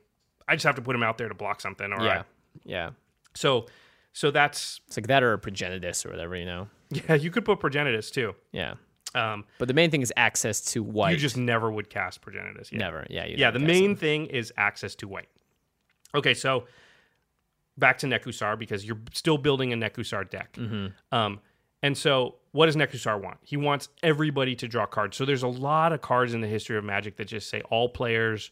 Speaker 3: I just have to put him out there to block something. All right.
Speaker 2: yeah. Yeah.
Speaker 3: So, so that's
Speaker 2: It's like that or a Progenitus or whatever, you know?
Speaker 3: yeah. You could put Progenitus too.
Speaker 2: Yeah.
Speaker 3: Um,
Speaker 2: But the main thing is access to white.
Speaker 3: you just never would cast Progenitus. Yeah.
Speaker 2: never. Yeah. you
Speaker 3: Yeah.
Speaker 2: never
Speaker 3: The
Speaker 2: cast
Speaker 3: main
Speaker 2: them.
Speaker 3: thing is access to white. Okay, so back to Nekusar because you're still building a Nekusar deck. Um, and so, what does Nekusar want? He wants everybody to draw cards. So, there's a lot of cards in the history of Magic that just say all players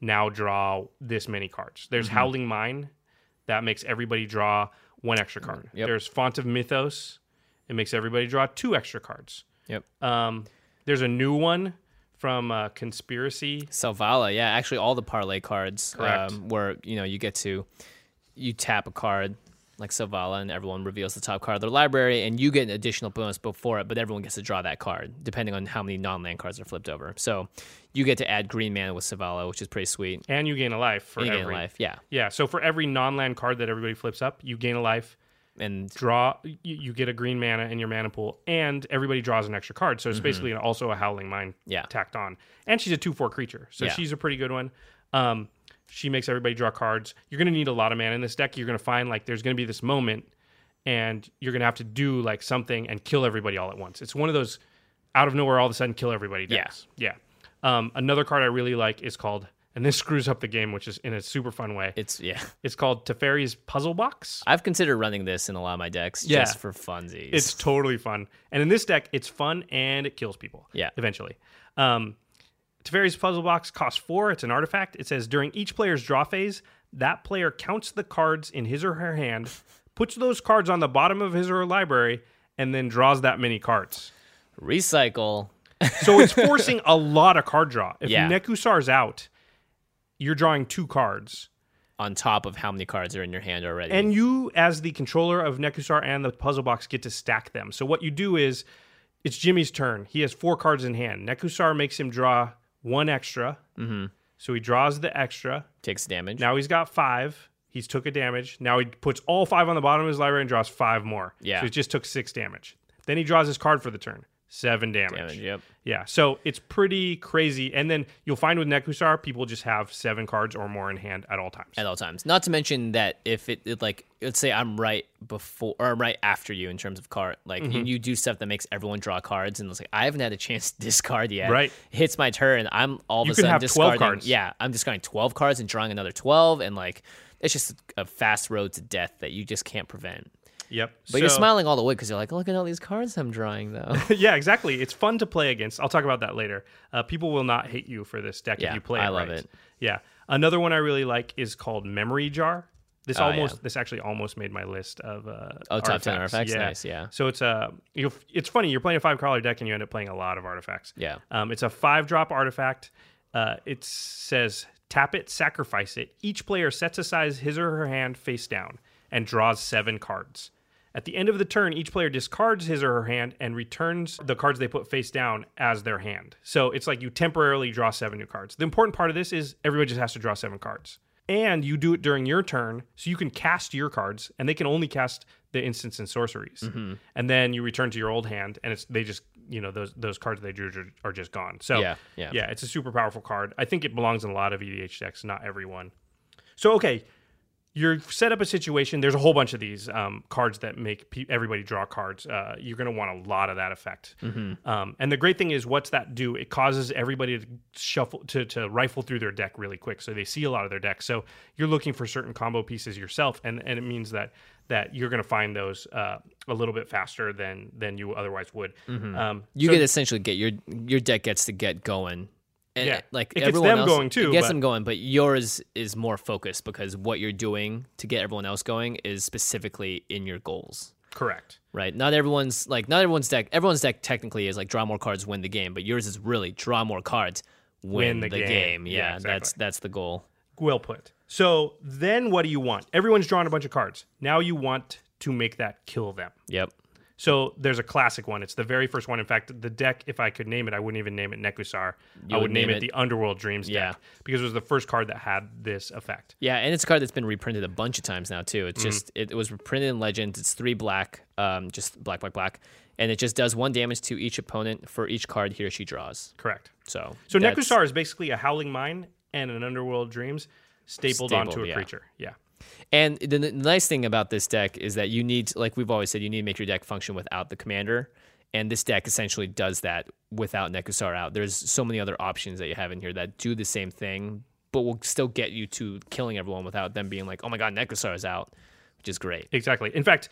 Speaker 3: now draw this many cards. There's Howling Mine that makes everybody draw one extra card.
Speaker 2: Yep.
Speaker 3: There's Font of Mythos, it makes everybody draw two extra cards.
Speaker 2: Yep.
Speaker 3: Um, there's a new one from uh, Conspiracy.
Speaker 2: Salvala, yeah. Actually, all the parlay cards
Speaker 3: Correct.
Speaker 2: um, where you know you get to you tap a card like Savala, and everyone reveals the top card of their library, and you get an additional bonus before it, but everyone gets to draw that card, depending on how many non land cards are flipped over. So you get to add green mana with Savala, which is pretty sweet.
Speaker 3: and you gain a life for
Speaker 2: And you
Speaker 3: every
Speaker 2: gain life, yeah.
Speaker 3: Yeah, so for every non-land card that everybody flips up, you gain a life.
Speaker 2: And
Speaker 3: Draw, you, you get a green mana in your mana pool, and everybody draws an extra card. So it's basically an- also a Howling Mind
Speaker 2: Mm-hmm. Yeah.
Speaker 3: tacked on. And she's a two-four creature, so
Speaker 2: Yeah.
Speaker 3: she's a pretty good one. Um, she makes everybody draw cards. You're gonna need a lot of mana in this deck. You're gonna find like there's gonna be this moment, and you're gonna have to do like something and kill everybody all at once. It's one of those out of nowhere all of a sudden kill everybody
Speaker 2: Yeah.
Speaker 3: decks. Yeah. Um, another card I really like is called, and this screws up the game, which is in a super fun way.
Speaker 2: it's, yeah.
Speaker 3: It's called Teferi's Puzzle Box.
Speaker 2: I've considered running this in a lot of my decks
Speaker 3: Yeah.
Speaker 2: just for funsies.
Speaker 3: It's totally fun. And in this deck, it's fun and it kills people.
Speaker 2: Yeah.
Speaker 3: Eventually. Um, Teferi's Puzzle Box costs four. It's an artifact. It says during each player's draw phase, that player counts the cards in his or her hand, puts those cards on the bottom of his or her library, and then draws that many cards.
Speaker 2: recycle.
Speaker 3: So it's forcing a lot of card draw. If
Speaker 2: Yeah.
Speaker 3: Nekusar's out, you're drawing two cards.
Speaker 2: on top of how many cards are in your hand already.
Speaker 3: And you, as the controller of Nekusar and the puzzle box, get to stack them. So what you do is, it's Jimmy's turn. He has four cards in hand. Nekusar makes him draw one extra. Mm-hmm. So he draws the extra.
Speaker 2: takes damage.
Speaker 3: Now he's got five. He's took a damage. Now he puts all five on the bottom of his library and draws five more.
Speaker 2: Yeah.
Speaker 3: So he just took six damage. Then he draws his card for the turn. Seven damage.
Speaker 2: Damage, yep.
Speaker 3: Yeah. So it's pretty crazy. And then you'll find with Nekusar, people just have seven cards or more in hand at all times.
Speaker 2: at all times. Not to mention that if it, it like let's say I'm right before or I'm right after you in terms of card, like
Speaker 3: Mm-hmm.
Speaker 2: and you do stuff that makes everyone draw cards, and it's like I haven't had a chance to discard yet.
Speaker 3: Right.
Speaker 2: It hits my turn. I'm all of
Speaker 3: You
Speaker 2: a
Speaker 3: can
Speaker 2: sudden
Speaker 3: have 12
Speaker 2: discarding.
Speaker 3: cards.
Speaker 2: Yeah, I'm discarding twelve cards and drawing another twelve, and like it's just a fast road to death that you just can't prevent.
Speaker 3: Yep.
Speaker 2: But you're smiling all the way because you're like, look at all these cards I'm drawing though.
Speaker 3: yeah, exactly. It's fun to play against. I'll talk about that later. Uh, people will not hate you for this deck
Speaker 2: Yeah,
Speaker 3: if you play it
Speaker 2: I love
Speaker 3: right.
Speaker 2: it.
Speaker 3: Yeah. Another one I really like is called Memory Jar. This
Speaker 2: Oh, yeah.
Speaker 3: almost this actually almost made my list of uh,
Speaker 2: Oh, top 10 artifacts? Nice, yeah.
Speaker 3: So it's a you it's funny you're playing a five color deck and you end up playing a lot of artifacts.
Speaker 2: Yeah.
Speaker 3: Um, it's a five drop artifact. Uh, it says tap it, sacrifice it. Each player sets aside his or her hand face down and draws seven cards. At the end of the turn, each player discards his or her hand and returns the cards they put face down as their hand. So it's like you temporarily draw seven new cards. The important part of this is everybody just has to draw seven cards. And you do it during your turn, so you can cast your cards, and they can only cast the instants and sorceries.
Speaker 2: Mm-hmm.
Speaker 3: And then you return to your old hand, and it's they just you know those those cards they drew are- are just gone. So
Speaker 2: Yeah, yeah.
Speaker 3: yeah, it's a super powerful card. I think it belongs in a lot of EDH decks, not everyone. So okay, you're set up a situation. There's a whole bunch of these um, cards that make pe- everybody draw cards. Uh, you're going to want a lot of that effect. Um, and the great thing is, what's that do? It causes everybody to shuffle to, to rifle through their deck really quick, so they see a lot of their deck. So you're looking for certain combo pieces yourself, and and it means that that you're going to find those uh, a little bit faster than than you otherwise would. Um,
Speaker 2: You
Speaker 3: so-
Speaker 2: get essentially get your your deck gets to get going. And
Speaker 3: Yeah.
Speaker 2: like
Speaker 3: It gets
Speaker 2: everyone
Speaker 3: them
Speaker 2: else,
Speaker 3: going, too,
Speaker 2: It gets
Speaker 3: but-
Speaker 2: them going, but yours is more focused because what you're doing to get everyone else going is specifically in your goals.
Speaker 3: correct.
Speaker 2: Right. Not everyone's like not everyone's deck everyone's deck technically is like draw more cards, win the game, but yours is really draw more cards, win, the, game. Yeah, that's
Speaker 3: exactly.
Speaker 2: that's the goal.
Speaker 3: Well put. So then, what do you want? Everyone's drawn a bunch of cards. Now you want to make that kill them.
Speaker 2: Yep.
Speaker 3: So there's a classic one. It's the very first one. In fact, the deck, if I could name it, I wouldn't even name it Nekusar. I
Speaker 2: would
Speaker 3: would, name,
Speaker 2: name
Speaker 3: it,
Speaker 2: it-
Speaker 3: the Underworld Dreams
Speaker 2: Yeah.
Speaker 3: deck because it was the first card that had this effect.
Speaker 2: Yeah, and it's a card that's been reprinted a bunch of times now too. It's just it, it was reprinted in Legends. It's three black, um, just black, black, black, and it just does one damage to each opponent for each card he or she draws.
Speaker 3: Correct.
Speaker 2: So
Speaker 3: So
Speaker 2: that's-
Speaker 3: Nekusar is basically a Howling Mine and an Underworld Dreams stapled,
Speaker 2: Stapled,
Speaker 3: onto a
Speaker 2: yeah.
Speaker 3: creature. Yeah.
Speaker 2: And the, the nice thing about this deck is that you need, like we've always said, you need to make your deck function without the commander. And this deck essentially does that without Nekusar out. There's so many other options that you have in here that do the same thing, but will still get you to killing everyone without them being like, oh my god, Nekusar is out, which is great.
Speaker 3: Exactly. In fact,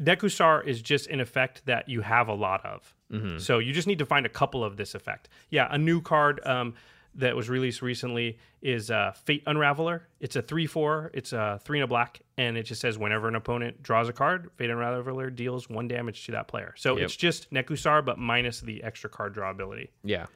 Speaker 3: Nekusar is just an effect that you have a lot of. So you just need to find a couple of this effect. Yeah, a new card um, that was released recently is uh, Fate Unraveler. It's a 3 4, it's a 3 and a black, and it just says whenever an opponent draws a card, Fate Unraveler deals one damage to that player. So
Speaker 2: Yep.
Speaker 3: it's just Nekusar, but minus the extra card draw ability.
Speaker 2: Yeah.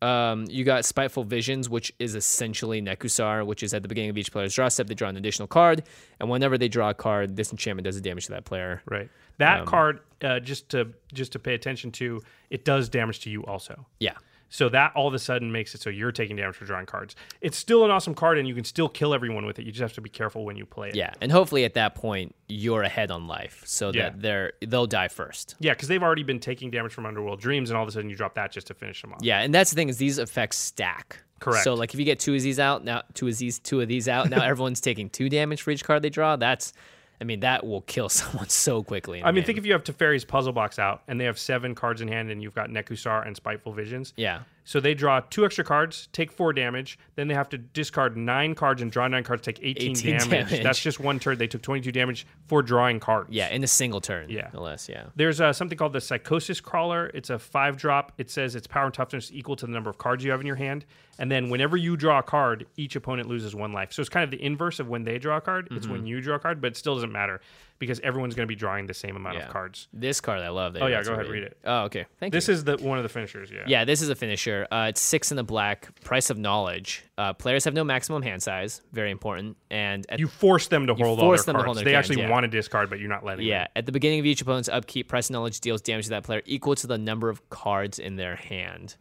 Speaker 2: Um, you got Spiteful Visions, which is essentially Nekusar, which is at the beginning of each player's draw step, they draw an additional card. And whenever they draw a card, this enchantment does the damage to that player.
Speaker 3: Right. That card, uh, just to just to pay attention to, it does damage to you also.
Speaker 2: Yeah.
Speaker 3: So that all of a sudden makes it so you're taking damage for drawing cards. It's still an awesome card, and you can still kill everyone with it. You just have to be careful when you play it.
Speaker 2: Yeah. And hopefully at that point, you're ahead on life so
Speaker 3: Yeah.
Speaker 2: that they're, they'll die first.
Speaker 3: Yeah, because they've already been taking damage from Underworld Dreams, and all of a sudden you drop that just to finish them off.
Speaker 2: Yeah, and that's the thing is these effects stack.
Speaker 3: Correct.
Speaker 2: So like if you get two of these out now, two of these, two of these out now, everyone's taking two damage for each card they draw. That's, I mean, that will kill someone so quickly. in
Speaker 3: I
Speaker 2: the
Speaker 3: mean,
Speaker 2: game.
Speaker 3: think if you have Teferi's puzzle box out and they have seven cards in hand and you've got Nekusar and Spiteful Visions.
Speaker 2: yeah,
Speaker 3: So they draw two extra cards, take four damage, then they have to discard nine cards and draw nine cards, take 18,
Speaker 2: 18
Speaker 3: damage.
Speaker 2: damage.
Speaker 3: That's just one turn. They took 22 damage for drawing cards.
Speaker 2: yeah, in a single turn.
Speaker 3: Yeah.
Speaker 2: unless yeah.
Speaker 3: There's uh, something called the Psychosis Crawler. It's a five drop. It says its power and toughness equal to the number of cards you have in your hand. And then whenever you draw a card, each opponent loses one life. So it's kind of the inverse of when they draw a card. It's when
Speaker 2: Mm-hmm.
Speaker 3: you draw a card, but it still doesn't matter because everyone's going to be drawing the same amount
Speaker 2: Yeah.
Speaker 3: of cards.
Speaker 2: This card I love. that
Speaker 3: Oh,
Speaker 2: you
Speaker 3: yeah,
Speaker 2: got
Speaker 3: go
Speaker 2: to
Speaker 3: ahead, read it.
Speaker 2: Oh okay, thank you.
Speaker 3: This is the one of the finishers. Yeah.
Speaker 2: Yeah, this is a finisher. Uh, it's six in the black. Price of knowledge. Uh, players have no maximum hand size. Very important. And at,
Speaker 3: You force them to hold all their
Speaker 2: force
Speaker 3: cards.
Speaker 2: them to hold their
Speaker 3: they
Speaker 2: cards,
Speaker 3: actually
Speaker 2: yeah.
Speaker 3: want to discard, but you're not letting.
Speaker 2: yeah,
Speaker 3: them.
Speaker 2: at the beginning of each opponent's upkeep, price of knowledge deals damage to that player equal to the number of cards in their hand.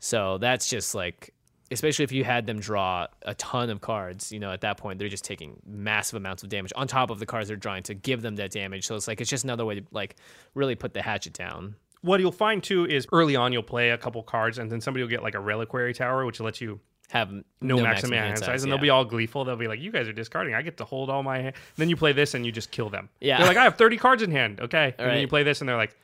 Speaker 2: So that's just like, especially if you had them draw a ton of cards. You know, at that point they're just taking massive amounts of damage on top of the cards they're drawing to give them that damage. So it's like it's just another way to like really put the hatchet down.
Speaker 3: What you'll find too is early on you'll play a couple cards, and then somebody will get like a Reliquary Tower, which lets you
Speaker 2: Have
Speaker 3: no, maximum hand size, and
Speaker 2: yeah.
Speaker 3: they'll be all gleeful. They'll be like, "You guys are discarding. I get to hold all my." hand. Then you play this, and you just kill them.
Speaker 2: Yeah.
Speaker 3: they're like, "I have thirty cards in hand." Okay, and
Speaker 2: right.
Speaker 3: then you play this, and they're like,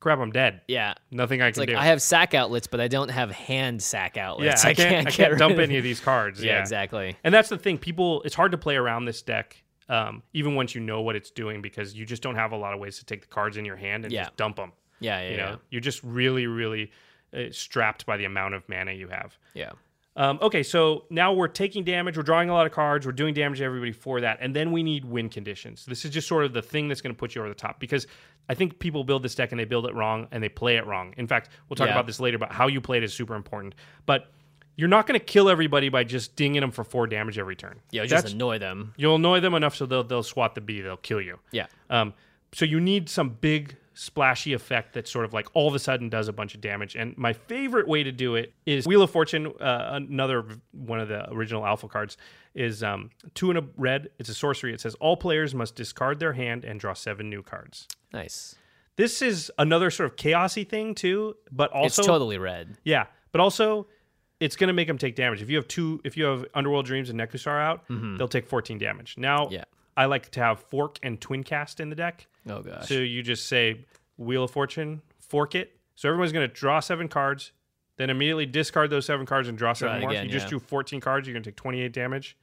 Speaker 3: "Crap, I'm dead.
Speaker 2: yeah.
Speaker 3: Nothing I
Speaker 2: It's
Speaker 3: can
Speaker 2: like
Speaker 3: do.
Speaker 2: I have sack outlets, but I don't have hand sack
Speaker 3: yeah,
Speaker 2: outlets.
Speaker 3: I can't. I
Speaker 2: get
Speaker 3: can't
Speaker 2: rid
Speaker 3: dump
Speaker 2: of-
Speaker 3: any of these cards.
Speaker 2: Yeah,
Speaker 3: yeah,
Speaker 2: exactly.
Speaker 3: And that's the thing. People, it's hard to play around this deck, um, even once you know what it's doing, because you just don't have a lot of ways to take the cards in your hand and
Speaker 2: Yeah.
Speaker 3: just dump them.
Speaker 2: Yeah, yeah,
Speaker 3: you
Speaker 2: yeah.
Speaker 3: know, you're just really, really uh, strapped by the amount of mana you have.
Speaker 2: yeah.
Speaker 3: Um, okay, so now we're taking damage, we're drawing a lot of cards, we're doing damage to everybody for that, and then we need win conditions. This is just sort of the thing that's going to put you over the top because I think people build this deck and they build it wrong and they play it wrong. In fact, we'll talk
Speaker 2: Yeah.
Speaker 3: about this later, but how you play it is super important. But you're not going to kill everybody by just dinging them for four damage every turn.
Speaker 2: Yeah, just
Speaker 3: That's-
Speaker 2: annoy them.
Speaker 3: you'll annoy them enough so they'll they'll swat the bee, they'll kill you.
Speaker 2: Yeah.
Speaker 3: Um, so you need some big splashy effect that sort of like all of a sudden does a bunch of damage. And my favorite way to do it is Wheel of Fortune. Uh, another v- one of the original alpha cards is um, two and a red. It's a sorcery. It says all players must discard their hand and draw seven new cards.
Speaker 2: Nice.
Speaker 3: This is another sort of chaosy thing too, but also
Speaker 2: it's totally red.
Speaker 3: yeah, but also it's going to make them take damage. If you have two, if you have Underworld Dreams and Nekusar out, they'll take 14 damage. Now,
Speaker 2: Mm-hmm. Yeah.
Speaker 3: I like to have Fork and Twin Cast in the deck.
Speaker 2: Oh gosh.
Speaker 3: So you just say Wheel of Fortune, fork it. So everyone's going to draw seven cards, then immediately discard those seven cards and draw seven
Speaker 2: it
Speaker 3: more.
Speaker 2: again,
Speaker 3: if you just
Speaker 2: yeah.
Speaker 3: drew 14 cards, you're going to take 28 damage.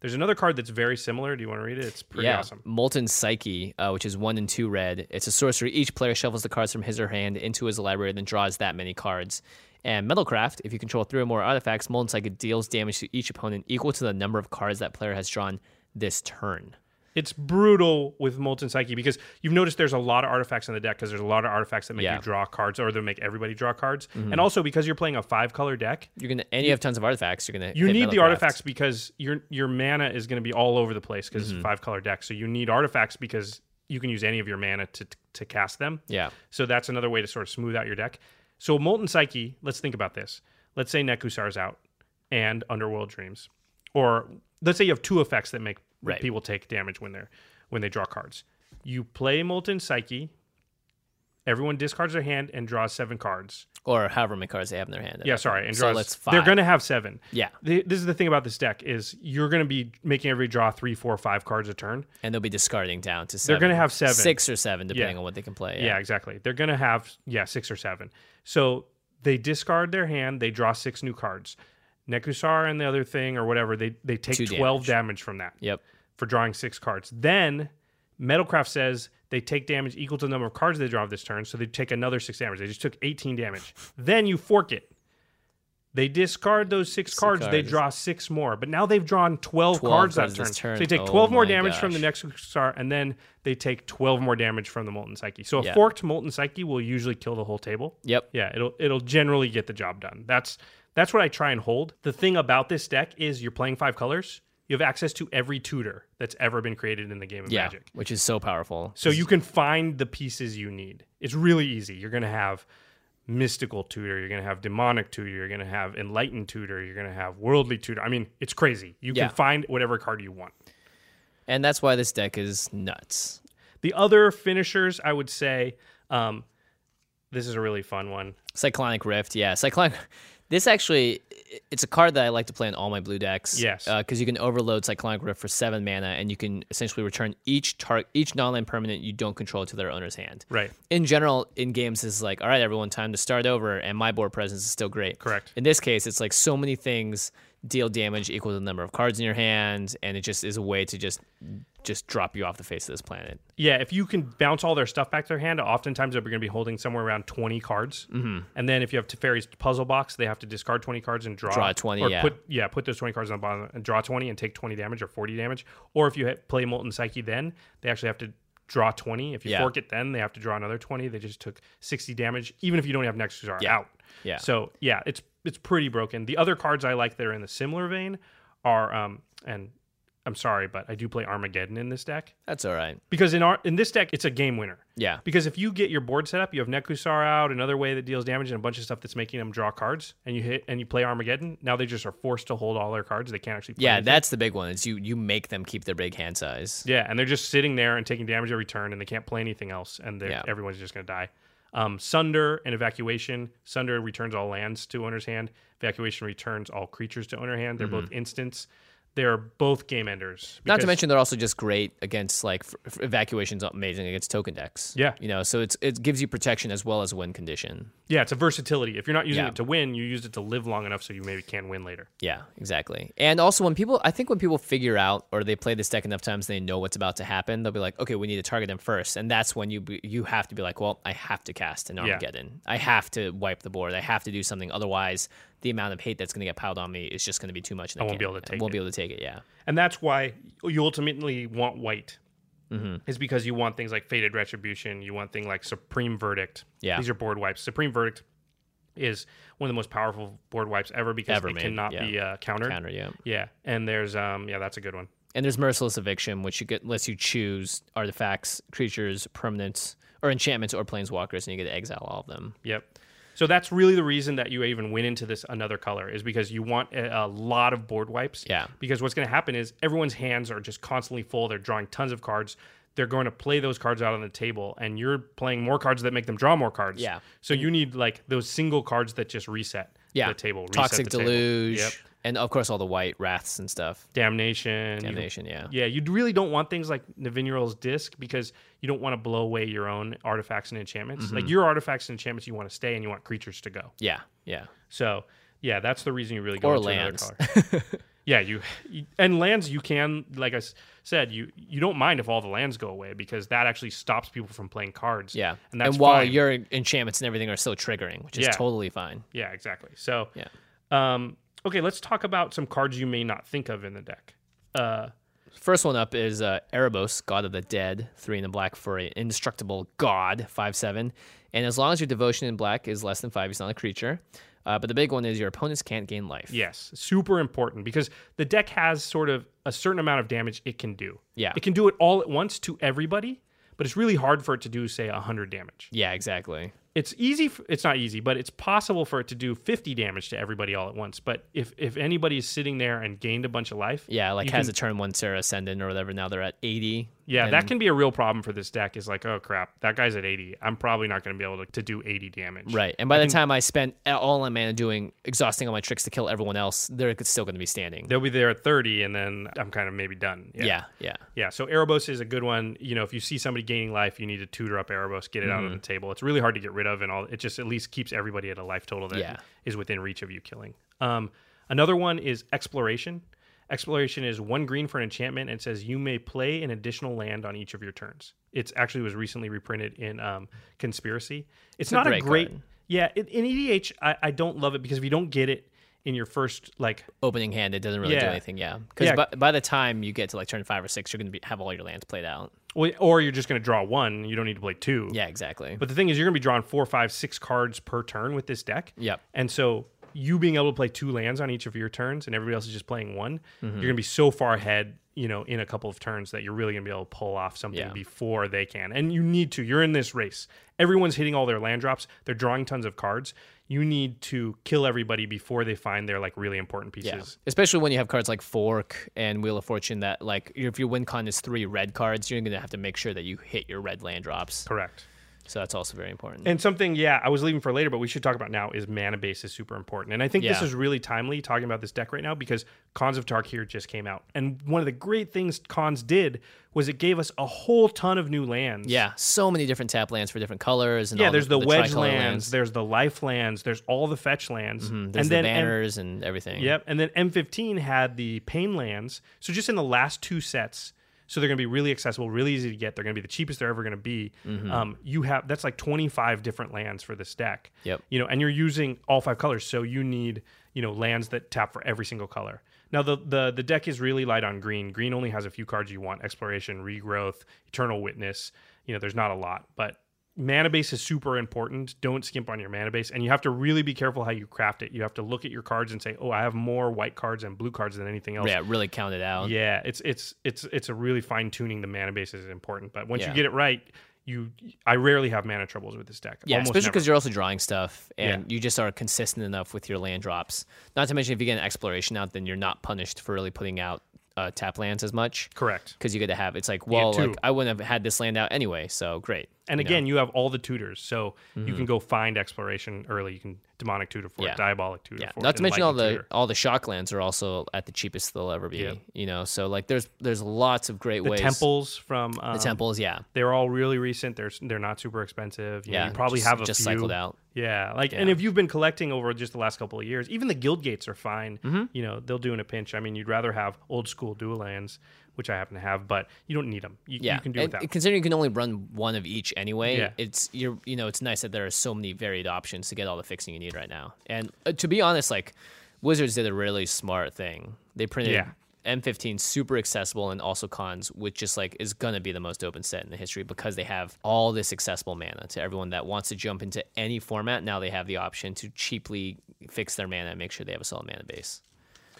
Speaker 3: There's another card that's very similar. Do you want to read it? It's pretty
Speaker 2: yeah,
Speaker 3: awesome.
Speaker 2: Molten Psyche, uh, which is one and two red. It's a sorcery. Each player shuffles the cards from his or her hand into his library, then draws that many cards. And Metalcraft, if you control three or more artifacts, Molten Psyche deals damage to each opponent equal to the number of cards that player has drawn this turn.
Speaker 3: It's brutal with Molten Psyche because you've noticed there's a lot of artifacts in the deck because there's a lot of artifacts that make
Speaker 2: Yeah. Mm-hmm.
Speaker 3: you draw cards or that make everybody draw cards. And also because you're playing a five color deck,
Speaker 2: You're gonna and you have tons of artifacts. You're gonna
Speaker 3: you
Speaker 2: hit
Speaker 3: need the
Speaker 2: Metalcraft.
Speaker 3: artifacts because your your mana is going to be all over the place because
Speaker 2: Mm-hmm.
Speaker 3: it's a five color deck. So you need artifacts because you can use any of your mana to to cast them.
Speaker 2: Yeah.
Speaker 3: So that's another way to sort of smooth out your deck. So Molten Psyche, let's think about this. Let's say Nekusar's out and Underworld Dreams. Or let's say you have two effects that make
Speaker 2: Right.
Speaker 3: people take damage when they're when they draw cards. You play Molten Psyche, everyone discards their hand and draws seven cards.
Speaker 2: or however many cards they have in their hand.
Speaker 3: Yeah, sorry, and
Speaker 2: So
Speaker 3: draws.
Speaker 2: that's
Speaker 3: They're
Speaker 2: five.
Speaker 3: going to have seven.
Speaker 2: Yeah.
Speaker 3: The, this is the thing about this deck is you're going to be making everybody draw three, four, five cards a turn.
Speaker 2: and they'll be discarding down to. 7
Speaker 3: They're gonna have seven.
Speaker 2: six or seven, depending
Speaker 3: Yeah.
Speaker 2: on what they can play.
Speaker 3: Yeah, exactly. They're going to have, yeah, six or seven. So they discard their hand, they draw six new cards. Nekusar and the other thing or whatever, they, they take
Speaker 2: Two
Speaker 3: 12 damage. from that
Speaker 2: Yep.
Speaker 3: for drawing six cards. Then Metalcraft says they take damage equal to the number of cards they draw this turn, so they take another six damage. They just took 18 damage. then you fork it. They discard those six, cards, They
Speaker 2: cards.
Speaker 3: draw six more. But now they've drawn 12,
Speaker 2: 12
Speaker 3: cards that
Speaker 2: cards
Speaker 3: turn.
Speaker 2: this turn.
Speaker 3: So they take
Speaker 2: Oh
Speaker 3: 12 more
Speaker 2: my
Speaker 3: damage from
Speaker 2: gosh.
Speaker 3: the next star, and then they take 12 more damage from the Molten Psyche. So a
Speaker 2: Yeah.
Speaker 3: forked Molten Psyche will usually kill the whole table.
Speaker 2: Yep.
Speaker 3: Yeah, it'll it'll generally get the job done. That's that's what I try and hold. The thing about this deck is you're playing five colors. You have access to every tutor that's ever been created in the game of
Speaker 2: Yeah,
Speaker 3: Magic.
Speaker 2: which is so powerful.
Speaker 3: So you can find the pieces you need. It's really easy. You're going to have mystical tutor, you're going to have demonic tutor, you're going to have enlightened tutor, you're going to have worldly tutor. I mean, it's crazy. You
Speaker 2: Yeah.
Speaker 3: can find whatever card you want.
Speaker 2: and that's why this deck is nuts.
Speaker 3: The other finishers, I would say, um, this is a really fun one.
Speaker 2: Cyclonic Rift, yeah. Cyclonic. This actually, it's a card that I like to play in all my blue decks.
Speaker 3: Yes.
Speaker 2: Because you can overload Cyclonic Rift for seven mana, and you can essentially return each tar- each non-land permanent you don't control to their owner's hand.
Speaker 3: Right.
Speaker 2: In general, in games, it's like, all right, everyone, time to start over, and my board presence is still great.
Speaker 3: Correct.
Speaker 2: In this case, it's like so many things deal damage equal to the number of cards in your hand, and it just is a way to just just drop you off the face of this planet.
Speaker 3: Yeah, if you can bounce all their stuff back to their hand, oftentimes they're going to be holding somewhere around 20 cards. Mm-hmm. And then if you have Teferi's puzzle box, they have to discard 20 cards and draw,
Speaker 2: Draw 20,
Speaker 3: Or
Speaker 2: yeah.
Speaker 3: Put, yeah, put those 20 cards on the bottom and draw 20 and take 20 damage or 40 damage. Or if you ha- play Molten Psyche, then they actually have to draw 20. If you
Speaker 2: Yeah.
Speaker 3: fork it, then they have to draw another 20. They just took 60 damage, even if you don't have Nexus are
Speaker 2: Yeah.
Speaker 3: out.
Speaker 2: Yeah.
Speaker 3: So yeah, it's it's pretty broken. The other cards I like that are in the similar vein are um and I'm sorry, but I do play Armageddon in this deck
Speaker 2: That's all right.
Speaker 3: because in our in this deck it's a game winner.
Speaker 2: Yeah.
Speaker 3: Because if you get your board set up, you have Nekusar out, another way that deals damage, and a bunch of stuff that's making them draw cards, and you hit and you play Armageddon. Now they just are forced to hold all their cards; they can't actually. Play
Speaker 2: Yeah,
Speaker 3: anything.
Speaker 2: that's the big one. Is you you make them keep their big hand size.
Speaker 3: yeah, and they're just sitting there and taking damage every turn, and they can't play anything else, and they're
Speaker 2: Yeah.
Speaker 3: everyone's just gonna die. Um, Sunder and Evacuation. Sunder returns all lands to owner's hand. Evacuation returns all creatures to owner hand. They're both instants. They're both game enders.
Speaker 2: Mm-hmm. Not to
Speaker 3: because-
Speaker 2: mention they're also just great against like f- f- evacuations. Amazing against token decks.
Speaker 3: Yeah.
Speaker 2: you know, so it's it gives you protection as well as win condition.
Speaker 3: yeah, it's a versatility. If you're not using
Speaker 2: Yeah.
Speaker 3: it to win, you use it to live long enough so you maybe can win later.
Speaker 2: Yeah, exactly. And also when people, I think when people figure out or they play this deck enough times, they know what's about to happen. They'll be like, okay, we need to target them first, and that's when you be, you have to be like, well, I have to cast an Armageddon. I have to wipe the board. I have to do something. Otherwise, the amount of hate that's going to get piled on me is just going to be too much. And I,
Speaker 3: won't be
Speaker 2: can't-
Speaker 3: able to take
Speaker 2: won't
Speaker 3: it.
Speaker 2: be able to take it. Yeah.
Speaker 3: and that's why you ultimately want white
Speaker 2: Mm-hmm.
Speaker 3: is because you want things like faded retribution you want thing like supreme verdict
Speaker 2: Yeah.
Speaker 3: these are board wipes supreme verdict is one of the most powerful board wipes ever because
Speaker 2: Ever
Speaker 3: it
Speaker 2: made,
Speaker 3: cannot
Speaker 2: yeah.
Speaker 3: be uh, countered
Speaker 2: Counter. Yeah.
Speaker 3: yeah and there's um yeah that's a good one
Speaker 2: And there's merciless eviction, which you get lets you choose artifacts, creatures, permanents, or enchantments, or planeswalkers, and you get to exile all of them.
Speaker 3: Yep. So that's really the reason that you even went into this another color is because you want a, a lot of board wipes.
Speaker 2: Yeah.
Speaker 3: Because what's going to happen is everyone's hands are just constantly full. They're drawing tons of cards. They're going to play those cards out on the table, and you're playing more cards that make them draw more cards.
Speaker 2: Yeah.
Speaker 3: So you need like those single cards that just reset
Speaker 2: Yeah.
Speaker 3: the table. reset
Speaker 2: Toxic
Speaker 3: the table.
Speaker 2: deluge.
Speaker 3: Yep.
Speaker 2: And of course all the white wraths and stuff.
Speaker 3: Damnation. you-
Speaker 2: Damnation, yeah.
Speaker 3: Yeah, you really don't want things like Navinural's disc because you don't want to blow away your own artifacts and enchantments.
Speaker 2: Mm-hmm.
Speaker 3: Like your artifacts and enchantments, you want to stay and you want creatures to go.
Speaker 2: Yeah. Yeah.
Speaker 3: So yeah, that's the reason you really go
Speaker 2: Or
Speaker 3: into
Speaker 2: lands.
Speaker 3: another color. yeah, you, you and lands you can like I s- said you you don't mind if all the lands go away because that actually stops people from playing cards.
Speaker 2: Yeah.
Speaker 3: and that's
Speaker 2: while
Speaker 3: fine.
Speaker 2: your enchantments and everything are still triggering, which is
Speaker 3: Yeah.
Speaker 2: totally fine.
Speaker 3: yeah exactly. So
Speaker 2: Yeah.
Speaker 3: um okay, let's talk about some cards you may not think of in the deck. Uh,
Speaker 2: First one up is uh, Erebos, God of the Dead, three in the black for an indestructible god, five seven. And as long as your devotion in black is less than five, he's not a creature. Uh, but the big one is your opponents can't gain life.
Speaker 3: Yes, super important because the deck has sort of a certain amount of damage it can do.
Speaker 2: Yeah.
Speaker 3: it can do it all at once to everybody, but it's really hard for it to do say hundred damage.
Speaker 2: Yeah, exactly.
Speaker 3: it's easy f- it's not easy but it's possible for it to do 50 damage to everybody all at once but if if anybody is sitting there and gained a bunch of life
Speaker 2: Yeah, like
Speaker 3: you
Speaker 2: has
Speaker 3: can-
Speaker 2: a turn one Sarah Ascendant or whatever. Now they're at 80.
Speaker 3: yeah
Speaker 2: and-
Speaker 3: that can be a real problem for this deck is like oh crap that guy's at 80 i'm probably not going to be able to, to do 80 damage
Speaker 2: Right. And by the time I spend all my mana doing, exhausting all my tricks to kill everyone else, they're still going to be standing.
Speaker 3: they'll be there at 30 and then i'm kind of maybe done
Speaker 2: Yeah, yeah.
Speaker 3: Yeah, so Erebos is a good one. You know, if you see somebody gaining life, you need to tutor up Erebos, get it out of
Speaker 2: Mm-hmm.
Speaker 3: the table. It's really hard to get rid of, and all it just at least keeps everybody at a life total that is
Speaker 2: Yeah.
Speaker 3: within reach of you killing. Um, another one is Exploration. Exploration is one green for an enchantment, and it says you may play an additional land on each of your turns. It's actually was recently reprinted in um, Conspiracy. It's,
Speaker 2: a
Speaker 3: not a
Speaker 2: great
Speaker 3: great,
Speaker 2: card.
Speaker 3: E yeah. It, in EDH, I, I don't love it because if you don't get it, in your first like
Speaker 2: Opening hand, it doesn't really do
Speaker 3: Yeah.
Speaker 2: anything. Yeah, because
Speaker 3: Yeah.
Speaker 2: by, by the time you get to like turn five or six, you're gonna be, have all your lands played out.
Speaker 3: well, or you're just going to draw one. You don't need to play two.
Speaker 2: Yeah, exactly.
Speaker 3: But the thing is, you're going to be drawing four, five, six cards per turn with this deck.
Speaker 2: Yep.
Speaker 3: And so you being able to play two lands on each of your turns, and everybody else is just playing one,
Speaker 2: Mm-hmm.
Speaker 3: you're going to be so far ahead, you know, in a couple of turns that you're really going to be able to pull off something
Speaker 2: Yeah.
Speaker 3: before they can. And you need to. You're in this race. Everyone's hitting all their land drops. They're drawing tons of cards. You need to kill everybody before they find their like really important
Speaker 2: yeah,
Speaker 3: pieces.
Speaker 2: especially when you have cards like Fork and Wheel of Fortune that like if your win con is three red cards, you're gonna have to make sure that you hit your red land drops.
Speaker 3: Correct.
Speaker 2: So that's also very important.
Speaker 3: And something, yeah, I was leaving for later, but we should talk about now is mana base is super important. And I think this
Speaker 2: Yeah.
Speaker 3: is really timely talking about this deck right now because Cons of Tarkir just came out. And one of the great things Cons did was it gave us a whole ton of new lands.
Speaker 2: yeah, so many different tap lands for different colors. And
Speaker 3: Yeah,
Speaker 2: all
Speaker 3: there's the, wedge lands,
Speaker 2: tricolor
Speaker 3: there's the life lands, there's all the fetch lands.
Speaker 2: Mm-hmm, there's
Speaker 3: and
Speaker 2: the
Speaker 3: then M-
Speaker 2: banners and everything.
Speaker 3: Yep. And then M15 had the pain lands. So just in the last two sets, so they're going to be really accessible, really easy to get. They're going to be the cheapest they're ever going to be.
Speaker 2: Mm-hmm.
Speaker 3: Um, you have that's like 25 different lands for this deck.
Speaker 2: Yep.
Speaker 3: You know, and you're using all five colors, so you need you know lands that tap for every single color. Now the the the deck is really light on green. Green only has a few cards you want: exploration, regrowth, eternal witness. You know, there's not a lot, but mana base is super important. Don't skimp on your mana base, and you have to really be careful how you craft it. You have to look at your cards and say, "Oh, I have more white cards and blue cards than anything else."
Speaker 2: Yeah, really count it out.
Speaker 3: Yeah, it's it's it's it's a really fine tuning. The mana base is important, but once
Speaker 2: Yeah.
Speaker 3: you get it right, you I rarely have mana troubles with this deck.
Speaker 2: Yeah,
Speaker 3: Almost
Speaker 2: especially
Speaker 3: never.
Speaker 2: because you're also drawing stuff and
Speaker 3: Yeah.
Speaker 2: you just are consistent enough with your land drops. Not to mention, if you get an exploration out, then you're not punished for really putting out uh, tap lands as much.
Speaker 3: correct.
Speaker 2: Because you get to have, it's like, well,
Speaker 3: two.
Speaker 2: like I wouldn't have had this land out anyway, so great.
Speaker 3: And
Speaker 2: you know?
Speaker 3: again, you have all the tutors, so you can go find exploration early. You can demonic tutor for
Speaker 2: Mm-hmm. Yeah.
Speaker 3: it, diabolic tutor
Speaker 2: yeah.
Speaker 3: for it,
Speaker 2: Not to
Speaker 3: and
Speaker 2: mention all
Speaker 3: lightning
Speaker 2: the
Speaker 3: tutor.
Speaker 2: all the shock lands are also at the cheapest they'll ever be.
Speaker 3: Yeah.
Speaker 2: You know, so like there's there's lots of great
Speaker 3: the
Speaker 2: ways.
Speaker 3: temples from um,
Speaker 2: the temples, yeah,
Speaker 3: They're all really recent. They're s- they're not super expensive. You know,
Speaker 2: yeah.
Speaker 3: you probably
Speaker 2: just,
Speaker 3: have a
Speaker 2: just
Speaker 3: few.
Speaker 2: cycled out.
Speaker 3: Yeah, like, and
Speaker 2: Yeah.
Speaker 3: if you've been collecting over just the last couple of years, even the guild gates are fine.
Speaker 2: Mm-hmm.
Speaker 3: You know, they'll do in a pinch. I mean, you'd rather have old school dual lands, which I happen to have, but you don't need them. You,
Speaker 2: Yeah,
Speaker 3: you can do
Speaker 2: and
Speaker 3: without.
Speaker 2: considering you can only run one of each anyway.
Speaker 3: Yeah.
Speaker 2: it's you're you know it's nice that there are so many varied options to get all the fixing you need right now. And uh, to be honest, like Wizards did a really smart thing. They printed
Speaker 3: Yeah.
Speaker 2: M15 super accessible and also cons, which just like is gonna be the most open set in the history because they have all this accessible mana to everyone that wants to jump into any format. Now they have the option to cheaply fix their mana and make sure they have a solid mana base.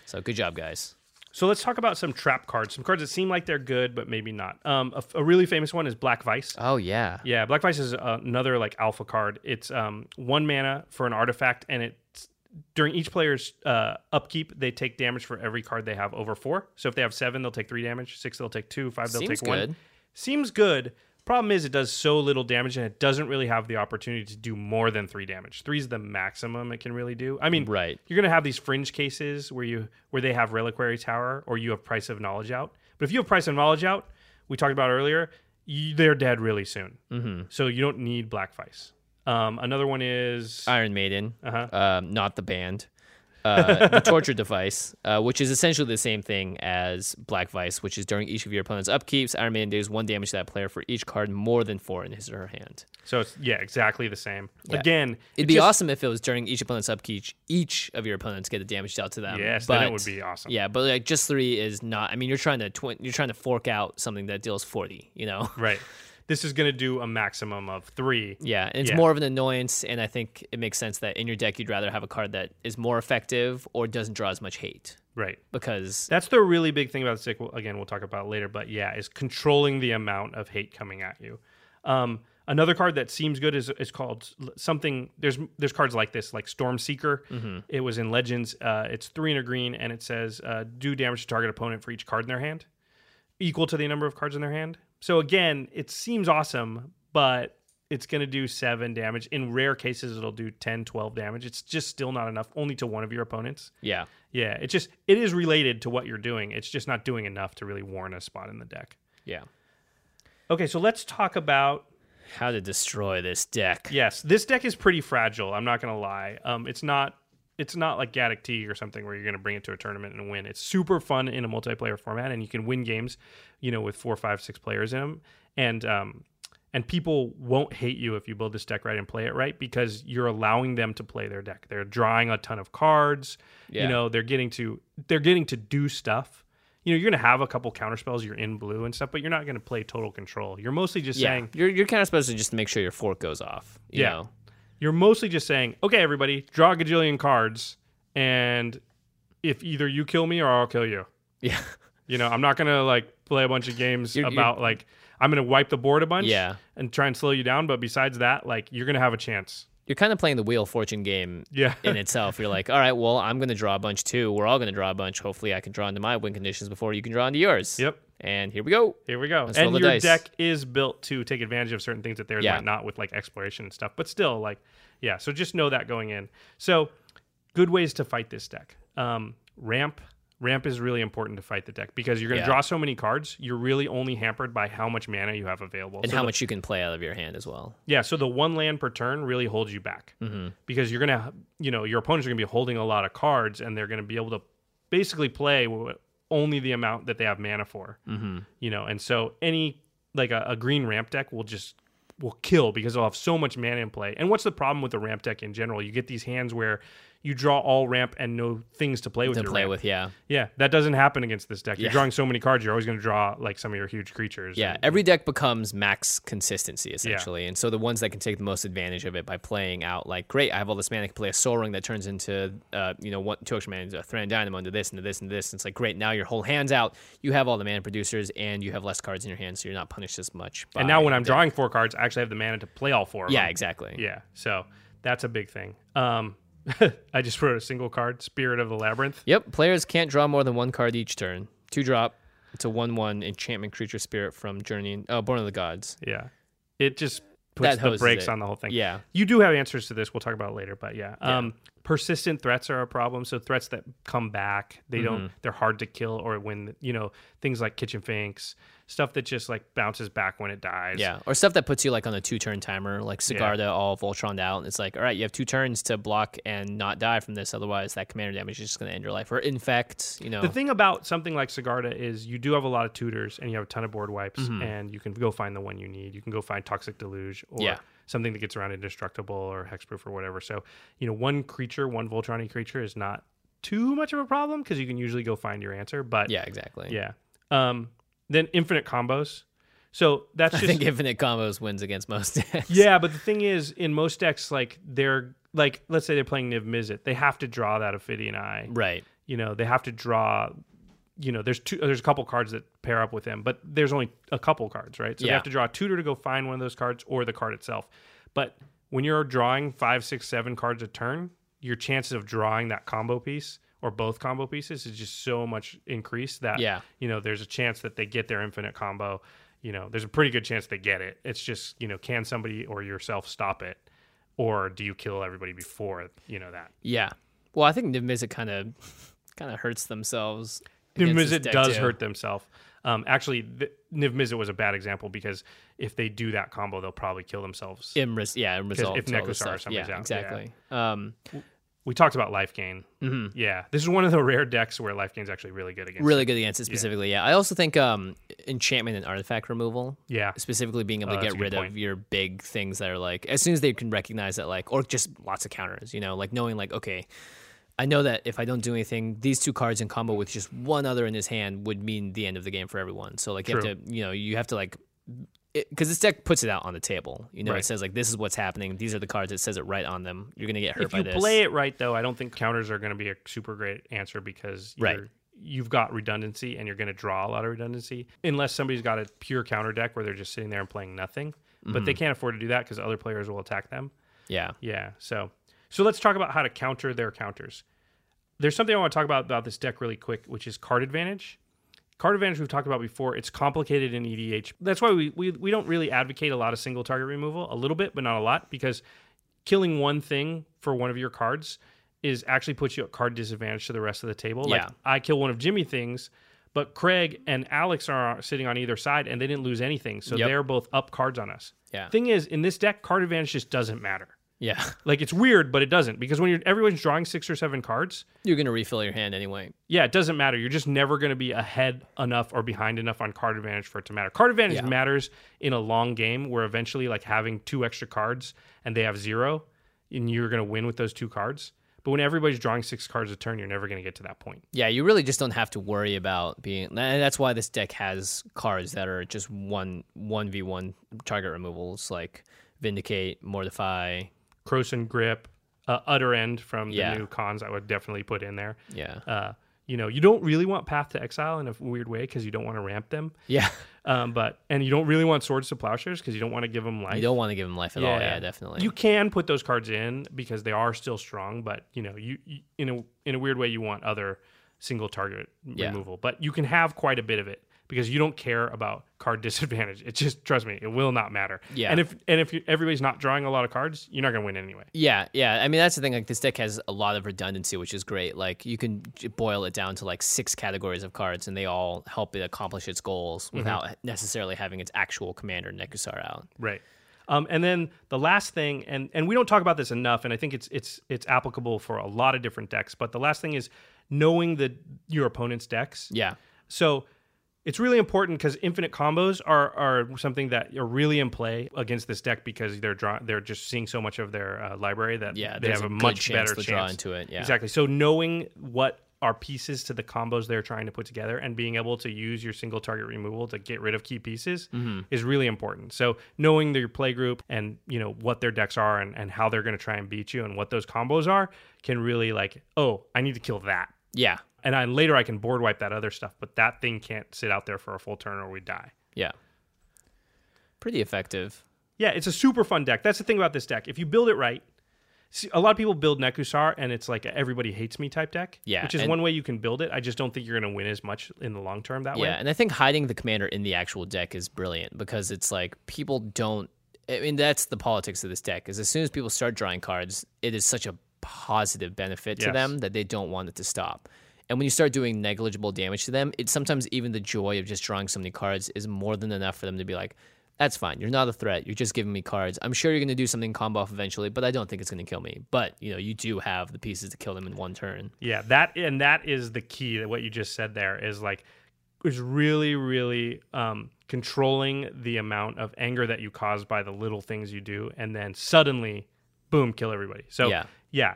Speaker 2: So good job, guys.
Speaker 3: So let's talk about some trap cards. Some cards that seem like they're good, but maybe not. Um, a, f- a really famous one is Black Vice.
Speaker 2: Oh yeah,
Speaker 3: Yeah, Black Vice is another like alpha card. It's um one mana for an artifact, and it's during each player's uh, upkeep, they take damage for every card they have over four. So if they have seven, they'll take three damage. Six, they'll take two. Five, they'll
Speaker 2: Seems
Speaker 3: take one.
Speaker 2: good.
Speaker 3: Seems good. Problem is, it does so little damage, and it doesn't really have the opportunity to do more than three damage. Three is the maximum it can really do. I mean,
Speaker 2: Right.
Speaker 3: You're gonna have these fringe cases where you where they have Reliquary Tower or you have Price of Knowledge out. But if you have Price of Knowledge out, we talked about earlier, you, they're dead really soon. Mm-hmm. So you don't need Black Vice. Um, another one is
Speaker 2: Iron Maiden,
Speaker 3: Uh-huh.
Speaker 2: um, not the band, uh, the torture device, uh, which is essentially the same thing as Black Vice, which is during each of your opponent's upkeeps, Iron Maiden deals one damage to that player for each card more than four in his or her hand.
Speaker 3: so it's yeah exactly the same. Again,
Speaker 2: It'd
Speaker 3: it
Speaker 2: be
Speaker 3: just-
Speaker 2: awesome if it was during each opponent's upkeep, each of your opponents get a damage dealt to them.
Speaker 3: Yes,
Speaker 2: but,
Speaker 3: then it would be awesome.
Speaker 2: Yeah, but like just three is not. I mean, you're trying to tw- you're trying to fork out something that deals forty. You know.
Speaker 3: Right. This is gonna do a maximum of three.
Speaker 2: Yeah, and it's
Speaker 3: Yeah.
Speaker 2: more of an annoyance, and I think it makes sense that in your deck you'd rather have a card that is more effective or doesn't draw as much hate
Speaker 3: Right.
Speaker 2: because
Speaker 3: That's the really big thing about sick. Again, we'll talk about it later, but yeah, is controlling the amount of hate coming at you. Um, another card that seems good is is called l- something. There's there's cards like this, like Storm Seeker. It was in Legends. Uh, it's three and a green, and it says uh, do damage to target opponent for each card in their hand, equal to the number of cards in their hand. So again, it seems awesome, but it's going to do seven damage. In rare cases, it'll do 10, 12 damage. It's just still not enough, only to one of your opponents.
Speaker 2: yeah,
Speaker 3: Yeah, it's just it is related to what you're doing. It's just not doing enough to really warrant a spot in the deck.
Speaker 2: yeah.
Speaker 3: Okay, so let's talk about
Speaker 2: How to destroy this deck?
Speaker 3: yes, this deck is pretty fragile. I'm not gonna lie. Um, it's not it's not like Gaddock T or something where you're gonna bring it to a tournament and win. It's super fun in a multiplayer format, and you can win games, you know, with four, five, six players in them. And um, and people won't hate you if you build this deck right and play it right because you're allowing them to play their deck. They're drawing a ton of cards.
Speaker 2: Yeah.
Speaker 3: You know, they're getting to they're getting to do stuff. You know, you're gonna have a couple counter spells. You're in blue and stuff, but you're not gonna play total control. You're mostly just
Speaker 2: Yeah,
Speaker 3: saying
Speaker 2: you're you're kind of supposed to just make sure your fork goes off. You
Speaker 3: Yeah.
Speaker 2: know?
Speaker 3: you're mostly just saying, okay, everybody, draw a gajillion cards, and if either you kill me or I'll kill you.
Speaker 2: yeah,
Speaker 3: You know, I'm not gonna like play a bunch of games
Speaker 2: You're- you're-
Speaker 3: about like I'm gonna wipe the board a bunch
Speaker 2: Yeah.
Speaker 3: and try and slow you down. But besides that, like you're gonna have a chance.
Speaker 2: you're kind of playing the wheel of fortune game.
Speaker 3: Yeah.
Speaker 2: in itself, you're like, all right, well, I'm gonna draw a bunch too. We're all gonna draw a bunch. Hopefully, I can draw into my win conditions before you can draw into yours.
Speaker 3: Yep.
Speaker 2: And here we go.
Speaker 3: Here we go.
Speaker 2: Let's roll
Speaker 3: and
Speaker 2: the
Speaker 3: your
Speaker 2: dice.
Speaker 3: deck is built to take advantage of certain things that theirs
Speaker 2: Yeah.
Speaker 3: might not with like exploration and stuff. But still, like, yeah. So just know that going in. So good ways to fight this deck. Um, ramp. Ramp is really important to fight the deck because you're going to
Speaker 2: Yeah.
Speaker 3: draw so many cards. You're really only hampered by how much mana you have available
Speaker 2: And
Speaker 3: So
Speaker 2: how
Speaker 3: the-
Speaker 2: much you can play out of your hand as well.
Speaker 3: Yeah, so the one land per turn really holds you back
Speaker 2: Mm-hmm.
Speaker 3: because you're gonna, you know, your opponents are gonna be holding a lot of cards, and they're gonna be able to basically play w- only the amount that they have mana for. Mm-hmm. You know, and so any like a, a green ramp deck will just will kill because they'll have so much mana in play. And what's the problem with the ramp deck in general? You get these hands where you draw all ramp and no things to play with.
Speaker 2: To
Speaker 3: your
Speaker 2: play
Speaker 3: ramp.
Speaker 2: with, yeah,
Speaker 3: yeah, that doesn't happen against this deck.
Speaker 2: Yeah.
Speaker 3: You're drawing so many cards, you're always gonna draw like some of your huge creatures.
Speaker 2: yeah.
Speaker 3: and-
Speaker 2: Every deck becomes max consistency essentially, and so the ones that can take the most advantage of it by playing out like, great, I have all this mana, I can play a Soul Ring that turns into, uh, you know, one, two extra mana, into a Thran Dynamo, into this, into this, and this. And it's like, great, now your whole hand's out. You have all the mana producers, and you have less cards in your hand, so you're not punished as much.
Speaker 3: and now
Speaker 2: by
Speaker 3: when I'm
Speaker 2: the-
Speaker 3: drawing four cards, I actually have the mana to play all four. Of
Speaker 2: yeah,
Speaker 3: them.
Speaker 2: exactly.
Speaker 3: Yeah, so that's a big thing. Um, I just wrote a single card, Spirit of the Labyrinth.
Speaker 2: Yep, players can't draw more than one card each turn. Two drop. It's a one-one enchantment creature spirit from Journey, uh, Born of the Gods.
Speaker 3: Yeah, it just puts
Speaker 2: That
Speaker 3: the
Speaker 2: hoses
Speaker 3: brakes
Speaker 2: it.
Speaker 3: on the whole thing.
Speaker 2: Yeah.
Speaker 3: you do have answers to this. We'll talk about it later, but yeah. Um, persistent threats are a problem. So threats that come back, they don't,
Speaker 2: Mm-hmm.
Speaker 3: they're hard to kill, or when you know things like kitchen finks, stuff that just like bounces back when it dies.
Speaker 2: Yeah, or stuff that puts you like on a two-turn timer, like Sigarda, all Voltroned out. And it's like, all right, you have two turns to block and not die from this. Otherwise, that commander damage is just going to end your life or infect. You know,
Speaker 3: The thing about something like Sigarda is you do have a lot of tutors and you have a ton of board wipes
Speaker 2: Mm-hmm.
Speaker 3: and you can go find the one you need. You can go find Toxic Deluge or
Speaker 2: Yeah.
Speaker 3: something that gets around indestructible or hexproof or whatever. So, you know, one creature, one Voltron creature is not too much of a problem because you can usually go find your answer. But
Speaker 2: yeah, exactly.
Speaker 3: yeah. Um, then infinite combos. So that's
Speaker 2: I
Speaker 3: just
Speaker 2: think infinite combos wins against most decks.
Speaker 3: yeah, but the thing is, in most decks, like they're like, let's say they're playing Niv Mizzet, they have to draw that Ophidian Eye
Speaker 2: right.
Speaker 3: you know they have to draw you know there's two there's a couple cards that pair up with him but there's only a couple cards right so they
Speaker 2: Yeah.
Speaker 3: have to draw a tutor to go find one of those cards or the card itself but when you're drawing five six seven cards a turn your chances of drawing that combo piece or both combo pieces is just so much increased that
Speaker 2: Yeah.
Speaker 3: you know there's a chance that they get their infinite combo you know there's a pretty good chance they get it it's just you know can somebody or yourself stop it or do you kill everybody before you know that
Speaker 2: Yeah. Well, I think Niv Mizzet kind of kind of hurts themselves.
Speaker 3: Niv
Speaker 2: against this
Speaker 3: Mizzet
Speaker 2: deck,
Speaker 3: does
Speaker 2: too.
Speaker 3: hurt themselves. Um, actually, th- Niv Mizzet was a bad example because if they do that combo, they'll probably kill themselves.
Speaker 2: Imris, yeah, Imris.
Speaker 3: if
Speaker 2: If
Speaker 3: Necrosar or
Speaker 2: Necrosar,
Speaker 3: somebody's
Speaker 2: yeah,
Speaker 3: out, yeah.
Speaker 2: exactly. Um,
Speaker 3: we talked about life gain. Yeah, this is one of the rare decks where life gain's actually really good against.
Speaker 2: Mm-hmm. really good against it specifically. Yeah. I also think um, enchantment and artifact removal,
Speaker 3: Yeah,
Speaker 2: specifically being able
Speaker 3: Oh,
Speaker 2: to
Speaker 3: that's
Speaker 2: get
Speaker 3: a good
Speaker 2: rid
Speaker 3: point.
Speaker 2: of your big things that are like as soon as they can recognize that, like, or just lots of counters. You know, like knowing like okay. I know that if I don't do anything, these two cards in combo with just one other in his hand would mean the end of the game for everyone. So like you
Speaker 3: True.
Speaker 2: have to, you know, you have to like because this deck puts it out on the table. You know,
Speaker 3: Right.
Speaker 2: it says like this is what's happening. These are the cards. It says it right on them. You're gonna get hurt
Speaker 3: if
Speaker 2: by
Speaker 3: you
Speaker 2: this.
Speaker 3: play it right, though, I don't think counters are going to be a super great answer because you're,
Speaker 2: Right.
Speaker 3: you've got redundancy and you're going to draw a lot of redundancy unless somebody's got a pure counter deck where they're just sitting there and playing nothing. But
Speaker 2: Mm-hmm.
Speaker 3: they can't afford to do that because other players will attack them.
Speaker 2: yeah.
Speaker 3: Yeah. So so let's talk about how to counter their counters. There's something I want to talk about about this deck really quick, which is card advantage. Card advantage we've talked about before. It's complicated in EDH. That's why we we, we don't really advocate a lot of single target removal, a little bit, but not a lot, because killing one thing for one of your cards is actually puts you at card disadvantage to the rest of the table. Like
Speaker 2: Yeah.
Speaker 3: I kill one of Jimmy things, but Craig and Alex are sitting on either side and they didn't lose anything. So
Speaker 2: Yep.
Speaker 3: they're both up cards on us.
Speaker 2: Yeah.
Speaker 3: Thing is, in this deck, card advantage just doesn't matter.
Speaker 2: Yeah.
Speaker 3: Like it's weird, but it doesn't because when you're everyone's drawing six or seven cards,
Speaker 2: You're going to refill your hand anyway.
Speaker 3: yeah, it doesn't matter. You're just never going to be ahead enough or behind enough on card advantage for it to matter. Card advantage
Speaker 2: Yeah.
Speaker 3: matters in a long game where eventually, like having two extra cards and they have zero, and you're going to win with those two cards. But when everybody's drawing six cards a turn, you're never going to get to that point.
Speaker 2: Yeah, you really just don't have to worry about being. and That's why this deck has cards that are just one one v one target removals, like Vindicate, Mortify.
Speaker 3: Croson Grip, uh, Utter End from the
Speaker 2: Yeah.
Speaker 3: new cons, I would definitely put in there.
Speaker 2: Yeah,
Speaker 3: Uh, you know, you don't really want Path to Exile in a weird way because you don't want to ramp them.
Speaker 2: yeah.
Speaker 3: Um, but and you don't really want Swords to Plowshares because you don't want to give them life.
Speaker 2: You don't want to give him life at all. Yeah, definitely.
Speaker 3: You can put those cards in because they are still strong, but you know, you, you in a in a weird way you want other single target
Speaker 2: Yeah.
Speaker 3: removal, but you can have quite a bit of it because you don't care about card disadvantage. It just trust me, it will not matter.
Speaker 2: Yeah.
Speaker 3: And if and if you, everybody's not drawing a lot of cards, you're not going to win anyway.
Speaker 2: yeah, yeah. I mean, that's the thing. Like, this deck has a lot of redundancy, which is great. Like, you can j- boil it down to like six categories of cards, and they all help it accomplish its goals without necessarily having its actual commander Nekusar out.
Speaker 3: Right. Um, and then the last thing, and and we don't talk about this enough, and I think it's it's it's applicable for a lot of different decks. But the last thing is knowing the your opponent's decks.
Speaker 2: Yeah,
Speaker 3: So it's really important because infinite combos are are something that are really in play against this deck because they're draw, they're just seeing so much of their uh, library that
Speaker 2: Yeah,
Speaker 3: they
Speaker 2: there's
Speaker 3: have
Speaker 2: a
Speaker 3: a,
Speaker 2: good
Speaker 3: much
Speaker 2: chance
Speaker 3: better
Speaker 2: to draw
Speaker 3: chance
Speaker 2: into it, yeah.
Speaker 3: exactly. So knowing what are pieces to the combos they're trying to put together and being able to use your single target removal to get rid of key pieces
Speaker 2: Mm-hmm.
Speaker 3: is really important. So knowing their play group and you know what their decks are and, and how they're going to try and beat you and what those combos are can really like oh I need to kill that
Speaker 2: yeah,
Speaker 3: and I, later I can board wipe that other stuff, but that thing can't sit out there for a full turn or we die.
Speaker 2: yeah. Pretty effective.
Speaker 3: Yeah, it's a super fun deck. That's the thing about this deck. If you build it right, see, a lot of people build Nekusar and it's like a everybody hates me type deck.
Speaker 2: Yeah,
Speaker 3: which is
Speaker 2: and-
Speaker 3: one way you can build it. I just don't think you're going to win as much in the long term that way.
Speaker 2: Yeah, and I think hiding the commander in the actual deck is brilliant because it's like people don't. I mean, that's the politics of this deck. Is as soon as people start drawing cards, it is such a positive benefit to
Speaker 3: Yes.
Speaker 2: them that they don't want it to stop. And when you start doing negligible damage to them, it's sometimes even the joy of just drawing so many cards is more than enough for them to be like, "That's fine. You're not a threat. You're just giving me cards. I'm sure you're going to do something combo off eventually, but I don't think it's going to kill me. But you know, you do have the pieces to kill them in one turn.
Speaker 3: Yeah, that and that is the key that what you just said there is like is really really um controlling the amount of anger that you cause by the little things you do and then suddenly boom kill everybody. So
Speaker 2: Yeah.
Speaker 3: yeah,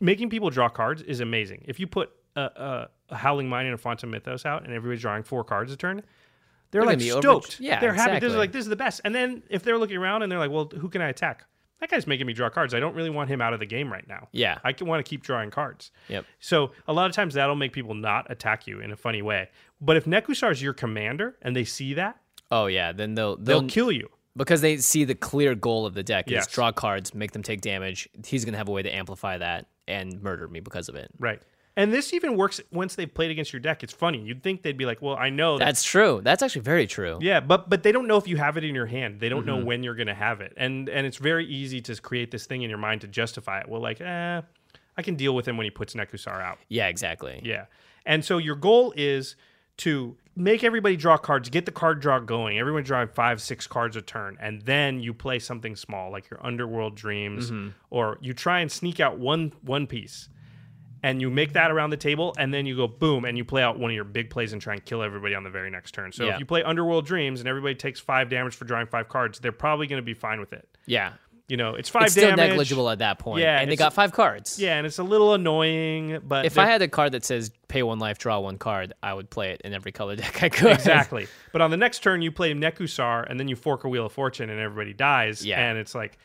Speaker 3: making people draw cards is amazing. If you put a, a, a Howling Mine and a Phantom Mythos out and everybody's drawing four cards a turn, they're,
Speaker 2: They're
Speaker 3: like
Speaker 2: gonna be
Speaker 3: stoked.
Speaker 2: over- yeah,
Speaker 3: they're happy. This is
Speaker 2: exactly.
Speaker 3: like this is the best. And then if they're looking around and they're like, "Well, who can I attack?" That guy's making me draw cards. I don't really want him out of the game right now.
Speaker 2: Yeah.
Speaker 3: I want to keep drawing cards.
Speaker 2: Yep.
Speaker 3: So a lot of times that'll make people not attack you in a funny way. But if Nekusar is your commander and they see that,
Speaker 2: Oh yeah, then they'll
Speaker 3: they'll,
Speaker 2: they'll,
Speaker 3: kill you.
Speaker 2: because they see the clear goal of the deck
Speaker 3: Yes.
Speaker 2: is draw cards, make them take damage. He's gonna have a way to amplify that and murder me because of it.
Speaker 3: Right. And this even works once they've played against your deck. It's funny. You'd think they'd be like, "Well, I know that."
Speaker 2: That's true. That's actually very true.
Speaker 3: Yeah, but but they don't know if you have it in your hand. They don't
Speaker 2: Mm-hmm.
Speaker 3: know when you're going to have it. And and it's very easy to create this thing in your mind to justify it. Well, like, eh, I can deal with him when he puts Nekusar out.
Speaker 2: Yeah, exactly.
Speaker 3: Yeah. And so your goal is to make everybody draw cards, get the card draw going. Everyone drawing five, six cards a turn, and then you play something small like your Underworld Dreams,
Speaker 2: Mm-hmm.
Speaker 3: or you try and sneak out one one piece, and you make that around the table, and then you go boom, and you play out one of your big plays and try and kill everybody on the very next turn. So
Speaker 2: Yeah.
Speaker 3: if you play Underworld Dreams and everybody takes five damage for drawing five cards, they're probably going to be fine with it.
Speaker 2: Yeah.
Speaker 3: You know, it's five
Speaker 2: it's still
Speaker 3: damage.
Speaker 2: negligible at that point.
Speaker 3: Yeah,
Speaker 2: And they
Speaker 3: it's-
Speaker 2: got five cards.
Speaker 3: Yeah, and it's a little annoying, but
Speaker 2: If
Speaker 3: they're-
Speaker 2: I had a card that says pay one life, draw one card, I would play it in every color deck I could.
Speaker 3: Exactly. But on the next turn, you play Nekusar, and then you fork a Wheel of Fortune, and everybody dies.
Speaker 2: Yeah.
Speaker 3: And it's like,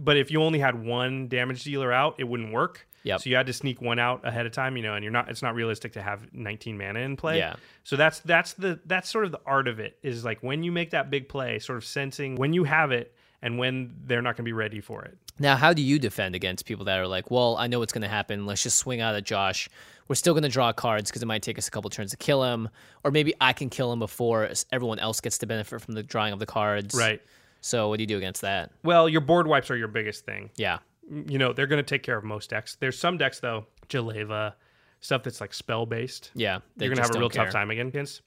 Speaker 3: but if you only had one damage dealer out, it wouldn't work.
Speaker 2: Yep.
Speaker 3: So you had to sneak one out ahead of time, you know, and you're not. It's not realistic to have 19 mana in play.
Speaker 2: Yeah.
Speaker 3: So that's that's the that's sort of the art of it is like when you make that big play, sort of sensing when you have it and when they're not going to be ready for it.
Speaker 2: Now, how do you defend against people that are like, well, I know what's going to happen. Let's just swing out at Josh. We're still going to draw cards because it might take us a couple turns to kill him. Or maybe I can kill him before s- everyone else gets to benefit from the drawing of the cards.
Speaker 3: Right.
Speaker 2: So, what do you do against that?
Speaker 3: Well, your board wipes are your biggest thing.
Speaker 2: Yeah.
Speaker 3: you know they're going to take care of most decks. There's some decks though, Jaleva, stuff that's like spell based.
Speaker 2: Yeah, they
Speaker 3: you're going to
Speaker 2: just
Speaker 3: have a
Speaker 2: don't
Speaker 3: real
Speaker 2: care.
Speaker 3: tough time again- against.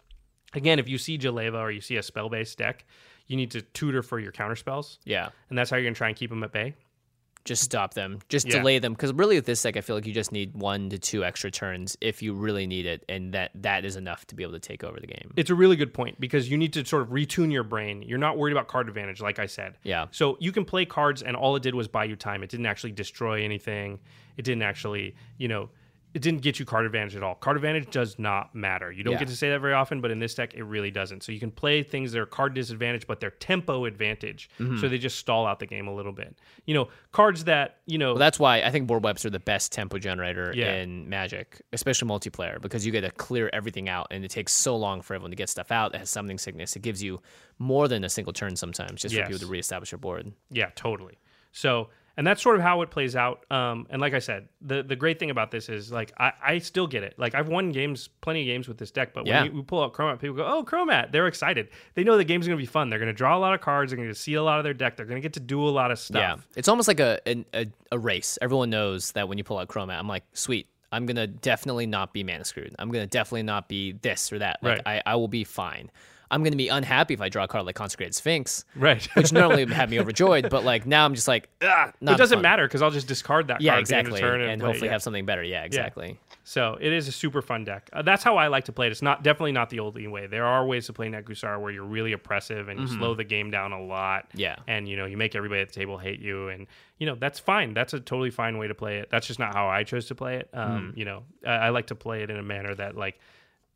Speaker 3: Again, if you see Jaleva or you see a spell based deck, you need to tutor for your counter spells,
Speaker 2: Yeah.
Speaker 3: and that's how you're going to try and keep them at bay.
Speaker 2: just stop them, just
Speaker 3: Yeah.
Speaker 2: delay them. Because really, with this deck, I feel like you just need one to two extra turns if you really need it, and that that is enough to be able to take over the game.
Speaker 3: It's a really good point because you need to sort of retune your brain. You're not worried about card advantage, like I said.
Speaker 2: Yeah.
Speaker 3: So you can play cards, and all it did was buy you time. It didn't actually destroy anything. It didn't actually, you know, it didn't get you card advantage at all. Card advantage does not matter. You don't
Speaker 2: Yeah.
Speaker 3: get to say that very often, but in this deck, it really doesn't. So you can play things that are card disadvantage, but they're tempo advantage.
Speaker 2: Mm-hmm.
Speaker 3: So they just stall out the game a little bit. You know, cards that, you know,
Speaker 2: Well, that's why I think board wipes are the best tempo generator
Speaker 3: Yeah.
Speaker 2: in Magic, especially multiplayer, because you get to clear everything out, and it takes so long for everyone to get stuff out. It has summoning sickness. It gives you more than a single turn sometimes, just for people
Speaker 3: Yes.
Speaker 2: to reestablish your board.
Speaker 3: Yeah, totally. So, and that's sort of how it plays out. Um, and like I said, the the great thing about this is like I, I still get it. Like I've won games, plenty of games with this deck, but
Speaker 2: Yeah.
Speaker 3: when you, we pull out Chromat, people go, "Oh, Chromat!" They're excited. They know the game's going to be fun. They're going to draw a lot of cards. They're going to see a lot of their deck. They're going to get to do a lot of stuff.
Speaker 2: Yeah, it's almost like a, an, a a race. Everyone knows that when you pull out Chroma, I'm like, sweet. I'm gonna definitely not be mana screwed. I'm gonna definitely not be this or that. Like
Speaker 3: Right.
Speaker 2: I, I will be fine. I'm gonna be unhappy if I draw a card like Consecrated Sphinx,
Speaker 3: Right.
Speaker 2: which normally would have me overjoyed, but like now I'm just like, ah, not
Speaker 3: it doesn't
Speaker 2: fun.
Speaker 3: matter because I'll just discard that
Speaker 2: Yeah,
Speaker 3: card at the end of the
Speaker 2: exactly.
Speaker 3: turn
Speaker 2: and
Speaker 3: play-
Speaker 2: hopefully
Speaker 3: yeah.
Speaker 2: have something better. Yeah, exactly.
Speaker 3: So it is a super fun deck. Uh, that's how I like to play it. It's not definitely not the only way. There are ways to play Negusar where you're really oppressive and you slow the game down a lot.
Speaker 2: Mm-hmm. Yeah.
Speaker 3: and you know you make everybody at the table hate you, and you know that's fine. That's a totally fine way to play it. That's just not how I chose to play it.
Speaker 2: Mm.
Speaker 3: Um, You know, I, I like to play it in a manner that like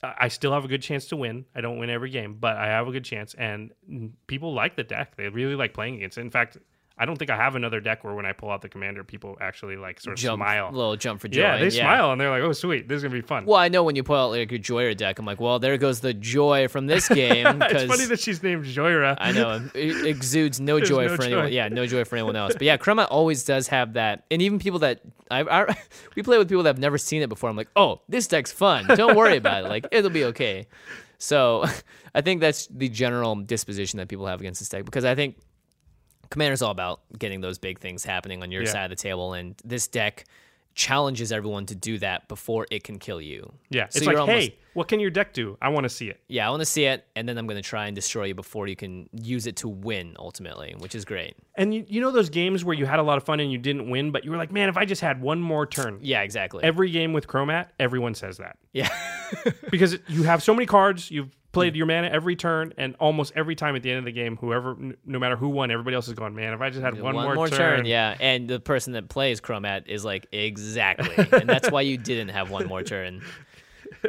Speaker 3: I I still have a good chance to win. I don't win every game, but I have a good chance, and mm, people like the deck. They really like playing against it. In fact. I don't think I have another deck where when I pull out the commander, people actually like sort of
Speaker 2: Jump,
Speaker 3: smile.
Speaker 2: little jump for joy.
Speaker 3: Yeah, they smile and they're like, "Oh, sweet, this is gonna be fun."
Speaker 2: Well, I know when you pull out like your Joyer deck, I'm like, well, there goes the joy from this game.
Speaker 3: it's funny
Speaker 2: 'cause-
Speaker 3: that she's named Joyra.
Speaker 2: I know it exudes no
Speaker 3: There's
Speaker 2: joy
Speaker 3: no
Speaker 2: for anyone.
Speaker 3: joy.
Speaker 2: Yeah, no joy for anyone else. But yeah, Chroma always does have that, and even people that I, I we play with people that have never seen it before. I'm like, oh, this deck's fun. Don't worry about it. Like it'll be okay. So I think that's the general disposition that people have against this deck because I think Commander's all about getting those big things happening on your
Speaker 3: Yeah.
Speaker 2: side of the table, and this deck challenges everyone to do that before it can kill you.
Speaker 3: Yeah, it's
Speaker 2: So
Speaker 3: like,
Speaker 2: you're almost-
Speaker 3: hey, what can your deck do? I want to see it.
Speaker 2: yeah, I want to see it, and then I'm going to try and destroy you before you can use it to win ultimately, which is great.
Speaker 3: And you, you know those games where you had a lot of fun and you didn't win, but you were like, "Man, if I just had one more turn."
Speaker 2: Yeah, exactly.
Speaker 3: Every game with Chromat, everyone says that
Speaker 2: yeah,
Speaker 3: because you have so many cards. You've played your mana every turn, and almost every time at the end of the game, whoever, n- no matter who won, everybody else is going, "Man, if I just had one, more, turn."
Speaker 2: Yeah, and the person that plays Chromat is like exactly, and that's why you didn't have one more turn.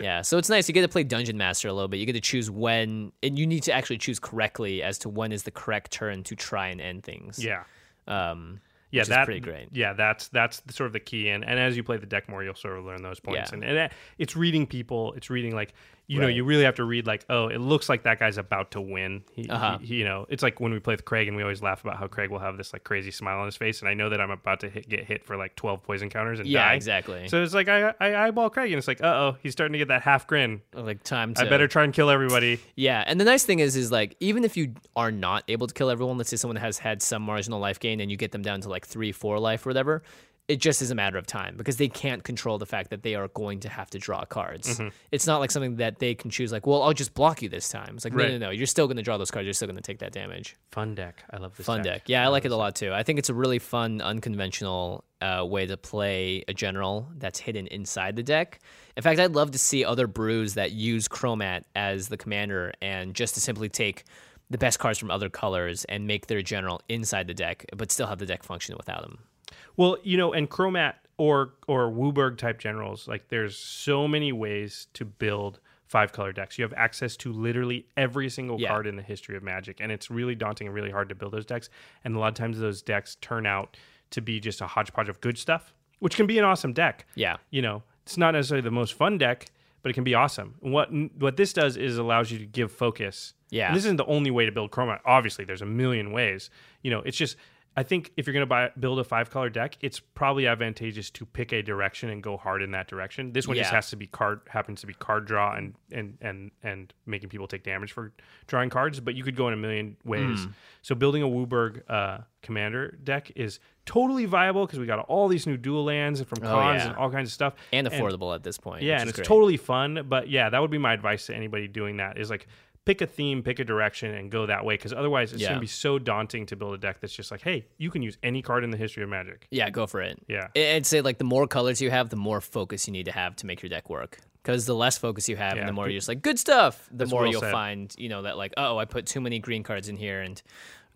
Speaker 2: Yeah, so it's nice. You get to play Dungeon Master a little bit. You get to choose when, and you need to actually choose correctly as to when is the correct turn to try and end things.
Speaker 3: yeah.
Speaker 2: Um,
Speaker 3: yeah,
Speaker 2: which is
Speaker 3: that's
Speaker 2: pretty great.
Speaker 3: Yeah, that's that's the, sort of the key, and and as you play the deck more, you'll sort of learn those points,
Speaker 2: Yeah.
Speaker 3: and, and that- it's reading people, it's reading like you know,
Speaker 2: Right.
Speaker 3: you really have to read like, oh, it looks like that guy's about to win. He,
Speaker 2: Uh-huh.
Speaker 3: he- he- you know, it's like when we play with Craig, and we always laugh about how Craig will have this like crazy smile on his face, and I know that I'm about to hit, get hit for like twelve poison counters and
Speaker 2: Yeah,
Speaker 3: die.
Speaker 2: exactly.
Speaker 3: So it's like I, I eyeball Craig, and it's like, uh oh, he's starting to get that half grin.
Speaker 2: like time to
Speaker 3: I better try and kill everybody.
Speaker 2: Yeah, and the nice thing is, is like even if you are not able to kill everyone, let's say someone has had some marginal life gain, and you get them down to like three, four life or whatever, it just is a matter of time because they can't control the fact that they are going to have to draw cards. It's not like something that they can choose. Like, well, I'll just block you this time. It's like, no,
Speaker 3: Right.
Speaker 2: no, no, you're still going to draw those cards. You're still going to take that damage.
Speaker 3: Fun deck. I love this
Speaker 2: Fun deck. Yeah, I like it a lot too. I think it's a really fun, unconventional uh, way to play a general that's hidden inside the deck. In fact, I'd love to see other brews that use Chromat as the commander and just to simply take the best cards from other colors and make their general inside the deck, but still have the deck function without them.
Speaker 3: Well, you know, and Chromat or or Wooberg type generals, like there's so many ways to build five color decks. You have access to literally every single
Speaker 2: Yeah.
Speaker 3: card in the history of Magic, and it's really daunting and really hard to build those decks. And a lot of times those decks turn out to be just a hodgepodge of good stuff, which can be an awesome deck.
Speaker 2: Yeah.
Speaker 3: You know, it's not necessarily the most fun deck, but it can be awesome. And what what this does is allows you to give focus.
Speaker 2: Yeah.
Speaker 3: And this isn't the only way to build Chroma. Obviously, there's a million ways. You know, it's just I think if you're going to buy build a five color deck, it's probably advantageous to pick a direction and go hard in that direction. This one just
Speaker 2: Yeah.
Speaker 3: has to be card happens to be card draw and and and and making people take damage for drawing cards, but you could go in a million ways.
Speaker 2: Hmm.
Speaker 3: So building a Wooburg uh, commander deck is totally viable because we got all these new dual lands from cons
Speaker 2: Oh, yeah.
Speaker 3: and all kinds of stuff
Speaker 2: And affordable at this point.
Speaker 3: yeah,
Speaker 2: which
Speaker 3: and
Speaker 2: is
Speaker 3: it's
Speaker 2: great.
Speaker 3: totally fun. But yeah, that would be my advice to anybody doing that is like pick a theme, pick a direction, and go that way. Because otherwise, it's
Speaker 2: Yeah.
Speaker 3: going to be so daunting to build a deck that's just like, hey, you can use any card in the history of Magic.
Speaker 2: Yeah, go for it.
Speaker 3: Yeah.
Speaker 2: I- I'd say like the more colors you have, the more focus you need to have to make your deck work. Because the less focus you have,
Speaker 3: Yeah.
Speaker 2: and the more you're just like good stuff, the
Speaker 3: That's
Speaker 2: more
Speaker 3: well
Speaker 2: you'll
Speaker 3: said.
Speaker 2: find you know that like oh I put too many green cards in here and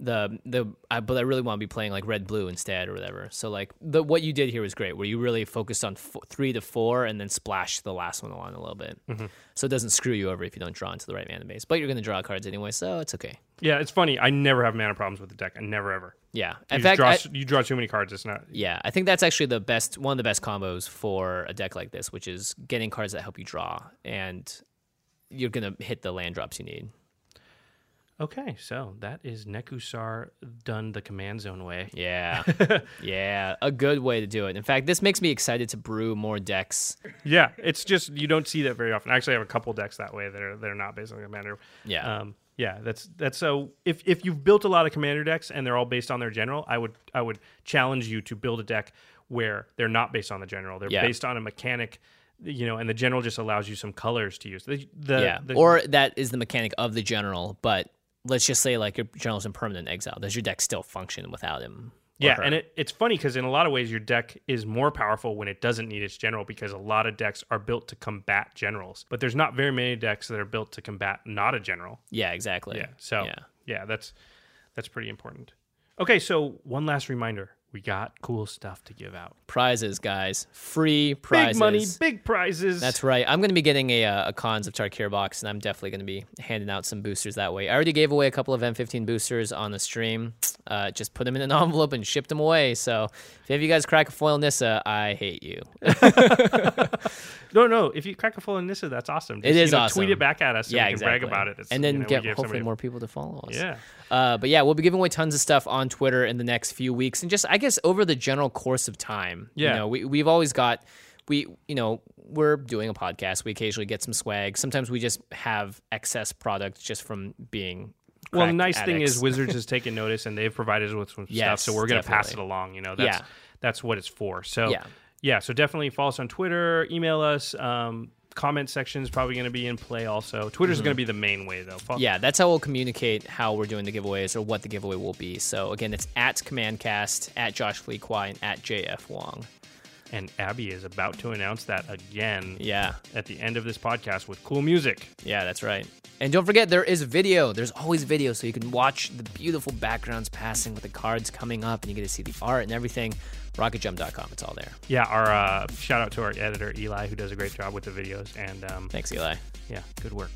Speaker 2: the the I, but I really want to be playing like red blue instead or whatever. So like the what you did here was great, where you really focused on f- three to four and then splash the last one along a little bit,
Speaker 3: Mm-hmm.
Speaker 2: so it doesn't screw you over if you don't draw into the right mana base. But you're gonna draw cards anyway, so it's okay.
Speaker 3: Yeah, it's funny. I never have mana problems with the deck. I never ever.
Speaker 2: Yeah.
Speaker 3: You
Speaker 2: In
Speaker 3: just
Speaker 2: fact,
Speaker 3: draw,
Speaker 2: I-
Speaker 3: s- you draw too many cards. It's not.
Speaker 2: Yeah, I think that's actually the best one of the best combos for a deck like this, which is getting cards that help you draw, and you're gonna hit the land drops you need.
Speaker 3: Okay, so that is Nekusar done the command zone way.
Speaker 2: Yeah, yeah, a good way to do it. In fact, this makes me excited to brew more decks.
Speaker 3: Yeah, it's just you don't see that very often. I actually have a couple decks that way that are that are not based on commander.
Speaker 2: Yeah.
Speaker 3: Um, yeah, that's that's so if if you've built a lot of commander decks and they're all based on their general, I would I would challenge you to build a deck where they're not based on the general. They're
Speaker 2: Yeah.
Speaker 3: based on a mechanic, you know, and the general just allows you some colors to use. The, the,
Speaker 2: yeah,
Speaker 3: Uh, the-
Speaker 2: or that is the mechanic of the general, but let's just say like your general's in permanent exile. Does your deck still function without him? or
Speaker 3: Yeah,
Speaker 2: her?
Speaker 3: and it, it's funny because in a lot of ways your deck is more powerful when it doesn't need its general because a lot of decks are built to combat generals, but there's not very many decks that are built to combat not a general.
Speaker 2: yeah, exactly.
Speaker 3: Yeah, so
Speaker 2: yeah,
Speaker 3: yeah, that's that's pretty important. Okay, so one last reminder: we got cool stuff to give out.
Speaker 2: prizes, guys, free prizes.
Speaker 3: Big money, big prizes.
Speaker 2: That's right. I'm going to be getting a, uh, a cons of Tarkir box, and I'm definitely going to be handing out some boosters that way. I already gave away a couple of M15 boosters on the stream. Uh, just put them in an envelope and shipped them away. So if any of you guys crack a foil Nissa, I hate you.
Speaker 3: no, no. If you crack a full in this, that's awesome. Just,
Speaker 2: It is
Speaker 3: you know,
Speaker 2: awesome.
Speaker 3: Tweet it back at us. So
Speaker 2: yeah,
Speaker 3: we can
Speaker 2: exactly.
Speaker 3: brag about it. It's,
Speaker 2: and then
Speaker 3: you know, we
Speaker 2: get
Speaker 3: gave
Speaker 2: hopefully
Speaker 3: somebody-
Speaker 2: more people to follow us.
Speaker 3: Yeah.
Speaker 2: Uh, but yeah, we'll be giving away tons of stuff on Twitter in the next few weeks, and just I guess over the general course of time.
Speaker 3: Yeah.
Speaker 2: You know, we we've always got we you know we're doing a podcast. We occasionally get some swag. Sometimes we just have excess product just from being.
Speaker 3: Well, the
Speaker 2: crack
Speaker 3: nice thing
Speaker 2: addicts.
Speaker 3: is Wizards has taken notice and they've provided us with some
Speaker 2: Yes,
Speaker 3: stuff, so we're going to pass it
Speaker 2: definitely.
Speaker 3: along. You know, that's
Speaker 2: Yeah.
Speaker 3: that's what it's for. So
Speaker 2: Yeah.
Speaker 3: yeah, so definitely follow us on Twitter, email us. Um, comment section is probably going to be in play also.
Speaker 2: Mm-hmm.
Speaker 3: Twitter's going to be the main way though. Fo-
Speaker 2: Yeah, that's how we'll communicate how we're doing the giveaways or what the giveaway will be. So again, it's at CommandCast, at Josh Fleequai, and at JF Wong.
Speaker 3: And Abby is about to announce that again
Speaker 2: Yeah,
Speaker 3: at the end of this podcast with cool music.
Speaker 2: Yeah, that's right. And don't forget, there is video. There's always video, so you can watch the beautiful backgrounds passing with the cards coming up, and you get to see the art and everything. RocketJump.com, it's all there.
Speaker 3: Yeah, our uh, shout out to our editor Eli who does a great job with the videos and um,
Speaker 2: Thanks, Eli.
Speaker 3: yeah, good work.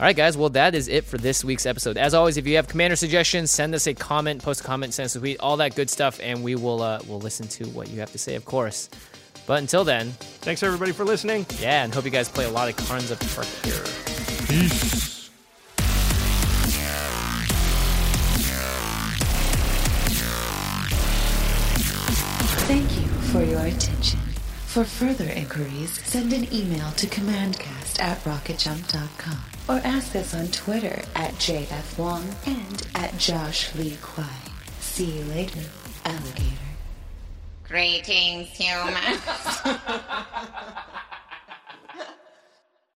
Speaker 2: All right, guys. Well, that is it for this week's episode. As always, if you have commander suggestions, send us a comment, post a comment, send us a tweet, all that good stuff, and we will uh, we'll listen to what you have to say, of course. But until then,
Speaker 3: Thanks everybody for listening.
Speaker 2: yeah, and hope you guys play a lot of Karns up here.
Speaker 1: Thank you for your attention. For further inquiries, send an email to commandcast at rocketjump.com or ask us on Twitter at JF Wong and at Josh Lee Kwai. See you later, alligator.
Speaker 4: Greetings, humans.